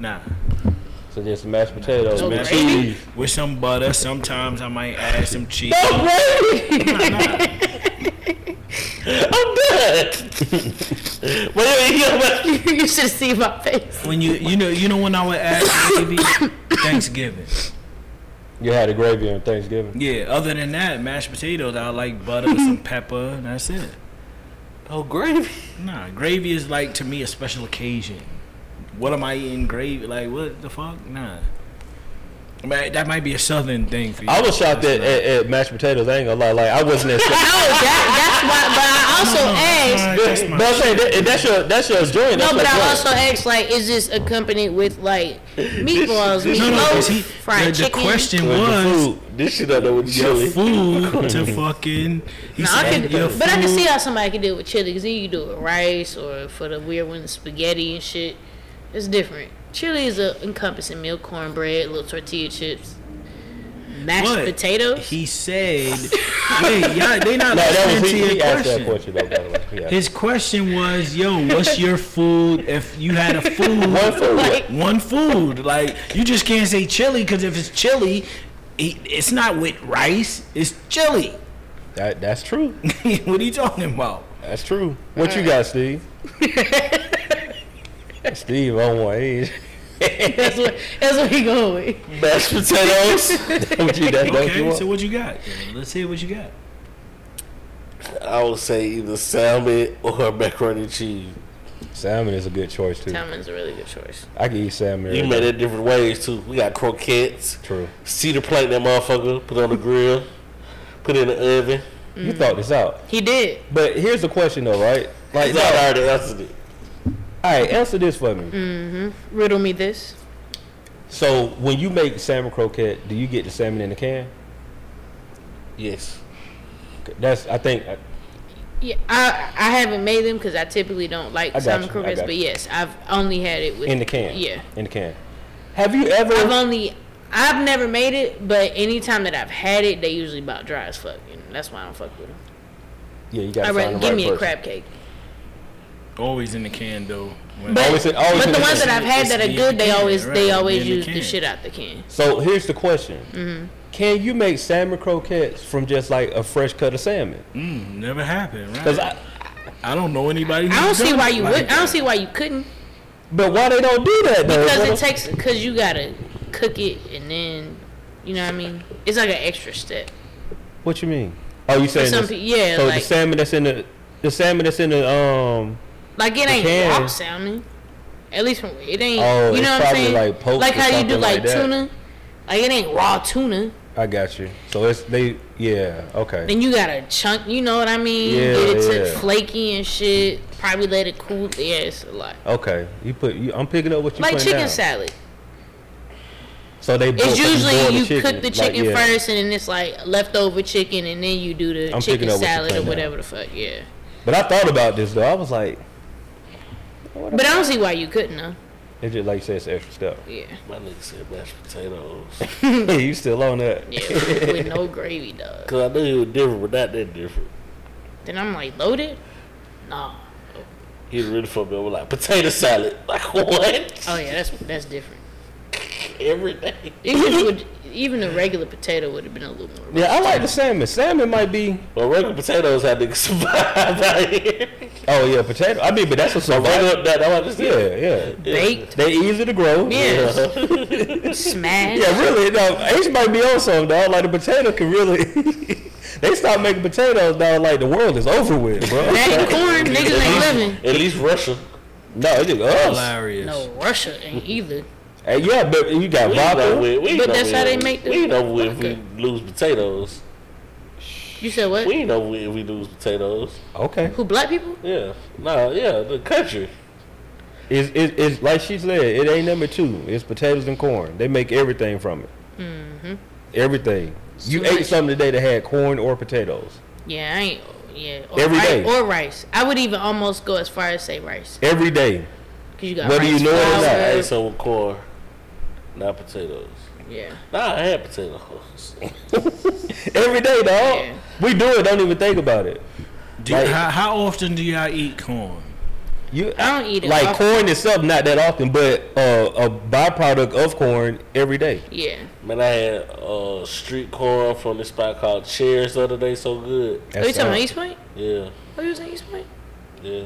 [SPEAKER 4] Nah.
[SPEAKER 2] So just mashed potatoes
[SPEAKER 1] No
[SPEAKER 2] with
[SPEAKER 1] gravy?
[SPEAKER 2] cheese.
[SPEAKER 4] With some butter, sometimes I might add some cheese.
[SPEAKER 1] No gravy.
[SPEAKER 3] I'm dead. Wait, you know
[SPEAKER 1] you should have seen my face.
[SPEAKER 4] When you you know you know when I would add gravy Thanksgiving.
[SPEAKER 2] You had a gravy on Thanksgiving.
[SPEAKER 4] Yeah, other than that, mashed potatoes, I like butter, some pepper, and that's it.
[SPEAKER 3] Oh, gravy.
[SPEAKER 4] Nah, gravy is like to me a special occasion. What am I eating gravy? Like what the fuck? Nah. I mean, that might be a southern thing for you.
[SPEAKER 2] I was shocked
[SPEAKER 4] That's
[SPEAKER 2] at, at, at mashed potatoes. I ain't gonna lie. Like I wasn't
[SPEAKER 1] No,
[SPEAKER 2] as.
[SPEAKER 1] that, that's why. But I also asked.
[SPEAKER 4] not- that's
[SPEAKER 2] but
[SPEAKER 4] my
[SPEAKER 2] I'm saying that, that's your that's your joint.
[SPEAKER 1] No,
[SPEAKER 2] That's
[SPEAKER 1] but I
[SPEAKER 2] your joint.
[SPEAKER 1] also asked, like, is this accompanied with like meatballs,
[SPEAKER 4] No, no, 'cause he,
[SPEAKER 1] meatloaf,
[SPEAKER 4] the,
[SPEAKER 1] fried
[SPEAKER 4] the
[SPEAKER 1] chicken?
[SPEAKER 4] question
[SPEAKER 2] With the
[SPEAKER 4] was
[SPEAKER 2] food. This shit up there with chili.
[SPEAKER 4] your food to fucking. He
[SPEAKER 1] No, I
[SPEAKER 4] said
[SPEAKER 1] could,
[SPEAKER 4] your
[SPEAKER 1] but I can
[SPEAKER 4] food-
[SPEAKER 1] see how somebody could do it with chili, cause then you do it with rice or for the weird one, spaghetti and shit. It's different. Chili is a encompassing meal: cornbread, little tortilla chips, mashed
[SPEAKER 4] But
[SPEAKER 1] potatoes.
[SPEAKER 4] He said, "Wait, y'all, they not
[SPEAKER 2] No, that
[SPEAKER 4] listening
[SPEAKER 2] was
[SPEAKER 4] to
[SPEAKER 2] he,
[SPEAKER 4] your
[SPEAKER 2] he asked that
[SPEAKER 4] question."
[SPEAKER 2] question though. By the way. He asked-
[SPEAKER 4] His question was, "Yo, what's your food? If you had a food,
[SPEAKER 2] One food.
[SPEAKER 1] Like-
[SPEAKER 4] one food, like you just can't say chili because if it's chili, it, it's not with rice. It's chili.
[SPEAKER 2] That, that's true.
[SPEAKER 4] what are you talking about?
[SPEAKER 2] That's true. What you got, Steve? Steve on one. He-
[SPEAKER 1] that's what that's what he going with.
[SPEAKER 2] Mashed potatoes. That's what you, that's what you
[SPEAKER 4] Okay,
[SPEAKER 2] want.
[SPEAKER 4] so what you got? Let's hear what you got.
[SPEAKER 3] I would say either salmon or macaroni and cheese.
[SPEAKER 2] salmon is a good choice too.
[SPEAKER 1] Salmon's a really good choice.
[SPEAKER 2] I can eat salmon.
[SPEAKER 3] You
[SPEAKER 2] every
[SPEAKER 3] made
[SPEAKER 2] day.
[SPEAKER 3] it different ways too. We got croquettes.
[SPEAKER 2] True.
[SPEAKER 3] Cedar plate that motherfucker. Put on the grill. Put it in the oven.
[SPEAKER 1] Mm.
[SPEAKER 2] You thought this out.
[SPEAKER 1] He did.
[SPEAKER 2] But here's the question though, right? Like,
[SPEAKER 3] That's
[SPEAKER 2] no,
[SPEAKER 3] all I
[SPEAKER 2] all
[SPEAKER 3] already answered it.
[SPEAKER 2] right, answer this for me.
[SPEAKER 1] Mm. Riddle me this.
[SPEAKER 2] So when you make salmon croquette, do you get the salmon in the can?
[SPEAKER 3] Yes.
[SPEAKER 2] That's I think uh,
[SPEAKER 1] Yeah, I I haven't made them because I typically don't like
[SPEAKER 2] I got
[SPEAKER 1] salmon
[SPEAKER 2] you, I
[SPEAKER 1] croquettes,
[SPEAKER 2] got
[SPEAKER 1] but
[SPEAKER 2] you.
[SPEAKER 1] yes, I've only had it with
[SPEAKER 2] in the can.
[SPEAKER 1] Yeah,
[SPEAKER 2] in the can. Have you ever?
[SPEAKER 1] I've only I've never made it, but anytime that I've had it, they usually about dry as fuck. And that's why I don't fuck with them.
[SPEAKER 2] yeah, you gotta
[SPEAKER 1] I
[SPEAKER 2] find
[SPEAKER 1] rather
[SPEAKER 2] the
[SPEAKER 1] give
[SPEAKER 2] right
[SPEAKER 1] me
[SPEAKER 2] person.
[SPEAKER 1] a crab cake.
[SPEAKER 4] Always in the can though. When-
[SPEAKER 1] But,
[SPEAKER 2] Always in- always
[SPEAKER 1] but
[SPEAKER 2] in
[SPEAKER 1] the
[SPEAKER 2] the
[SPEAKER 1] ones
[SPEAKER 2] can.
[SPEAKER 1] that I've had
[SPEAKER 4] It's
[SPEAKER 1] that are
[SPEAKER 4] in
[SPEAKER 1] good,
[SPEAKER 4] the
[SPEAKER 1] they
[SPEAKER 4] can,
[SPEAKER 1] always
[SPEAKER 4] right,
[SPEAKER 1] they
[SPEAKER 4] it's
[SPEAKER 1] always
[SPEAKER 4] in the
[SPEAKER 1] use the,
[SPEAKER 4] can.
[SPEAKER 1] shit out the can.
[SPEAKER 2] So here's the question:
[SPEAKER 1] Mm-hmm.
[SPEAKER 2] Can you make salmon croquettes from just like a fresh cut of salmon?
[SPEAKER 4] Mm, never happened, right?
[SPEAKER 2] 'Cause I,
[SPEAKER 4] I don't know anybody.
[SPEAKER 1] I don't
[SPEAKER 4] who's
[SPEAKER 1] see
[SPEAKER 4] done
[SPEAKER 1] why
[SPEAKER 4] it
[SPEAKER 1] you
[SPEAKER 4] like
[SPEAKER 1] would. I
[SPEAKER 4] that.
[SPEAKER 1] don't see why you couldn't
[SPEAKER 2] but why they don't do that though?
[SPEAKER 1] because
[SPEAKER 2] What
[SPEAKER 1] it
[SPEAKER 2] the-
[SPEAKER 1] takes because you gotta cook it and then you know what I mean. It's like an extra step.
[SPEAKER 2] what you mean? Oh, you
[SPEAKER 1] For
[SPEAKER 2] saying
[SPEAKER 1] some
[SPEAKER 2] this,
[SPEAKER 1] people, yeah,
[SPEAKER 2] so the
[SPEAKER 1] like
[SPEAKER 2] salmon that's in the the salmon that's in the um
[SPEAKER 1] like it ain't
[SPEAKER 2] can.
[SPEAKER 1] raw salmon. At least from it ain't.
[SPEAKER 2] Oh,
[SPEAKER 1] you
[SPEAKER 2] it's
[SPEAKER 1] know what I'm
[SPEAKER 2] probably
[SPEAKER 1] saying?
[SPEAKER 2] like poached or
[SPEAKER 1] how you do
[SPEAKER 2] something like
[SPEAKER 1] like,
[SPEAKER 2] that.
[SPEAKER 1] tuna. Like it ain't raw tuna.
[SPEAKER 2] I got you. So it's they yeah okay.
[SPEAKER 1] Then you got to chunk, you know what I mean?
[SPEAKER 2] Yeah,
[SPEAKER 1] Get it to
[SPEAKER 2] yeah.
[SPEAKER 1] flaky and shit. Probably let it cool. Yeah, it's a lot.
[SPEAKER 2] Okay, you put. You, I'm picking up what you
[SPEAKER 1] like
[SPEAKER 2] putting
[SPEAKER 1] chicken
[SPEAKER 2] down.
[SPEAKER 1] salad.
[SPEAKER 2] So they boil-
[SPEAKER 1] It's
[SPEAKER 2] so boil
[SPEAKER 1] usually you
[SPEAKER 2] the chicken.
[SPEAKER 1] cook the
[SPEAKER 2] like,
[SPEAKER 1] chicken
[SPEAKER 2] yeah.
[SPEAKER 1] first and then it's like leftover chicken and then you do the
[SPEAKER 2] I'm
[SPEAKER 1] chicken
[SPEAKER 2] picking up what you're
[SPEAKER 1] salad or
[SPEAKER 2] putting down.
[SPEAKER 1] whatever the fuck. Yeah.
[SPEAKER 2] But I thought about this though. I was like,
[SPEAKER 1] But I don't see why you couldn't, though.
[SPEAKER 2] it's just like you said, it's an extra step.
[SPEAKER 1] Yeah.
[SPEAKER 3] My nigga said mashed potatoes.
[SPEAKER 2] Hey, you still on that?
[SPEAKER 1] Yeah. with no gravy, dog.
[SPEAKER 3] Cause I knew you were different, but not that different.
[SPEAKER 1] Then I'm like, loaded? Nah.
[SPEAKER 3] He really fucked me over like potato salad. Like what?
[SPEAKER 1] Oh, yeah, that's that's different.
[SPEAKER 3] Every day.
[SPEAKER 1] Even, with, even a regular potato would have been a little more.
[SPEAKER 2] Yeah, I like the salmon. Salmon might be.
[SPEAKER 3] Well, regular potatoes how niggas survive out here.
[SPEAKER 2] Oh yeah, potato. I mean, but that's a survival.
[SPEAKER 3] Regular, that, that was
[SPEAKER 2] Yeah, yeah.
[SPEAKER 1] Baked,
[SPEAKER 2] They easy to grow.
[SPEAKER 1] yeah, smashed.
[SPEAKER 2] Yeah, really. No, H might be on something, dog. Like the potato can really. they stop making potatoes, dog. Like the world is over with, bro.
[SPEAKER 1] That ain't corn. Niggas ain't living.
[SPEAKER 3] At least Russia.
[SPEAKER 2] no, it's just us.
[SPEAKER 4] Hilarious.
[SPEAKER 1] No, Russia ain't either.
[SPEAKER 2] Hey, yeah, but you got
[SPEAKER 3] We ain't over
[SPEAKER 2] vodka.
[SPEAKER 3] with- we ain't
[SPEAKER 1] But
[SPEAKER 3] over
[SPEAKER 1] that's how
[SPEAKER 3] with-
[SPEAKER 1] they make the
[SPEAKER 3] We ain't over with if
[SPEAKER 1] vodka.
[SPEAKER 3] we lose potatoes.
[SPEAKER 1] You said
[SPEAKER 3] We
[SPEAKER 1] what?
[SPEAKER 3] ain't over with if we lose potatoes.
[SPEAKER 2] Okay.
[SPEAKER 1] Who black people?
[SPEAKER 3] Yeah. No, yeah, the country.
[SPEAKER 2] It's, it's, it's like she said, it ain't number two. It's potatoes and corn. They make everything from it. Everything. You
[SPEAKER 1] Mm-hmm. too
[SPEAKER 2] ate
[SPEAKER 1] much.
[SPEAKER 2] something today that had corn or potatoes.
[SPEAKER 1] Yeah, I ain't. Yeah, or
[SPEAKER 2] Every
[SPEAKER 1] rice,
[SPEAKER 2] day.
[SPEAKER 1] or rice. I would even almost go as far as say rice.
[SPEAKER 2] Every day.
[SPEAKER 1] Cause you got
[SPEAKER 2] Whether you
[SPEAKER 1] rice
[SPEAKER 2] know it or not,
[SPEAKER 1] flour.
[SPEAKER 3] Hey, so with corn, not potatoes.
[SPEAKER 1] Yeah.
[SPEAKER 3] Nah, I had potatoes.
[SPEAKER 2] Every day, dog.
[SPEAKER 1] Yeah.
[SPEAKER 2] We do it. Don't even think about it.
[SPEAKER 4] Do you,
[SPEAKER 2] Like-
[SPEAKER 4] how, how often do y'all eat corn?
[SPEAKER 2] You
[SPEAKER 1] I don't eat it.
[SPEAKER 2] like
[SPEAKER 1] often.
[SPEAKER 2] corn itself not that often, but uh, a byproduct of corn every day.
[SPEAKER 1] Yeah.
[SPEAKER 3] Man, I had uh, street corn from this spot called Cheers the other day. So good.
[SPEAKER 1] Are Oh, you
[SPEAKER 2] That's
[SPEAKER 1] talking about
[SPEAKER 2] all.
[SPEAKER 1] East Point?
[SPEAKER 3] Yeah,
[SPEAKER 1] Oh, you was in East Point?
[SPEAKER 3] yeah.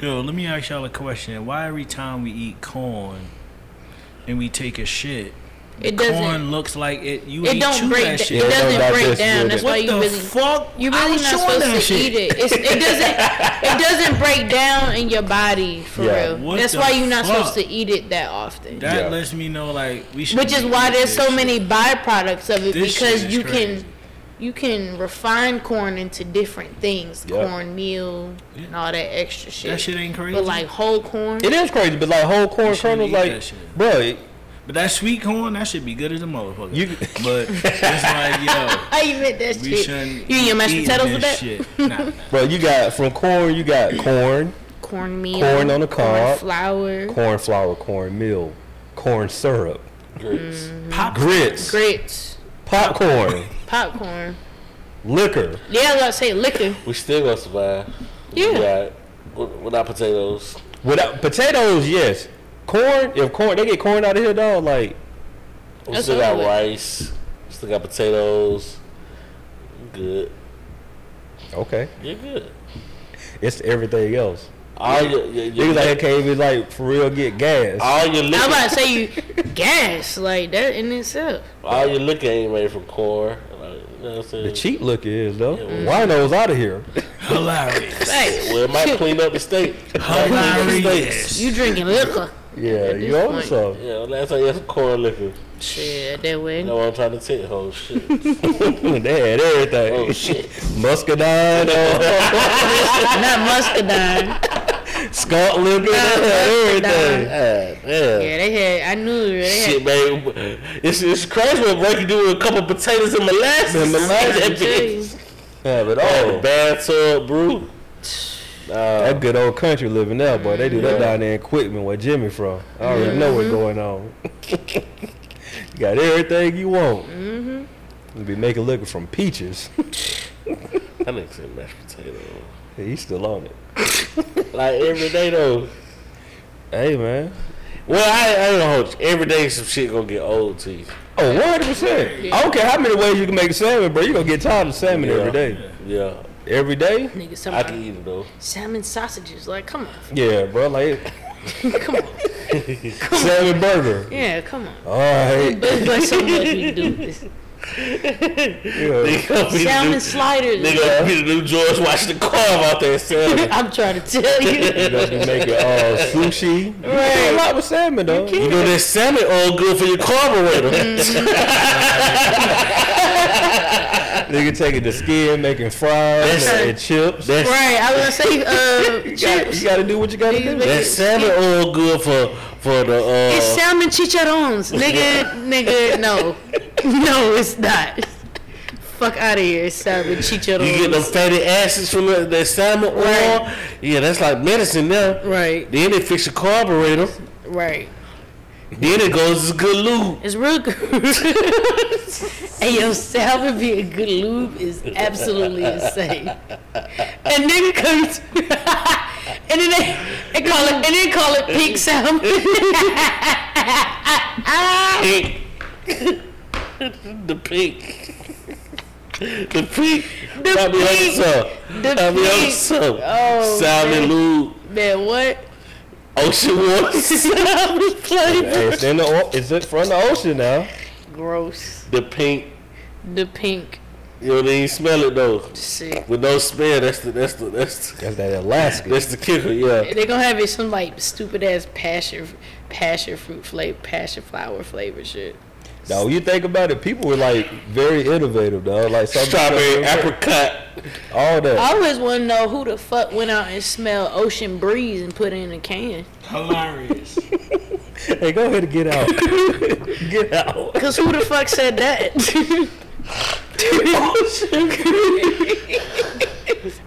[SPEAKER 4] Yo, let me ask y'all a question. Why every time we eat corn and we take a shit, the
[SPEAKER 1] It doesn't-
[SPEAKER 4] corn looks like it. You
[SPEAKER 1] It
[SPEAKER 4] ain't
[SPEAKER 1] don't
[SPEAKER 4] chew
[SPEAKER 1] break.
[SPEAKER 4] that
[SPEAKER 1] Da-
[SPEAKER 4] shit.
[SPEAKER 1] it
[SPEAKER 2] Yeah, it
[SPEAKER 1] doesn't
[SPEAKER 2] don't
[SPEAKER 1] break
[SPEAKER 2] digest
[SPEAKER 1] down.
[SPEAKER 2] good.
[SPEAKER 1] That's
[SPEAKER 4] what
[SPEAKER 1] why you
[SPEAKER 4] the
[SPEAKER 1] really.
[SPEAKER 4] fuck?
[SPEAKER 1] You're
[SPEAKER 4] I
[SPEAKER 1] really
[SPEAKER 4] was
[SPEAKER 1] not
[SPEAKER 4] chewing
[SPEAKER 1] supposed
[SPEAKER 4] that
[SPEAKER 1] to
[SPEAKER 4] shit.
[SPEAKER 1] eat it. It's, it doesn't. It doesn't break down in your body for
[SPEAKER 2] Yeah.
[SPEAKER 1] real.
[SPEAKER 4] What
[SPEAKER 1] That's
[SPEAKER 4] the
[SPEAKER 1] why you're not
[SPEAKER 4] fuck?
[SPEAKER 1] supposed to eat it that often.
[SPEAKER 4] That
[SPEAKER 2] Yeah.
[SPEAKER 4] lets me know like we should.
[SPEAKER 1] Which is
[SPEAKER 4] be
[SPEAKER 1] why
[SPEAKER 4] eating
[SPEAKER 1] there's
[SPEAKER 4] this
[SPEAKER 1] so
[SPEAKER 4] shit.
[SPEAKER 1] many byproducts of it
[SPEAKER 4] This shit
[SPEAKER 1] because
[SPEAKER 4] is
[SPEAKER 1] you
[SPEAKER 4] crazy.
[SPEAKER 1] can you can refine corn into different things,
[SPEAKER 2] Yeah.
[SPEAKER 1] cornmeal and
[SPEAKER 4] Yeah.
[SPEAKER 1] all that extra shit.
[SPEAKER 4] That shit ain't crazy.
[SPEAKER 1] But like whole corn,
[SPEAKER 2] It is crazy, but like whole corn
[SPEAKER 4] You
[SPEAKER 2] kernels,
[SPEAKER 4] shouldn't eat
[SPEAKER 2] like,
[SPEAKER 4] that shit.
[SPEAKER 2] bro, it-
[SPEAKER 4] But that sweet corn, that should be good as a motherfucker.
[SPEAKER 2] You-
[SPEAKER 4] but it's like yo.
[SPEAKER 1] I even meant that
[SPEAKER 4] We
[SPEAKER 1] shit.
[SPEAKER 4] shouldn't.
[SPEAKER 1] You eat your mashed
[SPEAKER 4] be eating
[SPEAKER 1] potatoes with
[SPEAKER 4] this
[SPEAKER 1] that?
[SPEAKER 4] Shit. Nah, nah.
[SPEAKER 2] bro, you got from corn, you got corn,
[SPEAKER 1] Cornmeal,
[SPEAKER 2] Corn on the cob.
[SPEAKER 1] corn flour,
[SPEAKER 2] corn flour, corn meal, corn syrup,
[SPEAKER 3] Grits.
[SPEAKER 4] Pop
[SPEAKER 2] grits,
[SPEAKER 1] grits,
[SPEAKER 2] popcorn,
[SPEAKER 1] popcorn.
[SPEAKER 2] liquor.
[SPEAKER 1] Yeah, I was about to say liquor.
[SPEAKER 3] We still gonna survive. We
[SPEAKER 1] Yeah.
[SPEAKER 3] got- w- without potatoes.
[SPEAKER 2] Without potatoes, yes. Corn, if corn, they get corn out of here, dog. Like,
[SPEAKER 3] We
[SPEAKER 1] That's
[SPEAKER 3] still got
[SPEAKER 1] over with.
[SPEAKER 3] rice. Still got potatoes. Good.
[SPEAKER 2] okay,
[SPEAKER 3] You're good.
[SPEAKER 2] it's everything else.
[SPEAKER 3] All your, your, your,
[SPEAKER 2] Niggas out here can't even like for real get gas.
[SPEAKER 3] all your
[SPEAKER 1] I was
[SPEAKER 3] liquor,
[SPEAKER 1] about to say you gas like that in itself.
[SPEAKER 3] all your liquor ain't made from corn. Like, you know what I'm saying?
[SPEAKER 2] The cheap liquor is though.
[SPEAKER 3] Mm.
[SPEAKER 2] Winos out of here.
[SPEAKER 4] hilarious.
[SPEAKER 1] Facts.
[SPEAKER 3] Well, it might clean up the steak. It might clean up the steaks.
[SPEAKER 4] Hilarious.
[SPEAKER 1] you drinking liquor?
[SPEAKER 2] Yeah,
[SPEAKER 1] At
[SPEAKER 2] you
[SPEAKER 1] this
[SPEAKER 2] own
[SPEAKER 1] point.
[SPEAKER 2] some.
[SPEAKER 3] Yeah, last time you had some corn liquor.
[SPEAKER 1] Shit, that way.
[SPEAKER 3] You know what I'm trying to tell you? Oh, shit.
[SPEAKER 2] they had everything.
[SPEAKER 3] Oh, shit.
[SPEAKER 2] Muscadine, uh,
[SPEAKER 1] Not muscadine.
[SPEAKER 2] skunk liquor, they had everything.
[SPEAKER 3] God damn.
[SPEAKER 1] Yeah, they had. I knew they had.
[SPEAKER 3] Shit, man. It's, it's crazy what Blake can do with a couple potatoes and molasses.
[SPEAKER 2] And molasses.
[SPEAKER 1] I
[SPEAKER 3] That
[SPEAKER 1] tell you.
[SPEAKER 3] bitch.
[SPEAKER 2] Have it
[SPEAKER 3] Oh,
[SPEAKER 2] all.
[SPEAKER 3] bathtub brew.
[SPEAKER 2] That good old country living there, boy. They do that
[SPEAKER 3] Yeah. Mm-hmm.
[SPEAKER 2] down there in Quitman, where Jimmy from. I already know what's going on. you got everything you want. Mm-hmm. You be making liquor from peaches.
[SPEAKER 3] That nigga said mashed potato.
[SPEAKER 2] Hey, He's still on it.
[SPEAKER 3] Like every day though.
[SPEAKER 2] Hey man.
[SPEAKER 3] Well, I, I ain't gonna hold you. Every day some shit gonna get old to you.
[SPEAKER 2] Oh, 100%. I don't care how many ways you can make salmon, bro. You're going to get tired of salmon
[SPEAKER 3] Yeah.
[SPEAKER 2] every day.
[SPEAKER 3] Yeah,
[SPEAKER 2] Every day?
[SPEAKER 1] Nigga,
[SPEAKER 3] I can
[SPEAKER 1] somebody
[SPEAKER 3] eat it though.
[SPEAKER 1] salmon sausages. Like, come on,
[SPEAKER 2] Yeah, bro. Like,
[SPEAKER 1] come on.
[SPEAKER 2] salmon burger.
[SPEAKER 1] Yeah, come on.
[SPEAKER 2] All right.
[SPEAKER 1] But, but so much we can do with this.
[SPEAKER 2] Yeah.
[SPEAKER 3] They gonna be the
[SPEAKER 1] Salmon
[SPEAKER 3] new,
[SPEAKER 1] sliders.
[SPEAKER 3] they gonna be the new George Washington carve out there selling.
[SPEAKER 1] I'm trying to tell you.
[SPEAKER 2] You know, you make it all uh, sushi. You
[SPEAKER 1] Right.
[SPEAKER 2] do a lot with salmon, though.
[SPEAKER 3] You know that salmon all good for your carburetor.
[SPEAKER 2] Nigga taking the skin, making fries
[SPEAKER 3] That's-
[SPEAKER 2] and, and chips.
[SPEAKER 3] That's-
[SPEAKER 1] right, I was gonna say uh,
[SPEAKER 2] You gotta,
[SPEAKER 1] chips.
[SPEAKER 2] you gotta do what you gotta do.
[SPEAKER 3] that salmon all good for for the uh.
[SPEAKER 1] It's salmon chicharrones, nigga, nigga. No, no, it's not. Fuck out of here, salmon
[SPEAKER 3] you get them
[SPEAKER 1] chicharrones.
[SPEAKER 3] fatty acids from the, that salmon oil.
[SPEAKER 1] Right.
[SPEAKER 3] Yeah, that's like medicine now.
[SPEAKER 1] Right,
[SPEAKER 3] Then they fix your carburetor.
[SPEAKER 1] right.
[SPEAKER 3] Then it goes as good lube.
[SPEAKER 1] It's real good. and yo, salmon being good lube is absolutely insane. And nigga comes, and then they, they call it, and then call it pink salmon.
[SPEAKER 3] Pink. the pink. The pink.
[SPEAKER 1] The
[SPEAKER 3] Help me
[SPEAKER 1] pink.
[SPEAKER 3] up
[SPEAKER 1] The
[SPEAKER 3] Help me
[SPEAKER 1] pink.
[SPEAKER 3] up some.
[SPEAKER 1] Oh,
[SPEAKER 3] Salmon
[SPEAKER 1] man.
[SPEAKER 3] lube.
[SPEAKER 1] Man, what?
[SPEAKER 3] Ocean water.
[SPEAKER 1] Salmon flavor.
[SPEAKER 2] Hey, it's in the o- it's in front of the ocean now.
[SPEAKER 1] Gross.
[SPEAKER 3] the pink.
[SPEAKER 1] The pink.
[SPEAKER 3] You know they ain't smell it though.
[SPEAKER 1] Sick.
[SPEAKER 3] With no smell, that's the that's the that's the,
[SPEAKER 2] That's that Alaska.
[SPEAKER 3] that's the kicker. Yeah.
[SPEAKER 1] They gonna have it some like stupid ass passion, passion fruit flavor, passion flower flavor shit.
[SPEAKER 2] Now, when you think about it, people were like very innovative, though. Like some
[SPEAKER 3] Strawberry, apricot.
[SPEAKER 2] all that.
[SPEAKER 1] I always want to know who the fuck went out and smelled ocean breeze and put it in a can.
[SPEAKER 4] Hilarious.
[SPEAKER 1] Oh.
[SPEAKER 2] Hey, go ahead and get out. get out.
[SPEAKER 1] Cause who the fuck said that?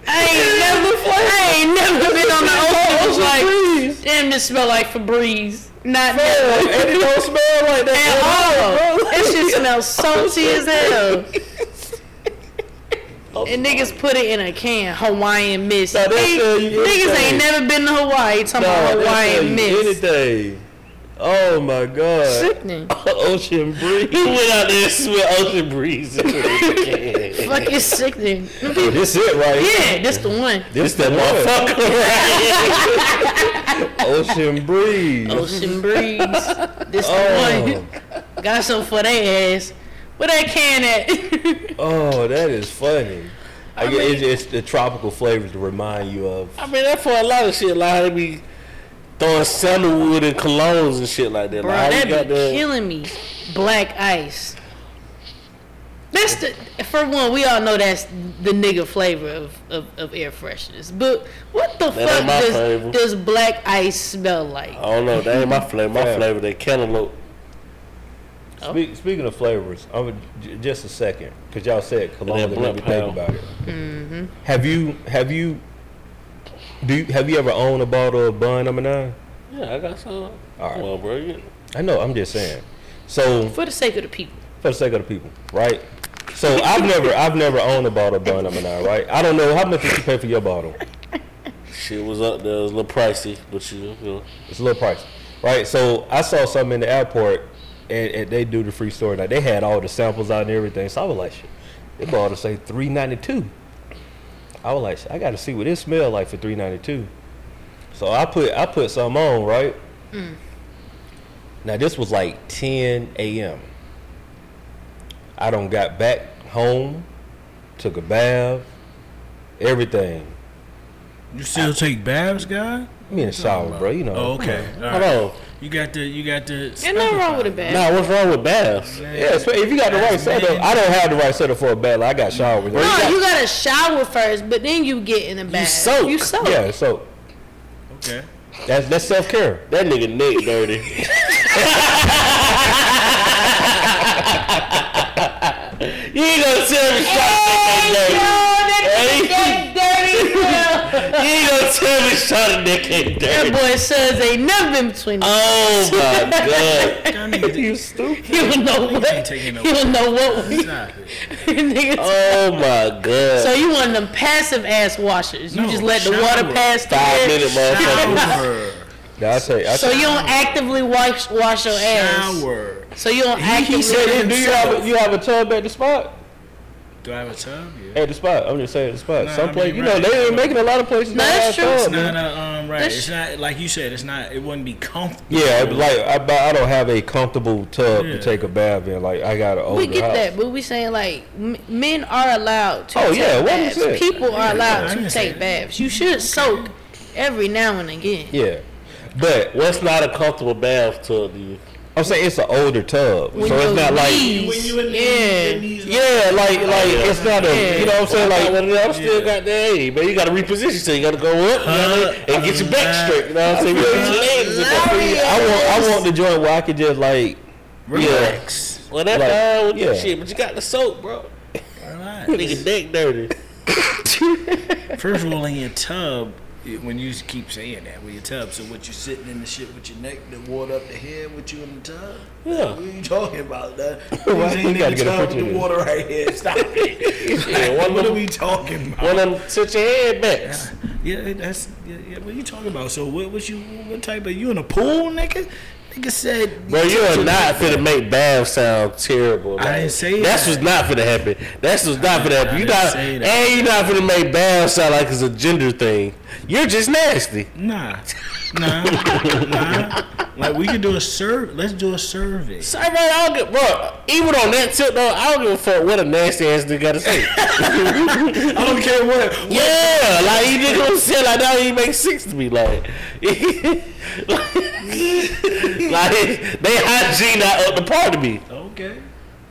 [SPEAKER 1] I ain't never, I ain't never been on the ocean like, damn, this smell like Febreze. Not never.
[SPEAKER 2] and it don't smell like
[SPEAKER 1] At
[SPEAKER 2] that.
[SPEAKER 1] all. It shit smells salty as hell. And niggas put it in a can, Hawaiian mist.
[SPEAKER 2] Nah, they'll
[SPEAKER 1] Hey,
[SPEAKER 2] sell you
[SPEAKER 1] niggas
[SPEAKER 2] anything.
[SPEAKER 1] ain't never been to Hawaii talking about
[SPEAKER 2] Nah, that's
[SPEAKER 1] Hawaiian mist.
[SPEAKER 2] anything. Oh my god.
[SPEAKER 1] Sickening.
[SPEAKER 2] ocean breeze.
[SPEAKER 3] He went out there and smelled ocean breeze.
[SPEAKER 1] Fuck, it's sickening.
[SPEAKER 2] this it right here.
[SPEAKER 1] Yeah, that's the one.
[SPEAKER 2] This that
[SPEAKER 3] Fuck right.
[SPEAKER 2] Ocean breeze.
[SPEAKER 1] Ocean breeze. This the
[SPEAKER 2] Oh,
[SPEAKER 1] one. Got some for their ass. Where that can at?
[SPEAKER 2] oh, that is funny. I,
[SPEAKER 1] I
[SPEAKER 2] guess
[SPEAKER 1] mean-
[SPEAKER 2] it's, it's the tropical flavors to remind you of.
[SPEAKER 3] I mean, that for a lot of shit. Like how they be throwing sandalwood and colognes and shit like that.
[SPEAKER 1] Bro,
[SPEAKER 3] like, how
[SPEAKER 1] that
[SPEAKER 3] you got
[SPEAKER 1] be
[SPEAKER 3] the-
[SPEAKER 1] killing me. Black ice. That's the for one. We all know that's the nigga flavor of, of, of air freshness. But what the
[SPEAKER 3] That ain't my flavor. Oh.
[SPEAKER 1] fuck does, does black ice smell like?
[SPEAKER 3] I don't know. That ain't my flavor. My
[SPEAKER 2] Yeah.
[SPEAKER 3] flavor, that cantaloupe.
[SPEAKER 1] Oh.
[SPEAKER 2] Speak, speaking of flavors, I'm a- j- just a second because y'all said cologne
[SPEAKER 3] that
[SPEAKER 2] and made
[SPEAKER 3] blunt
[SPEAKER 2] me think
[SPEAKER 3] pal.
[SPEAKER 2] about it.
[SPEAKER 1] Mm-hmm.
[SPEAKER 2] Have you have you do you, have you ever owned a bottle of Bun Number Nine?
[SPEAKER 3] Yeah, I got some. All
[SPEAKER 2] All right.
[SPEAKER 3] Come on, bro. You,
[SPEAKER 2] I know. I'm just saying. So
[SPEAKER 1] For the sake of the people,
[SPEAKER 2] for the sake of the people, right? So I've never I've never owned a bottle of Bun Number Nine, right? I don't know how much did you pay for your bottle.
[SPEAKER 3] shit was up there. It was a little pricey, but you, you know.
[SPEAKER 2] It's a little pricey, right? So I saw something in the airport, and, and they do the free store. Like they had all the samples out and everything. So I was like, shit, they bought us say three ninety two. I was like, shit, I got to see what it smell like for three ninety two. So I put I put some on right. Now this was like ten a.m. I don't got back home, took a bath, everything.
[SPEAKER 4] You still take baths, guy?
[SPEAKER 2] Me in the shower, bro. You know.
[SPEAKER 4] Oh, okay. All
[SPEAKER 3] Hold
[SPEAKER 4] right.
[SPEAKER 3] on.
[SPEAKER 4] You got the you got the.
[SPEAKER 1] ain't nothing wrong with a bag.
[SPEAKER 4] specify.
[SPEAKER 3] Nah, what's wrong with baths?
[SPEAKER 2] Yeah, espe- if you got the right
[SPEAKER 4] That's
[SPEAKER 2] setup,
[SPEAKER 4] men.
[SPEAKER 2] I don't have the right setup for a battle. I got shower with
[SPEAKER 1] No,
[SPEAKER 2] it.
[SPEAKER 1] you gotta shower first, but then you get in the bath.
[SPEAKER 3] soak.
[SPEAKER 1] You soak.
[SPEAKER 2] Yeah, so
[SPEAKER 4] Okay.
[SPEAKER 2] that's that's self care.
[SPEAKER 3] That nigga neck dirty. you ain't gonna tell me shot neck ain't dirty.
[SPEAKER 1] that dirty.
[SPEAKER 3] You ain't gonna tell me shot neck ain't
[SPEAKER 1] That
[SPEAKER 3] dirty.
[SPEAKER 1] boy says ain't nothing been between us.
[SPEAKER 3] Oh my god.
[SPEAKER 4] That nigga-
[SPEAKER 2] stupid.
[SPEAKER 1] You don't know
[SPEAKER 4] You ain't
[SPEAKER 1] what.
[SPEAKER 4] taking no.
[SPEAKER 1] You don't know what. We,
[SPEAKER 4] Stop it.
[SPEAKER 1] niggas.
[SPEAKER 3] Oh
[SPEAKER 1] So
[SPEAKER 3] my god.
[SPEAKER 1] you one of them passive ass washers. You
[SPEAKER 4] No,
[SPEAKER 1] just let the water
[SPEAKER 4] shower.
[SPEAKER 1] pass through
[SPEAKER 3] Five
[SPEAKER 1] it.
[SPEAKER 3] minute motherfucker.
[SPEAKER 4] Shower.
[SPEAKER 2] Now, I say, I
[SPEAKER 1] So
[SPEAKER 2] say,
[SPEAKER 1] you don't actively wash wash your ass.
[SPEAKER 4] Shower.
[SPEAKER 1] So you don't
[SPEAKER 4] He-
[SPEAKER 1] actively.
[SPEAKER 4] he said it,
[SPEAKER 2] do you have a, you have a tub at the spot?
[SPEAKER 4] Do I have a tub? Yeah.
[SPEAKER 2] At the spot, I'm just saying at the spot.
[SPEAKER 4] Nah,
[SPEAKER 2] Some
[SPEAKER 4] I
[SPEAKER 2] place,
[SPEAKER 4] mean,
[SPEAKER 2] you know,
[SPEAKER 4] right.
[SPEAKER 2] they ain't making a lot of places.
[SPEAKER 1] No,
[SPEAKER 2] that
[SPEAKER 1] that's
[SPEAKER 2] have
[SPEAKER 1] true.
[SPEAKER 2] tub,
[SPEAKER 4] It's
[SPEAKER 2] man.
[SPEAKER 4] not a, um right.
[SPEAKER 1] That's-
[SPEAKER 4] It's not like you said. It's not. It wouldn't be comfortable.
[SPEAKER 2] Yeah, but like I, but I don't have a comfortable tub
[SPEAKER 4] Yeah.
[SPEAKER 2] to take a bath in. Like I got an older
[SPEAKER 1] We get
[SPEAKER 2] house.
[SPEAKER 1] that, but we saying like m- men are allowed to
[SPEAKER 2] Oh,
[SPEAKER 1] take
[SPEAKER 2] yeah, what I'm saying.
[SPEAKER 1] baths. People are allowed
[SPEAKER 4] I
[SPEAKER 1] to
[SPEAKER 4] understand.
[SPEAKER 1] take baths. You should soak every now and again.
[SPEAKER 2] Yeah, but
[SPEAKER 3] What's not a comfortable bath tub to you?
[SPEAKER 2] I'm saying it's an older tub, so
[SPEAKER 1] your
[SPEAKER 2] it's not like.
[SPEAKER 1] knees- yeah.
[SPEAKER 2] Yeah, like like
[SPEAKER 3] yeah.
[SPEAKER 2] it's not a
[SPEAKER 1] Yeah.
[SPEAKER 2] you know what I'm saying like
[SPEAKER 3] Well, I'm still got that, hey, but you gotta reposition, so you gotta go up you gotta- and get your back straight. You know what I'm saying? You gotta get your legs. in there.
[SPEAKER 2] I want I want the joint where I can just like
[SPEAKER 4] Relax.
[SPEAKER 3] Well, that's
[SPEAKER 2] Like,
[SPEAKER 3] all with that
[SPEAKER 2] yeah.
[SPEAKER 3] shit, but you got the soap, bro.
[SPEAKER 4] Relax.
[SPEAKER 3] Nigga, neck dirty.
[SPEAKER 4] First of all, in your tub, it- when you keep saying that with your tub, so what you sitting in the shit with your neck, the water up the head with you in the tub?
[SPEAKER 3] Yeah.
[SPEAKER 4] What are you talking about? That
[SPEAKER 2] Why you gotta get a
[SPEAKER 4] tub
[SPEAKER 2] picture of
[SPEAKER 4] with the
[SPEAKER 2] this?
[SPEAKER 4] water right here. Stop it.
[SPEAKER 3] Yeah, one
[SPEAKER 4] what
[SPEAKER 3] of
[SPEAKER 4] are
[SPEAKER 3] them-
[SPEAKER 4] we talking about?
[SPEAKER 3] One of them sit your head back.
[SPEAKER 4] Yeah, that's yeah, yeah. What you talking about? So what? What you? What type of you in a pool, nigga? Nigga said,
[SPEAKER 3] Bro, you are not finna make bath sound terrible.
[SPEAKER 4] I
[SPEAKER 3] man.
[SPEAKER 4] didn't say
[SPEAKER 3] That's
[SPEAKER 4] that.
[SPEAKER 3] what's not finna happen. That's what's not finna happen. You
[SPEAKER 4] didn't
[SPEAKER 3] not,
[SPEAKER 4] say that.
[SPEAKER 3] and you not finna make bath sound like it's a gender thing. You're just nasty.
[SPEAKER 4] Nah, nah, nah. Like we could do a survey. Let's do a survey.
[SPEAKER 3] So, bro, I don't give, bro, even on that tip, though, I don't give a fuck what a nasty ass nigga gotta say.
[SPEAKER 4] I don't care what.
[SPEAKER 3] yeah, like, he nigga gonna say like that, he make six to me, like. like, they hygiene not up the par to me.
[SPEAKER 4] Okay.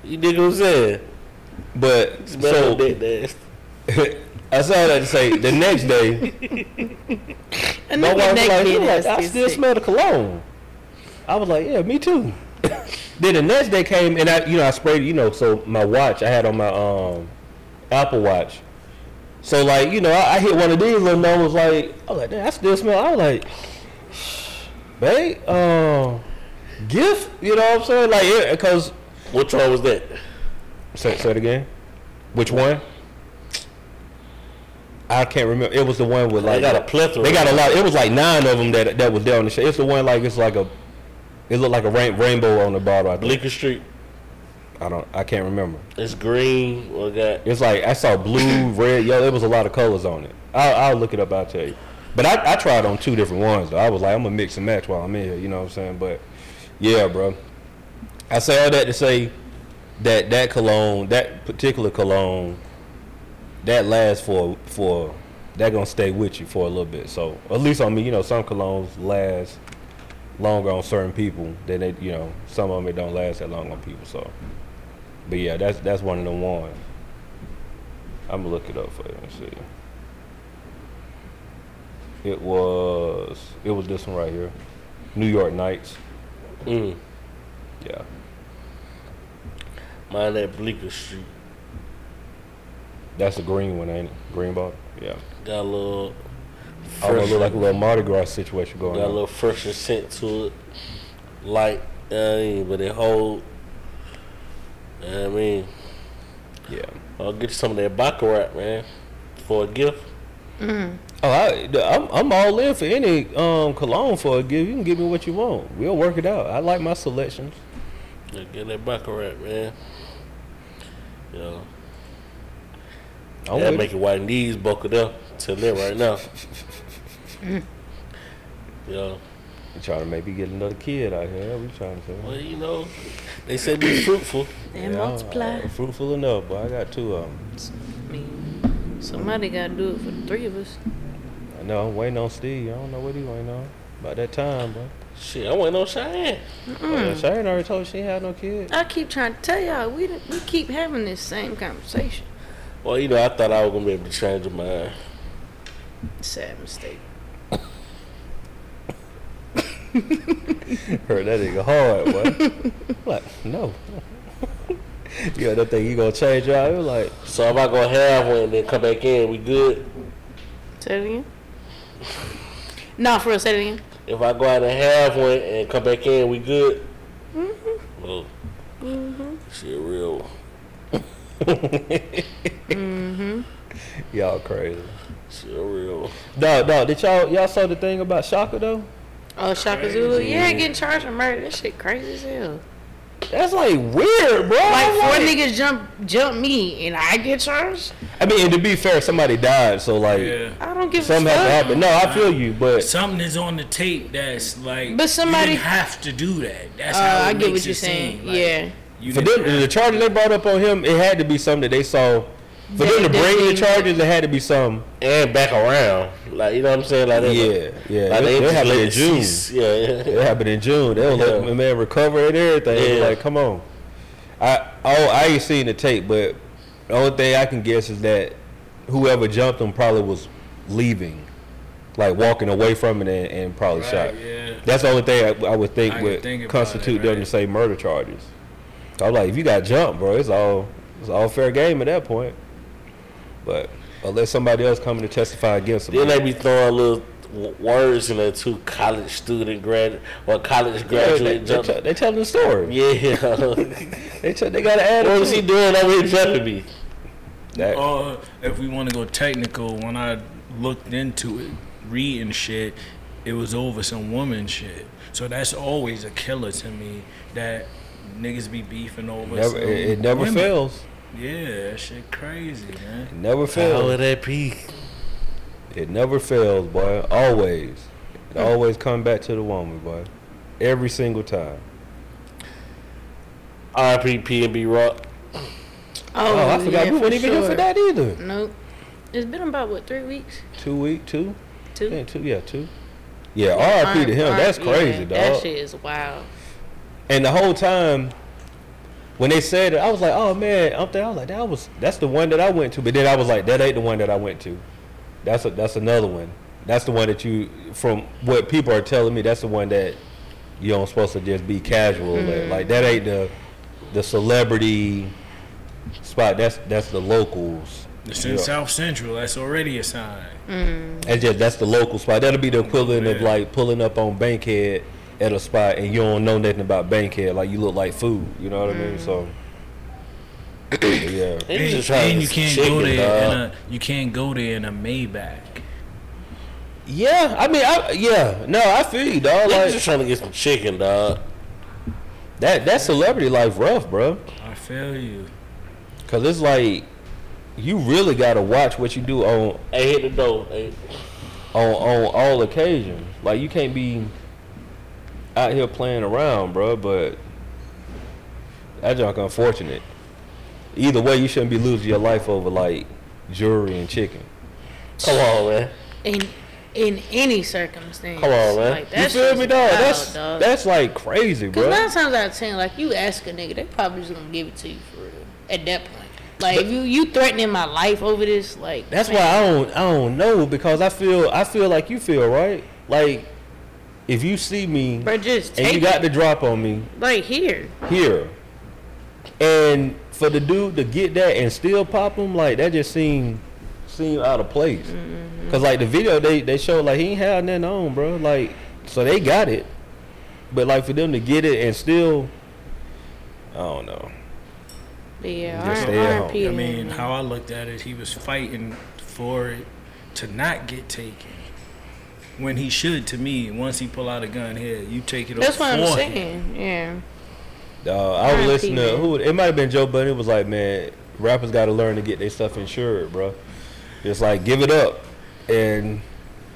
[SPEAKER 3] You nigga what I'm saying?
[SPEAKER 2] But
[SPEAKER 3] So,
[SPEAKER 2] so
[SPEAKER 3] that nasty.
[SPEAKER 2] I saw that to say the next day.
[SPEAKER 1] And
[SPEAKER 2] My
[SPEAKER 1] then the
[SPEAKER 2] wife was
[SPEAKER 1] neck
[SPEAKER 2] like,
[SPEAKER 1] being
[SPEAKER 2] "You like,
[SPEAKER 1] nasty
[SPEAKER 2] I
[SPEAKER 1] as
[SPEAKER 2] still
[SPEAKER 1] sick.
[SPEAKER 2] smell the cologne. I was like, yeah, me too. then the next day came and I, you know, I sprayed, you know, so my watch I had on my um Apple Watch, So like, you know, I, I hit one of these little numbers. Like, I was like, damn, I still smell. I was like, babe, um, gift. You know what I'm saying? Like, yeah, because
[SPEAKER 3] Which one was that?
[SPEAKER 2] say, say it again. Which one? I can't remember. It was the one with like
[SPEAKER 3] They got a plethora.
[SPEAKER 2] They got a lot. It was like nine of them that that was there on the show. It's the one like it's like a, it looked like a rain, rainbow on the bottle. I, think.
[SPEAKER 3] Bleecker Street.
[SPEAKER 2] I don't. I can't remember.
[SPEAKER 3] It's green. We got
[SPEAKER 2] It's like I saw blue, red, yellow. It was a lot of colors on it. I'll, I'll look it up. I'll tell you. But I, I tried on two different ones. Though. I was like, I'm gonna mix and match while I'm in here. You know what I'm saying? But yeah, bro. I say all that to say that that cologne, that particular cologne, that lasts for for that gonna stay with you for a little bit. So at least on me, you know, some colognes last longer on certain people than they, you know, some of them it don't last that long on people. So, but yeah, that's that's one of the ones. I'm gonna look it up for you and see. It was it was this one right here, New York Knights.
[SPEAKER 3] mm,
[SPEAKER 2] Yeah,
[SPEAKER 3] mine that Bleecker Street.
[SPEAKER 2] that's the green one, ain't it? Green ball. Yeah,
[SPEAKER 3] Got a little.
[SPEAKER 2] I almost
[SPEAKER 3] fresh-
[SPEAKER 2] look like a little Mardi Gras situation going
[SPEAKER 3] Got a
[SPEAKER 2] on.
[SPEAKER 3] little fresher scent to it. Light, you know what I mean? But it hold. You know what I mean?
[SPEAKER 2] yeah.
[SPEAKER 3] I'll get you some of that Baccarat, man. For a gift.
[SPEAKER 2] Oh, I, the- I'm I'm all in for any um cologne for a give. You can give me what you want. We'll work it out. I like my selections.
[SPEAKER 3] Yeah, get that Baccarat, man. You know,
[SPEAKER 2] I'm
[SPEAKER 3] that
[SPEAKER 2] with
[SPEAKER 3] make
[SPEAKER 2] it.
[SPEAKER 3] your white knees buckled up till there right now. you know,
[SPEAKER 2] You trying to maybe get another kid out here. That we trying to say.
[SPEAKER 3] well, you know, they say be fruitful.
[SPEAKER 1] They multiply.
[SPEAKER 2] I'm fruitful enough, but I got two of them.
[SPEAKER 1] I mean, somebody got to do it for the three of us.
[SPEAKER 2] I know I'm waiting on Steve. I don't know what he waiting on. About that time, bro.
[SPEAKER 3] Shit, I went on Cheyenne.
[SPEAKER 2] Yeah, Sharon already told you she ain't had no kids.
[SPEAKER 1] I keep trying to tell y'all, we didn't- we keep having this same conversation.
[SPEAKER 3] Well, you know, I thought I was gonna be able to change my mind.
[SPEAKER 1] Sad mistake.
[SPEAKER 2] Heard that nigga hard, boy. like, no. you don't think you gonna change your You're like,
[SPEAKER 3] So if I go have one and then come back in, we good.
[SPEAKER 1] Say it again. Nah, for real, say it again.
[SPEAKER 3] If I go out and have one and come back in, we good. Well, shit, real.
[SPEAKER 2] y'all crazy.
[SPEAKER 3] Shit, real.
[SPEAKER 2] Dog, dog, did y'all y'all saw the thing about Shaka though?
[SPEAKER 1] Oh, Shaka Zulu. Yeah, getting charged with murder. That shit crazy as hell.
[SPEAKER 2] That's like weird, bro.
[SPEAKER 1] Like
[SPEAKER 2] I'm
[SPEAKER 1] four niggas jump jump me and I get charged.
[SPEAKER 2] I mean, and to be fair, somebody died, so like
[SPEAKER 4] Yeah.
[SPEAKER 1] I don't give
[SPEAKER 2] something
[SPEAKER 1] a
[SPEAKER 2] had
[SPEAKER 1] fuck.
[SPEAKER 2] to happen. No, I feel you, but
[SPEAKER 4] Something is on the tape that's like.
[SPEAKER 1] But somebody-
[SPEAKER 4] you didn't have to do that. That's
[SPEAKER 1] Uh,
[SPEAKER 4] how it
[SPEAKER 1] I get what
[SPEAKER 4] makes it
[SPEAKER 1] you're
[SPEAKER 4] seem.
[SPEAKER 1] saying.
[SPEAKER 4] Like,
[SPEAKER 1] yeah.
[SPEAKER 4] You
[SPEAKER 2] for
[SPEAKER 4] didn't
[SPEAKER 2] them
[SPEAKER 4] have
[SPEAKER 2] the charges they brought up on him, it had to be something that they saw. For
[SPEAKER 1] They-
[SPEAKER 2] them to
[SPEAKER 1] they
[SPEAKER 2] bring the
[SPEAKER 1] think-
[SPEAKER 2] charges, it had to be something.
[SPEAKER 3] And back around, like you know what I'm saying, like that.
[SPEAKER 2] Yeah, yeah.
[SPEAKER 3] like
[SPEAKER 2] they, they
[SPEAKER 3] they, just
[SPEAKER 2] have
[SPEAKER 3] let
[SPEAKER 2] it in
[SPEAKER 3] it
[SPEAKER 2] June.
[SPEAKER 3] cease. Yeah,
[SPEAKER 2] It
[SPEAKER 3] yeah.
[SPEAKER 2] happened in June. They don't let
[SPEAKER 3] Yeah.
[SPEAKER 2] my man recover and everything. It was
[SPEAKER 3] Yeah.
[SPEAKER 2] Like, come on. I oh I ain't seen the tape, but the only thing I can guess is that whoever jumped him probably was leaving, like walking away from it and, and probably
[SPEAKER 4] Right,
[SPEAKER 2] shot.
[SPEAKER 4] yeah.
[SPEAKER 2] That's the only thing I, I would think
[SPEAKER 4] I can
[SPEAKER 2] would
[SPEAKER 4] think about
[SPEAKER 2] constitute
[SPEAKER 4] it,
[SPEAKER 2] them
[SPEAKER 4] right.
[SPEAKER 2] to say murder charges. So I'm like, if you got jumped, bro, it's all it's all fair game at that point. But unless somebody else coming to testify against him,
[SPEAKER 3] Then they be throwing little w- words in there too. College student grad or college
[SPEAKER 2] Yeah, they,
[SPEAKER 3] graduate
[SPEAKER 2] they,
[SPEAKER 3] jumping.
[SPEAKER 2] tell- they telling the story.
[SPEAKER 3] yeah.
[SPEAKER 2] They, tell- they gotta add
[SPEAKER 3] what
[SPEAKER 2] it.
[SPEAKER 3] was he doing over here jumping me?
[SPEAKER 2] That,
[SPEAKER 4] Or if we want to go technical, when I looked into it, reading shit, it was over some woman shit. So that's always a killer to me that niggas be beefing over.
[SPEAKER 2] Never,
[SPEAKER 4] some
[SPEAKER 2] it, it never
[SPEAKER 4] women.
[SPEAKER 2] fails.
[SPEAKER 4] Yeah, that shit crazy, man.
[SPEAKER 2] It never
[SPEAKER 3] Power
[SPEAKER 2] fails.
[SPEAKER 3] of that P.
[SPEAKER 2] It never fails, boy. Always.
[SPEAKER 4] Hmm.
[SPEAKER 2] It always come back to the woman, boy. Every single time.
[SPEAKER 3] R.P. P and B Rock.
[SPEAKER 2] Oh, I forgot
[SPEAKER 1] yeah,
[SPEAKER 2] we weren't even here
[SPEAKER 1] sure.
[SPEAKER 2] for that either.
[SPEAKER 1] Nope. It's been about what three weeks?
[SPEAKER 2] Two week, two,
[SPEAKER 1] Two.
[SPEAKER 2] yeah, two, yeah, two. Yeah, RIP to him.
[SPEAKER 1] R-
[SPEAKER 2] That's
[SPEAKER 1] yeah,
[SPEAKER 2] crazy,
[SPEAKER 1] That
[SPEAKER 2] dog.
[SPEAKER 1] shit is wild.
[SPEAKER 2] And the whole time, when they said it, I was like, "Oh man!" Up there, I was like, "That was that's the one that I went to." But then I was like, "That ain't the one that I went to. That's a, that's another one. That's the one that you from what people are telling me. That's the one that you don't supposed to just be casual.
[SPEAKER 1] Mm-hmm.
[SPEAKER 2] at. Like that ain't the the celebrity spot. That's that's the locals
[SPEAKER 4] It's in
[SPEAKER 2] Yeah.
[SPEAKER 4] South Central. That's already a sign.
[SPEAKER 2] And just that's the local spot. That'll be the equivalent of
[SPEAKER 4] Yeah.
[SPEAKER 2] like pulling up on Bankhead at a spot and you don't know nothing about Bankhead. Like you look like food. You know what I mean? So yeah.
[SPEAKER 3] They
[SPEAKER 4] And,
[SPEAKER 3] just trying
[SPEAKER 4] and
[SPEAKER 3] to
[SPEAKER 4] you can't
[SPEAKER 3] chicken,
[SPEAKER 4] go there. uh, In
[SPEAKER 3] dog.
[SPEAKER 4] a, you can't go there in a Maybach.
[SPEAKER 2] Yeah, I mean, I, yeah, no, I feel you, dog.
[SPEAKER 3] They
[SPEAKER 2] Like
[SPEAKER 3] just trying to get some chicken, dog.
[SPEAKER 2] that, that celebrity life rough, bro.
[SPEAKER 4] I feel you.
[SPEAKER 2] Cause it's like you really gotta watch what you do on
[SPEAKER 3] Hey, hit the door. Hey.
[SPEAKER 2] on on all occasions. Like you can't be out here playing around, bro. But that junk unfortunate. Either way, you shouldn't be losing your life over like jewelry and chicken.
[SPEAKER 3] Come on, man.
[SPEAKER 1] in in any circumstance.
[SPEAKER 3] Come on, man.
[SPEAKER 1] Like,
[SPEAKER 2] You
[SPEAKER 1] that's
[SPEAKER 2] feel me, dog? That's
[SPEAKER 1] dog.
[SPEAKER 2] that's like crazy,
[SPEAKER 1] Cause
[SPEAKER 2] bro.
[SPEAKER 1] nine times out of ten, like you ask a nigga, they probably just gonna give it to you for real. At that point, like if you you threatening my life over this, like
[SPEAKER 2] That's why I don't I don't know because I feel I feel like you feel right. Like if you see me
[SPEAKER 1] bro, just
[SPEAKER 2] and
[SPEAKER 1] take
[SPEAKER 2] you got
[SPEAKER 1] it.
[SPEAKER 2] the drop on me
[SPEAKER 1] like here.
[SPEAKER 2] here, and for the dude to get that and still pop him like that just seemed seemed out of place. Cause like the video they they showed like he ain't had nothing on, bro. Like so they got it, but like for them to get it and still, I don't know.
[SPEAKER 1] But yeah,
[SPEAKER 2] Just
[SPEAKER 1] R-
[SPEAKER 2] stay at
[SPEAKER 1] RIP
[SPEAKER 4] I
[SPEAKER 1] to
[SPEAKER 4] mean,
[SPEAKER 1] him.
[SPEAKER 4] how I looked at it, he was fighting for it to not get taken. When he should, to me, once he pull out a gun here, you take it.
[SPEAKER 1] That's
[SPEAKER 4] off
[SPEAKER 1] what I'm
[SPEAKER 4] for him.
[SPEAKER 1] saying. Yeah.
[SPEAKER 2] Uh, I was
[SPEAKER 1] R.I.P.,
[SPEAKER 2] listening to
[SPEAKER 1] man.
[SPEAKER 2] who it might have been Joe Budden. It was like, man, rappers got to learn to get their stuff insured, bro. It's like give it up and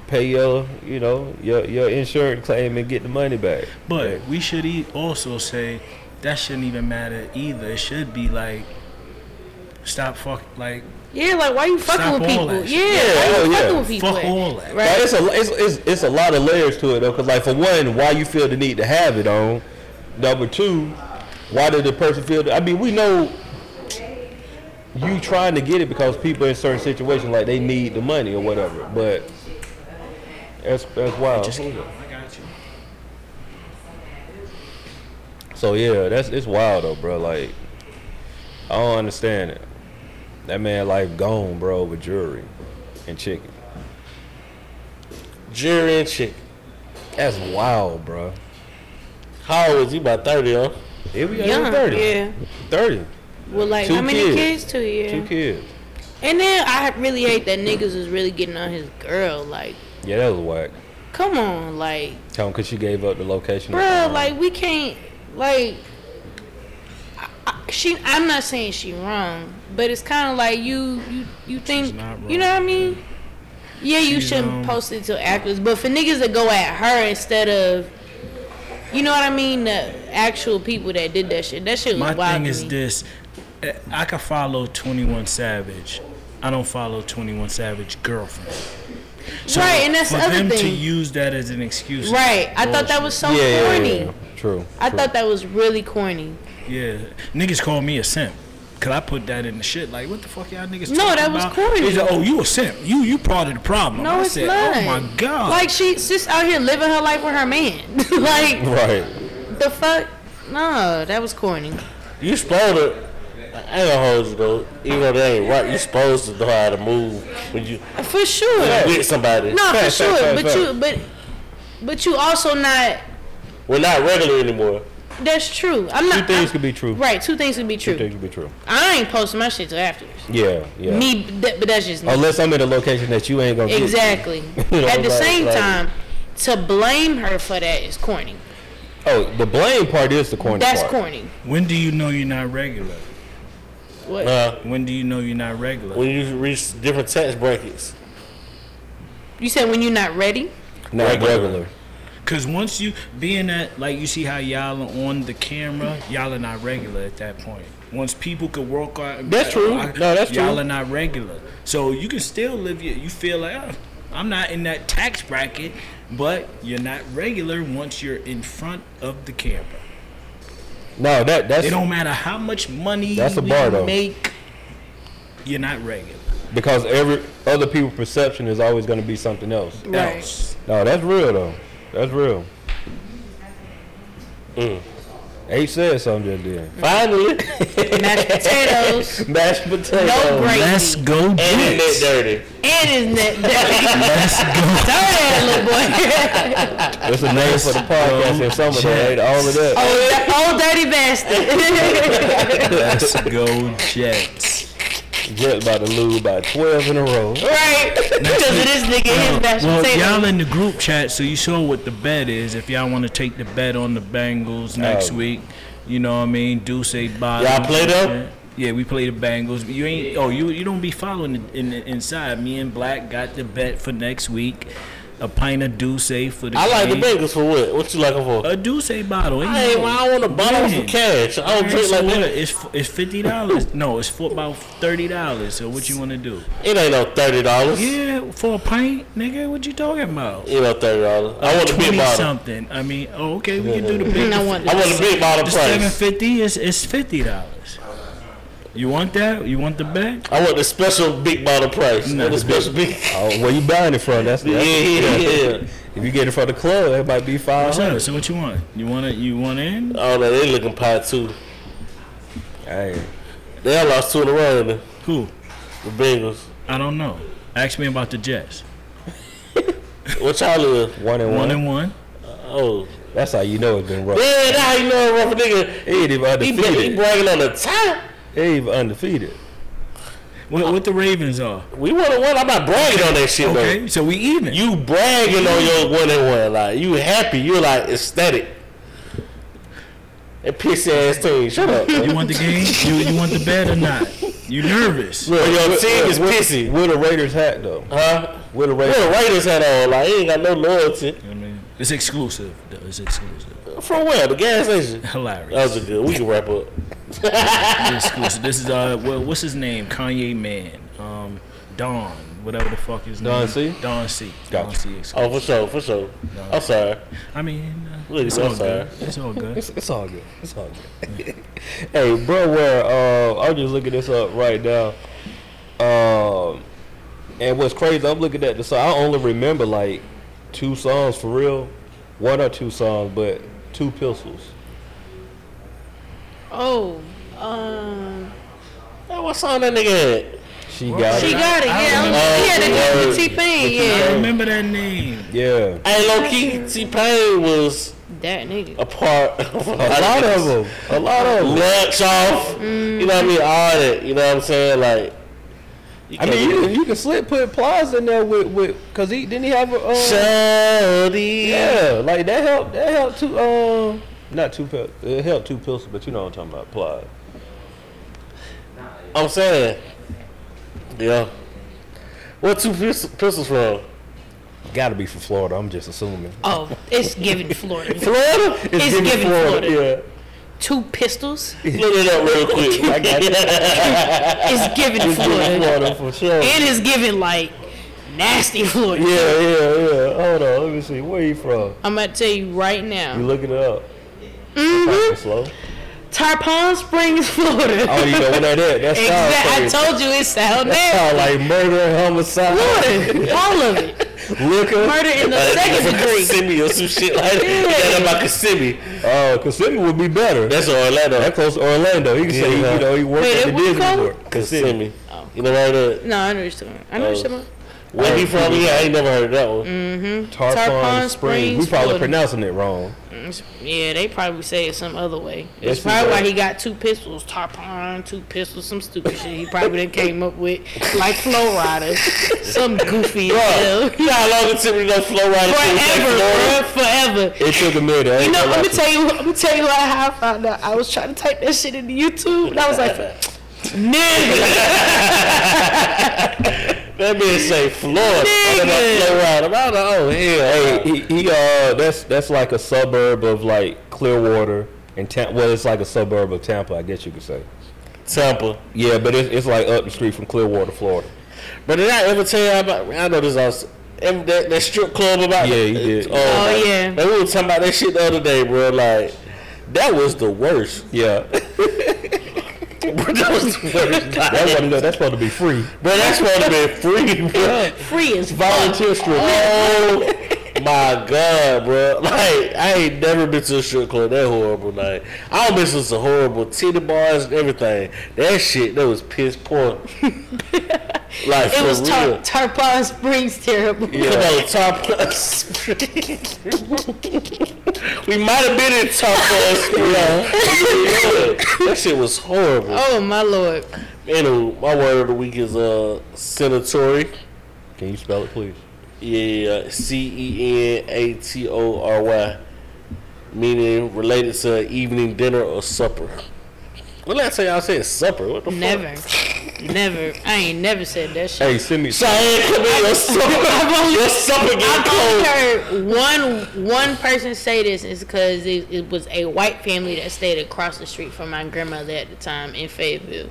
[SPEAKER 2] pay your, you know, your your insurance claim and get the money back.
[SPEAKER 4] But we should e- also say that shouldn't even matter either. It should be like stop fuck like
[SPEAKER 1] Yeah, like why you fucking
[SPEAKER 4] Stop
[SPEAKER 1] with
[SPEAKER 4] all
[SPEAKER 1] people? Yeah,
[SPEAKER 4] that shit.
[SPEAKER 2] Yeah,
[SPEAKER 1] why
[SPEAKER 2] hell
[SPEAKER 1] you
[SPEAKER 2] yeah.
[SPEAKER 1] fucking with people?
[SPEAKER 4] Fuck all that.
[SPEAKER 2] But
[SPEAKER 1] Right?
[SPEAKER 2] it's a it's, it's it's a lot of layers to it though, because like for one, why you feel the need to have it on. Number two, why did the person feel? The, I mean, we know you trying to get it because people in certain situations like they need the money or whatever. But that's that's wild.
[SPEAKER 4] I got you.
[SPEAKER 2] So yeah, that's it's wild though, bro. Like I don't understand it. That man life gone, bro, with jewelry and chicken.
[SPEAKER 3] Jury and chicken.
[SPEAKER 2] That's wild, bro.
[SPEAKER 3] How old is he? About 30, huh?
[SPEAKER 2] Here we
[SPEAKER 1] Young,
[SPEAKER 2] are, thirty.
[SPEAKER 1] yeah.
[SPEAKER 2] Thirty.
[SPEAKER 1] Well, like
[SPEAKER 2] Two
[SPEAKER 1] how many
[SPEAKER 2] kids.
[SPEAKER 1] kids? Two, yeah.
[SPEAKER 2] Two kids.
[SPEAKER 1] And then I really hate that niggas is really getting on his girl. Like,
[SPEAKER 2] Yeah, that was whack.
[SPEAKER 1] come on, like,
[SPEAKER 2] Tell him because she gave up the location. Um, of her
[SPEAKER 1] bro,
[SPEAKER 2] home.
[SPEAKER 1] like we can't, like, I, I, she. I'm not saying she wrong, but it's kind of like you, you, you think,
[SPEAKER 4] not
[SPEAKER 1] you know what I mean? Yeah, you
[SPEAKER 4] She's,
[SPEAKER 1] shouldn't
[SPEAKER 4] um,
[SPEAKER 1] post it till afterwards, but for niggas that go at her instead of. You know what I mean? The actual people that did that shit. That shit was
[SPEAKER 4] My
[SPEAKER 1] wild
[SPEAKER 4] thing
[SPEAKER 1] to
[SPEAKER 4] is
[SPEAKER 1] me.
[SPEAKER 4] this: eh, I can follow Twenty One Savage. I don't follow Twenty One Savage girlfriend. So
[SPEAKER 1] Right, and that's
[SPEAKER 4] for
[SPEAKER 1] the other
[SPEAKER 4] them to
[SPEAKER 1] thing.
[SPEAKER 4] use that as an excuse. is
[SPEAKER 1] Right. I thought that
[SPEAKER 4] bullshit.
[SPEAKER 1] was so
[SPEAKER 2] yeah, yeah,
[SPEAKER 1] corny.
[SPEAKER 2] yeah, yeah. True.
[SPEAKER 1] I
[SPEAKER 2] true.
[SPEAKER 1] thought that was really corny.
[SPEAKER 4] Yeah, niggas call me a simp. Cause I put that in the shit. Like, what the fuck, y'all niggas?
[SPEAKER 1] No,
[SPEAKER 4] talking
[SPEAKER 1] that was
[SPEAKER 4] about?
[SPEAKER 1] corny.
[SPEAKER 4] They said, oh, you a simp. You you part of the problem.
[SPEAKER 1] No,
[SPEAKER 4] I
[SPEAKER 1] it's
[SPEAKER 4] said,
[SPEAKER 1] not.
[SPEAKER 4] Oh my god.
[SPEAKER 1] Like she's just out here living her life with her man. like
[SPEAKER 2] Right.
[SPEAKER 1] the fuck? No, that was corny.
[SPEAKER 3] You supposed to. I ain't gonna hold you though. Even though they ain't right, you supposed to know how to move when you
[SPEAKER 1] For sure.
[SPEAKER 3] with somebody.
[SPEAKER 1] No, for
[SPEAKER 2] Fair, fair,
[SPEAKER 1] sure.
[SPEAKER 2] fair,
[SPEAKER 1] but
[SPEAKER 2] fair.
[SPEAKER 1] you but but you also not
[SPEAKER 3] We're not regular anymore.
[SPEAKER 1] that's true. I'm not
[SPEAKER 2] Two things
[SPEAKER 1] I-
[SPEAKER 2] could be true.
[SPEAKER 1] Right, two things could be
[SPEAKER 2] Two
[SPEAKER 1] true.
[SPEAKER 2] things could be true.
[SPEAKER 1] I ain't posting my shit till afterwards.
[SPEAKER 2] Yeah. Yeah.
[SPEAKER 1] Me that, but that's just me.
[SPEAKER 2] Unless I'm in a location that you ain't gonna
[SPEAKER 1] Exactly.
[SPEAKER 2] know,
[SPEAKER 1] At the
[SPEAKER 2] like-
[SPEAKER 1] same
[SPEAKER 2] like-
[SPEAKER 1] time, to blame her for that is corny.
[SPEAKER 2] get. Oh, the blame part is the corny
[SPEAKER 1] That's
[SPEAKER 2] part.
[SPEAKER 1] corny.
[SPEAKER 4] when do you know you're not regular?
[SPEAKER 1] What?
[SPEAKER 3] Uh,
[SPEAKER 4] When do you know you're not regular?
[SPEAKER 3] when you reach different tax brackets,
[SPEAKER 1] you said when you're not ready?
[SPEAKER 2] Not
[SPEAKER 3] Regular.
[SPEAKER 2] regular.
[SPEAKER 4] Cause once you being that like you see how y'all are on the camera, y'all are not regular at that point. Once people could walk out, and be
[SPEAKER 2] That's
[SPEAKER 4] like,
[SPEAKER 2] true.
[SPEAKER 4] "Oh, I-
[SPEAKER 2] No, that's
[SPEAKER 4] Y'all
[SPEAKER 2] true.
[SPEAKER 4] are not regular, so you can still live your. You feel like oh, I'm not in that tax bracket, but you're not regular once you're in front of the camera.
[SPEAKER 2] No, that that's
[SPEAKER 4] It don't matter how much money
[SPEAKER 2] That's a
[SPEAKER 4] we
[SPEAKER 2] bar, though.
[SPEAKER 4] make, you're not regular.
[SPEAKER 2] because every other people's perception is always gonna be something else.
[SPEAKER 4] Else, Mm.
[SPEAKER 2] No, that's real though. That's real. H said something just then.
[SPEAKER 3] Finally,
[SPEAKER 1] Mashed potatoes.
[SPEAKER 3] mashed potatoes.
[SPEAKER 1] No gravy.
[SPEAKER 4] Let's go
[SPEAKER 3] And it
[SPEAKER 4] Jets.
[SPEAKER 3] dirty.
[SPEAKER 1] And his neck dirty.
[SPEAKER 4] Let's go.
[SPEAKER 1] Throw that little boy.
[SPEAKER 2] That's the name for the podcast. If some of that ain't all of that.
[SPEAKER 1] old, old dirty bastard.
[SPEAKER 4] Let's go Jets.
[SPEAKER 2] Just about to lose by 12 in a row.
[SPEAKER 1] right? Because of this nigga, his mashed
[SPEAKER 4] well, y'all
[SPEAKER 1] potatoes.
[SPEAKER 4] in the group chat, so you saw what the bet is. If y'all want to take the bet on the Bengals next
[SPEAKER 2] Oh.
[SPEAKER 4] week, you know what I mean. Do say bye.
[SPEAKER 3] Y'all play them?
[SPEAKER 4] Yeah, we play the Bengals. You ain't. Oh, you you don't be following the, in the inside. Me and Black got the bet for next week. A pint of Douce for the.
[SPEAKER 3] I like the
[SPEAKER 4] game.
[SPEAKER 3] Bengals for what? What you like them for?
[SPEAKER 4] A Douce bottle. ain't
[SPEAKER 3] I ain't.
[SPEAKER 4] no-
[SPEAKER 3] I want a bottle
[SPEAKER 4] Uh, Yeah.
[SPEAKER 3] for cash. I don't drink
[SPEAKER 4] So
[SPEAKER 3] like
[SPEAKER 4] what,
[SPEAKER 3] that.
[SPEAKER 4] it's f- it's fifty dollars. No, it's for about thirty dollars. So what you want to do?
[SPEAKER 3] It ain't no thirty dollars.
[SPEAKER 4] Yeah, for a pint, nigga. What you talking about?
[SPEAKER 3] It ain't no thirty dollars. I want a big
[SPEAKER 4] 20
[SPEAKER 3] bottle.
[SPEAKER 4] something. I mean, oh, okay, we can do the big.
[SPEAKER 1] I want
[SPEAKER 3] I want a big bottle
[SPEAKER 4] the seven
[SPEAKER 3] price.
[SPEAKER 4] fifty is is fifty dollars. You want that? You want the bet?
[SPEAKER 3] I want the special big bottle price.
[SPEAKER 4] No,
[SPEAKER 3] No, the
[SPEAKER 4] the big-
[SPEAKER 3] special big.
[SPEAKER 2] Oh, where you buying it from? That's the
[SPEAKER 3] Yeah, yeah, yeah.
[SPEAKER 2] If you get it from the club, it might be five
[SPEAKER 4] What's up?
[SPEAKER 2] hundred.
[SPEAKER 4] So what you want? You want it? You want in?
[SPEAKER 3] Oh no, they looking pie too.
[SPEAKER 2] Hey,
[SPEAKER 3] They all lost two in a row. ain't they?
[SPEAKER 4] Who?
[SPEAKER 3] The Bengals.
[SPEAKER 4] I don't know. Ask me about the Jets.
[SPEAKER 3] What y'all live?
[SPEAKER 2] one and one.
[SPEAKER 4] One and one.
[SPEAKER 3] Oh,
[SPEAKER 2] That's how you know it's been rough.
[SPEAKER 3] man, that's how you know a rough nigga.
[SPEAKER 2] He ain't even
[SPEAKER 3] He, be, he
[SPEAKER 2] undefeated.
[SPEAKER 3] bragging on the top.
[SPEAKER 2] He ain't even undefeated.
[SPEAKER 4] What, what the Ravens are?
[SPEAKER 3] We want to one. I'm not bragging on that shit
[SPEAKER 4] Okay, so we even.
[SPEAKER 3] though. You bragging on your one and one. Like you happy. You like ecstatic. And pissy ass team. Shut up.
[SPEAKER 4] You want the game? You you want the bet or not? You nervous?
[SPEAKER 3] Or your
[SPEAKER 2] Look,
[SPEAKER 3] team
[SPEAKER 2] look,
[SPEAKER 3] is
[SPEAKER 2] look.
[SPEAKER 3] pissy.
[SPEAKER 2] With a Raiders hat though.
[SPEAKER 3] Huh?
[SPEAKER 2] With a
[SPEAKER 3] Where
[SPEAKER 2] Raiders.
[SPEAKER 3] the Raiders had on? Like he ain't got no loyalty.
[SPEAKER 4] You know what I mean? It's exclusive. though. It's exclusive.
[SPEAKER 3] From where? The gas station. That
[SPEAKER 4] Hilarious.
[SPEAKER 3] was a good. We can wrap up.
[SPEAKER 4] It's exclusive. This is uh, well, what's his name? Kanye Man. Um, Don. Whatever the fuck his
[SPEAKER 2] Don
[SPEAKER 4] name.
[SPEAKER 2] C?
[SPEAKER 4] Don C. Don
[SPEAKER 2] Gotcha.
[SPEAKER 4] C. exclu-
[SPEAKER 3] Oh, for sure, for sure. I'm sorry.
[SPEAKER 4] I mean, uh,
[SPEAKER 3] Look,
[SPEAKER 4] it's
[SPEAKER 3] I'm
[SPEAKER 4] all
[SPEAKER 3] sorry.
[SPEAKER 4] good. It's all good.
[SPEAKER 2] It's, it's all good. It's all good. hey, bro, where uh, I'm just looking this up right now. Um, and what's crazy, I'm looking at the song. I only remember like two songs for real, one or two songs, but two pistols.
[SPEAKER 1] Oh, um,
[SPEAKER 3] That what song that nigga had?
[SPEAKER 2] She got
[SPEAKER 1] she
[SPEAKER 2] it.
[SPEAKER 1] got it.
[SPEAKER 4] I- I
[SPEAKER 1] Yeah,
[SPEAKER 4] don't
[SPEAKER 1] I- yeah,
[SPEAKER 3] know.
[SPEAKER 1] that was the T Pain.
[SPEAKER 4] I
[SPEAKER 1] Yeah,
[SPEAKER 4] remember that name.
[SPEAKER 2] Yeah,
[SPEAKER 3] Hey, low key, T Pain was
[SPEAKER 1] that nigga.
[SPEAKER 3] a part of
[SPEAKER 2] a lot of them. A lot of them.
[SPEAKER 3] Lunch off. You know what I mean? All that. You know what I'm saying? Like, you
[SPEAKER 2] I
[SPEAKER 3] can't
[SPEAKER 2] mean, you,
[SPEAKER 3] really-
[SPEAKER 2] can- you can slip put Plaza in there with with because he didn't he have a uh,
[SPEAKER 3] Shawty.
[SPEAKER 2] yeah like that helped that helped two um not two pistols it helped two pistols but you know what I'm talking about Plaza.
[SPEAKER 3] I'm saying. Yeah. What two pis- pistols from?
[SPEAKER 2] Got to be from Florida. I'm just assuming.
[SPEAKER 1] Oh, it's giving Florida.
[SPEAKER 3] Florida?
[SPEAKER 1] It's giving giving Florida.
[SPEAKER 2] Yeah.
[SPEAKER 1] Two pistols.
[SPEAKER 3] Look it up real quick. I got
[SPEAKER 1] It's giving
[SPEAKER 3] Giving
[SPEAKER 1] Florida.
[SPEAKER 3] Florida for sure.
[SPEAKER 1] And it's giving like nasty Florida.
[SPEAKER 2] Yeah, yeah, yeah. Hold on. Let me see. Where you from?
[SPEAKER 1] I'm gonna tell you right
[SPEAKER 2] You
[SPEAKER 1] now.
[SPEAKER 2] looking it up?
[SPEAKER 1] Mm-hmm.
[SPEAKER 2] Slow.
[SPEAKER 1] Tarpon Springs, Florida.
[SPEAKER 2] I don't even know what that is. That sounds
[SPEAKER 1] Exactly. I
[SPEAKER 2] Oh, crazy.
[SPEAKER 1] told you it sound
[SPEAKER 2] That
[SPEAKER 1] nasty.
[SPEAKER 2] sound like murder, homicide,
[SPEAKER 1] Florida, all of it.
[SPEAKER 2] liquor.
[SPEAKER 1] Murder in the second degree.
[SPEAKER 3] Kissimmee or some shit like that.
[SPEAKER 1] Yeah.
[SPEAKER 3] Yeah. That about Kissimmee.
[SPEAKER 2] Oh, Kissimmee would be better. That's
[SPEAKER 3] That's Orlando.
[SPEAKER 2] that close to Orlando. He can say,
[SPEAKER 3] Yeah.
[SPEAKER 2] you know, he worked
[SPEAKER 1] Wait,
[SPEAKER 2] at the
[SPEAKER 1] it was
[SPEAKER 2] Disney
[SPEAKER 1] called-
[SPEAKER 2] Resort. Kissimmee.
[SPEAKER 3] Kissimmee. You know what I mean?
[SPEAKER 1] No, I know what you're talking about. I know what you're talking about.
[SPEAKER 3] Where he from? Yeah, I ain't never heard of that one.
[SPEAKER 2] Tarpon,
[SPEAKER 1] Tarpon
[SPEAKER 2] Springs.
[SPEAKER 1] Springs,
[SPEAKER 2] We probably
[SPEAKER 1] Florida.
[SPEAKER 2] pronouncing it wrong.
[SPEAKER 1] It's- Yeah, they probably say it some other way. It's
[SPEAKER 2] Yes,
[SPEAKER 1] probably
[SPEAKER 2] you
[SPEAKER 1] why
[SPEAKER 2] right.
[SPEAKER 1] he got two pistols, tarpon, two pistols, some stupid shit he probably done came up with, like Flow Rider, some goofy as hell.
[SPEAKER 3] Bro, you know how long it took me to go flow right
[SPEAKER 1] Forever, bro,
[SPEAKER 3] into
[SPEAKER 1] forever.
[SPEAKER 2] It took a minute.
[SPEAKER 1] You know, let me tell you, let me tell you how I found out. I was trying to type that shit into YouTube, and I was like, nigga,
[SPEAKER 3] That man say Florida. I don't
[SPEAKER 1] Nigga.
[SPEAKER 3] know flow right. I'm out of oh hell.
[SPEAKER 2] He, he uh, that's that's like a suburb of like Clearwater and Tampa. Well, it's like a suburb of Tampa, I guess you could say.
[SPEAKER 3] Tampa.
[SPEAKER 2] Yeah, but it's, it's like up the street from Clearwater, Florida.
[SPEAKER 3] But did I ever tell you about? I know this also. em- That, that strip club about
[SPEAKER 2] Yeah, you did.
[SPEAKER 3] Oh,
[SPEAKER 1] Oh,
[SPEAKER 3] my-
[SPEAKER 1] yeah.
[SPEAKER 3] Man, we were talking about that shit the other day, bro. Like that was the worst.
[SPEAKER 2] Yeah,
[SPEAKER 3] Bro, that was the worst.
[SPEAKER 2] that wasn't, that's supposed to be free.
[SPEAKER 3] Bro, that's supposed to be free, bro.
[SPEAKER 1] free as fuck.
[SPEAKER 2] Volunteer strip.
[SPEAKER 3] Oh my god, bro! Like I ain't never been to a strip club that horrible. Like I've been to some horrible titty bars and everything. That shit that was piss poor. like
[SPEAKER 5] It
[SPEAKER 3] for
[SPEAKER 5] was
[SPEAKER 3] real.
[SPEAKER 5] tar- Tarpon Springs terrible.
[SPEAKER 3] Come on, top us. we might have been in top us. Yeah. That shit was horrible.
[SPEAKER 5] Oh my lord.
[SPEAKER 3] Anywho, my word of the week is uh senatory.
[SPEAKER 2] Can you spell it, please?
[SPEAKER 3] Yeah, C E N A T O R Y, meaning related to evening dinner or supper. Well, last time y'all said supper. What the
[SPEAKER 5] Never.
[SPEAKER 3] fuck?
[SPEAKER 5] never. I ain't never said that shit.
[SPEAKER 2] Hey, send me.
[SPEAKER 3] Cheyenne, come in your supper. Your supper getting cold.
[SPEAKER 5] I've only heard
[SPEAKER 1] One one person say this is because it, it was a white family that stayed across the street from my grandmother at the time in Fayetteville.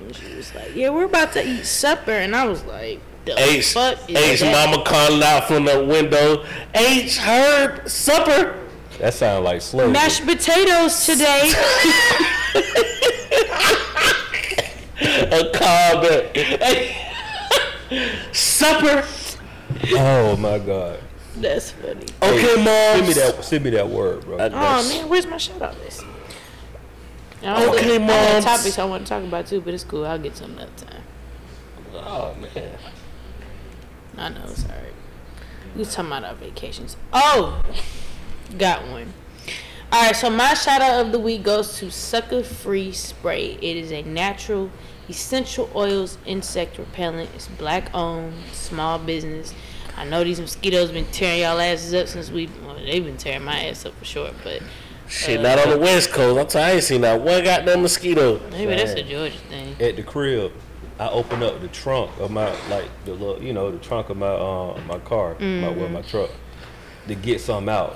[SPEAKER 1] And she was like, "Yeah, we're about to eat supper," and I was like, "The
[SPEAKER 3] H,
[SPEAKER 1] fuck is
[SPEAKER 3] H
[SPEAKER 1] that?"
[SPEAKER 3] mama calling out from the window. H herb supper.
[SPEAKER 2] That sound like slow.
[SPEAKER 1] Mashed potatoes today.
[SPEAKER 3] A comment. supper.
[SPEAKER 2] Oh my god.
[SPEAKER 1] That's funny.
[SPEAKER 3] Okay,
[SPEAKER 2] Send
[SPEAKER 3] mom.
[SPEAKER 2] me that. Send me that word, bro.
[SPEAKER 1] Oh man, where's my shout out list?
[SPEAKER 3] Okay,
[SPEAKER 1] I got
[SPEAKER 3] moms.
[SPEAKER 1] topics I want to talk about too, but it's cool. I'll get some another time.
[SPEAKER 3] Oh man.
[SPEAKER 1] I know, it's alright. We was talking about our vacations. Oh, got one. All right, so my shout out of the week goes to Sucker Free Spray. It is a natural essential oils insect repellent. It's black owned, small business. I know these mosquitoes been tearing y'all asses up since we. Well, they've been tearing my ass up for sure, but uh,
[SPEAKER 3] Shit, not on the west coast. I'm tired. I ain't seen that one goddamn mosquito.
[SPEAKER 1] maybe that's a
[SPEAKER 2] Dang.
[SPEAKER 1] Georgia thing.
[SPEAKER 2] At the crib, I open up the trunk of my like the little, you know, the trunk of my uh, my car, my well, my truck, to get some out.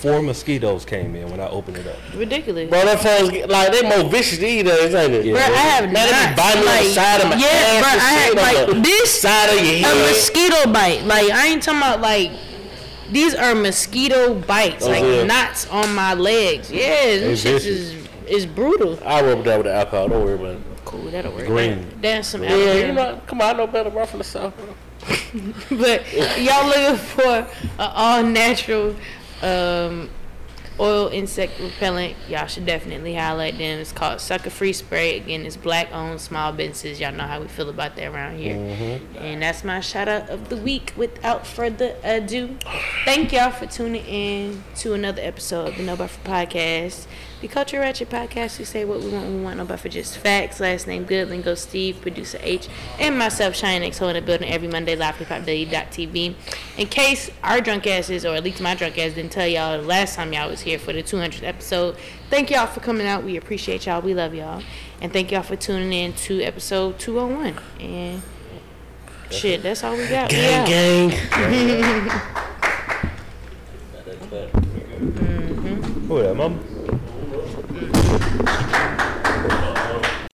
[SPEAKER 2] Four mosquitoes came in when I opened it up.
[SPEAKER 1] Ridiculous.
[SPEAKER 3] Bro, them folks get- like they more vicious these days, ain't it?
[SPEAKER 2] Bruh, I
[SPEAKER 1] have
[SPEAKER 3] Man, they be
[SPEAKER 1] not,
[SPEAKER 3] biting on the
[SPEAKER 1] like-
[SPEAKER 3] side of my
[SPEAKER 1] Yeah,
[SPEAKER 3] ass
[SPEAKER 1] bruh,
[SPEAKER 3] and
[SPEAKER 1] I had,
[SPEAKER 3] shit, on
[SPEAKER 1] like,
[SPEAKER 3] the
[SPEAKER 1] this-
[SPEAKER 3] side of your
[SPEAKER 1] a
[SPEAKER 3] head.
[SPEAKER 1] mosquito bite. Like I ain't talking about like these are mosquito bites,
[SPEAKER 3] Oh,
[SPEAKER 1] like
[SPEAKER 3] yeah.
[SPEAKER 1] knots on my legs. Yeah, this
[SPEAKER 2] Uh-huh. They
[SPEAKER 1] shit
[SPEAKER 2] vicious.
[SPEAKER 1] is is brutal.
[SPEAKER 3] I rub it down with the alcohol. Don't worry about it.
[SPEAKER 1] Cool, that'll work.
[SPEAKER 2] Green.
[SPEAKER 1] That's some
[SPEAKER 3] Yeah, you
[SPEAKER 1] aloe vera.
[SPEAKER 3] know, come on, I know better. Run from the south. Bro.
[SPEAKER 1] But y'all looking for an all natural um, oil insect repellent? Y'all should definitely highlight them. It's called Sucker Free Spray. Again, it's black owned small businesses. Y'all know how we feel about that around here. And that's my shout out of the week. Without further ado, thank y'all for tuning in to another episode of the No Buffer Podcast, the Culture Ratchet Podcast. We say what we want, when we want. No Buffer, just facts. Last name Good, Lingo Steve, producer H, and myself, Cheyenne X, in the building every Monday live at TV. In case our drunk asses, or at least my drunk ass, didn't tell y'all the last time y'all was here for the 200th episode, thank y'all for coming out. We appreciate y'all. We love y'all. And thank y'all for tuning in to episode 201. And shit, that's all we got. We
[SPEAKER 3] Gang,
[SPEAKER 1] out.
[SPEAKER 3] gang.
[SPEAKER 2] Who that, mama?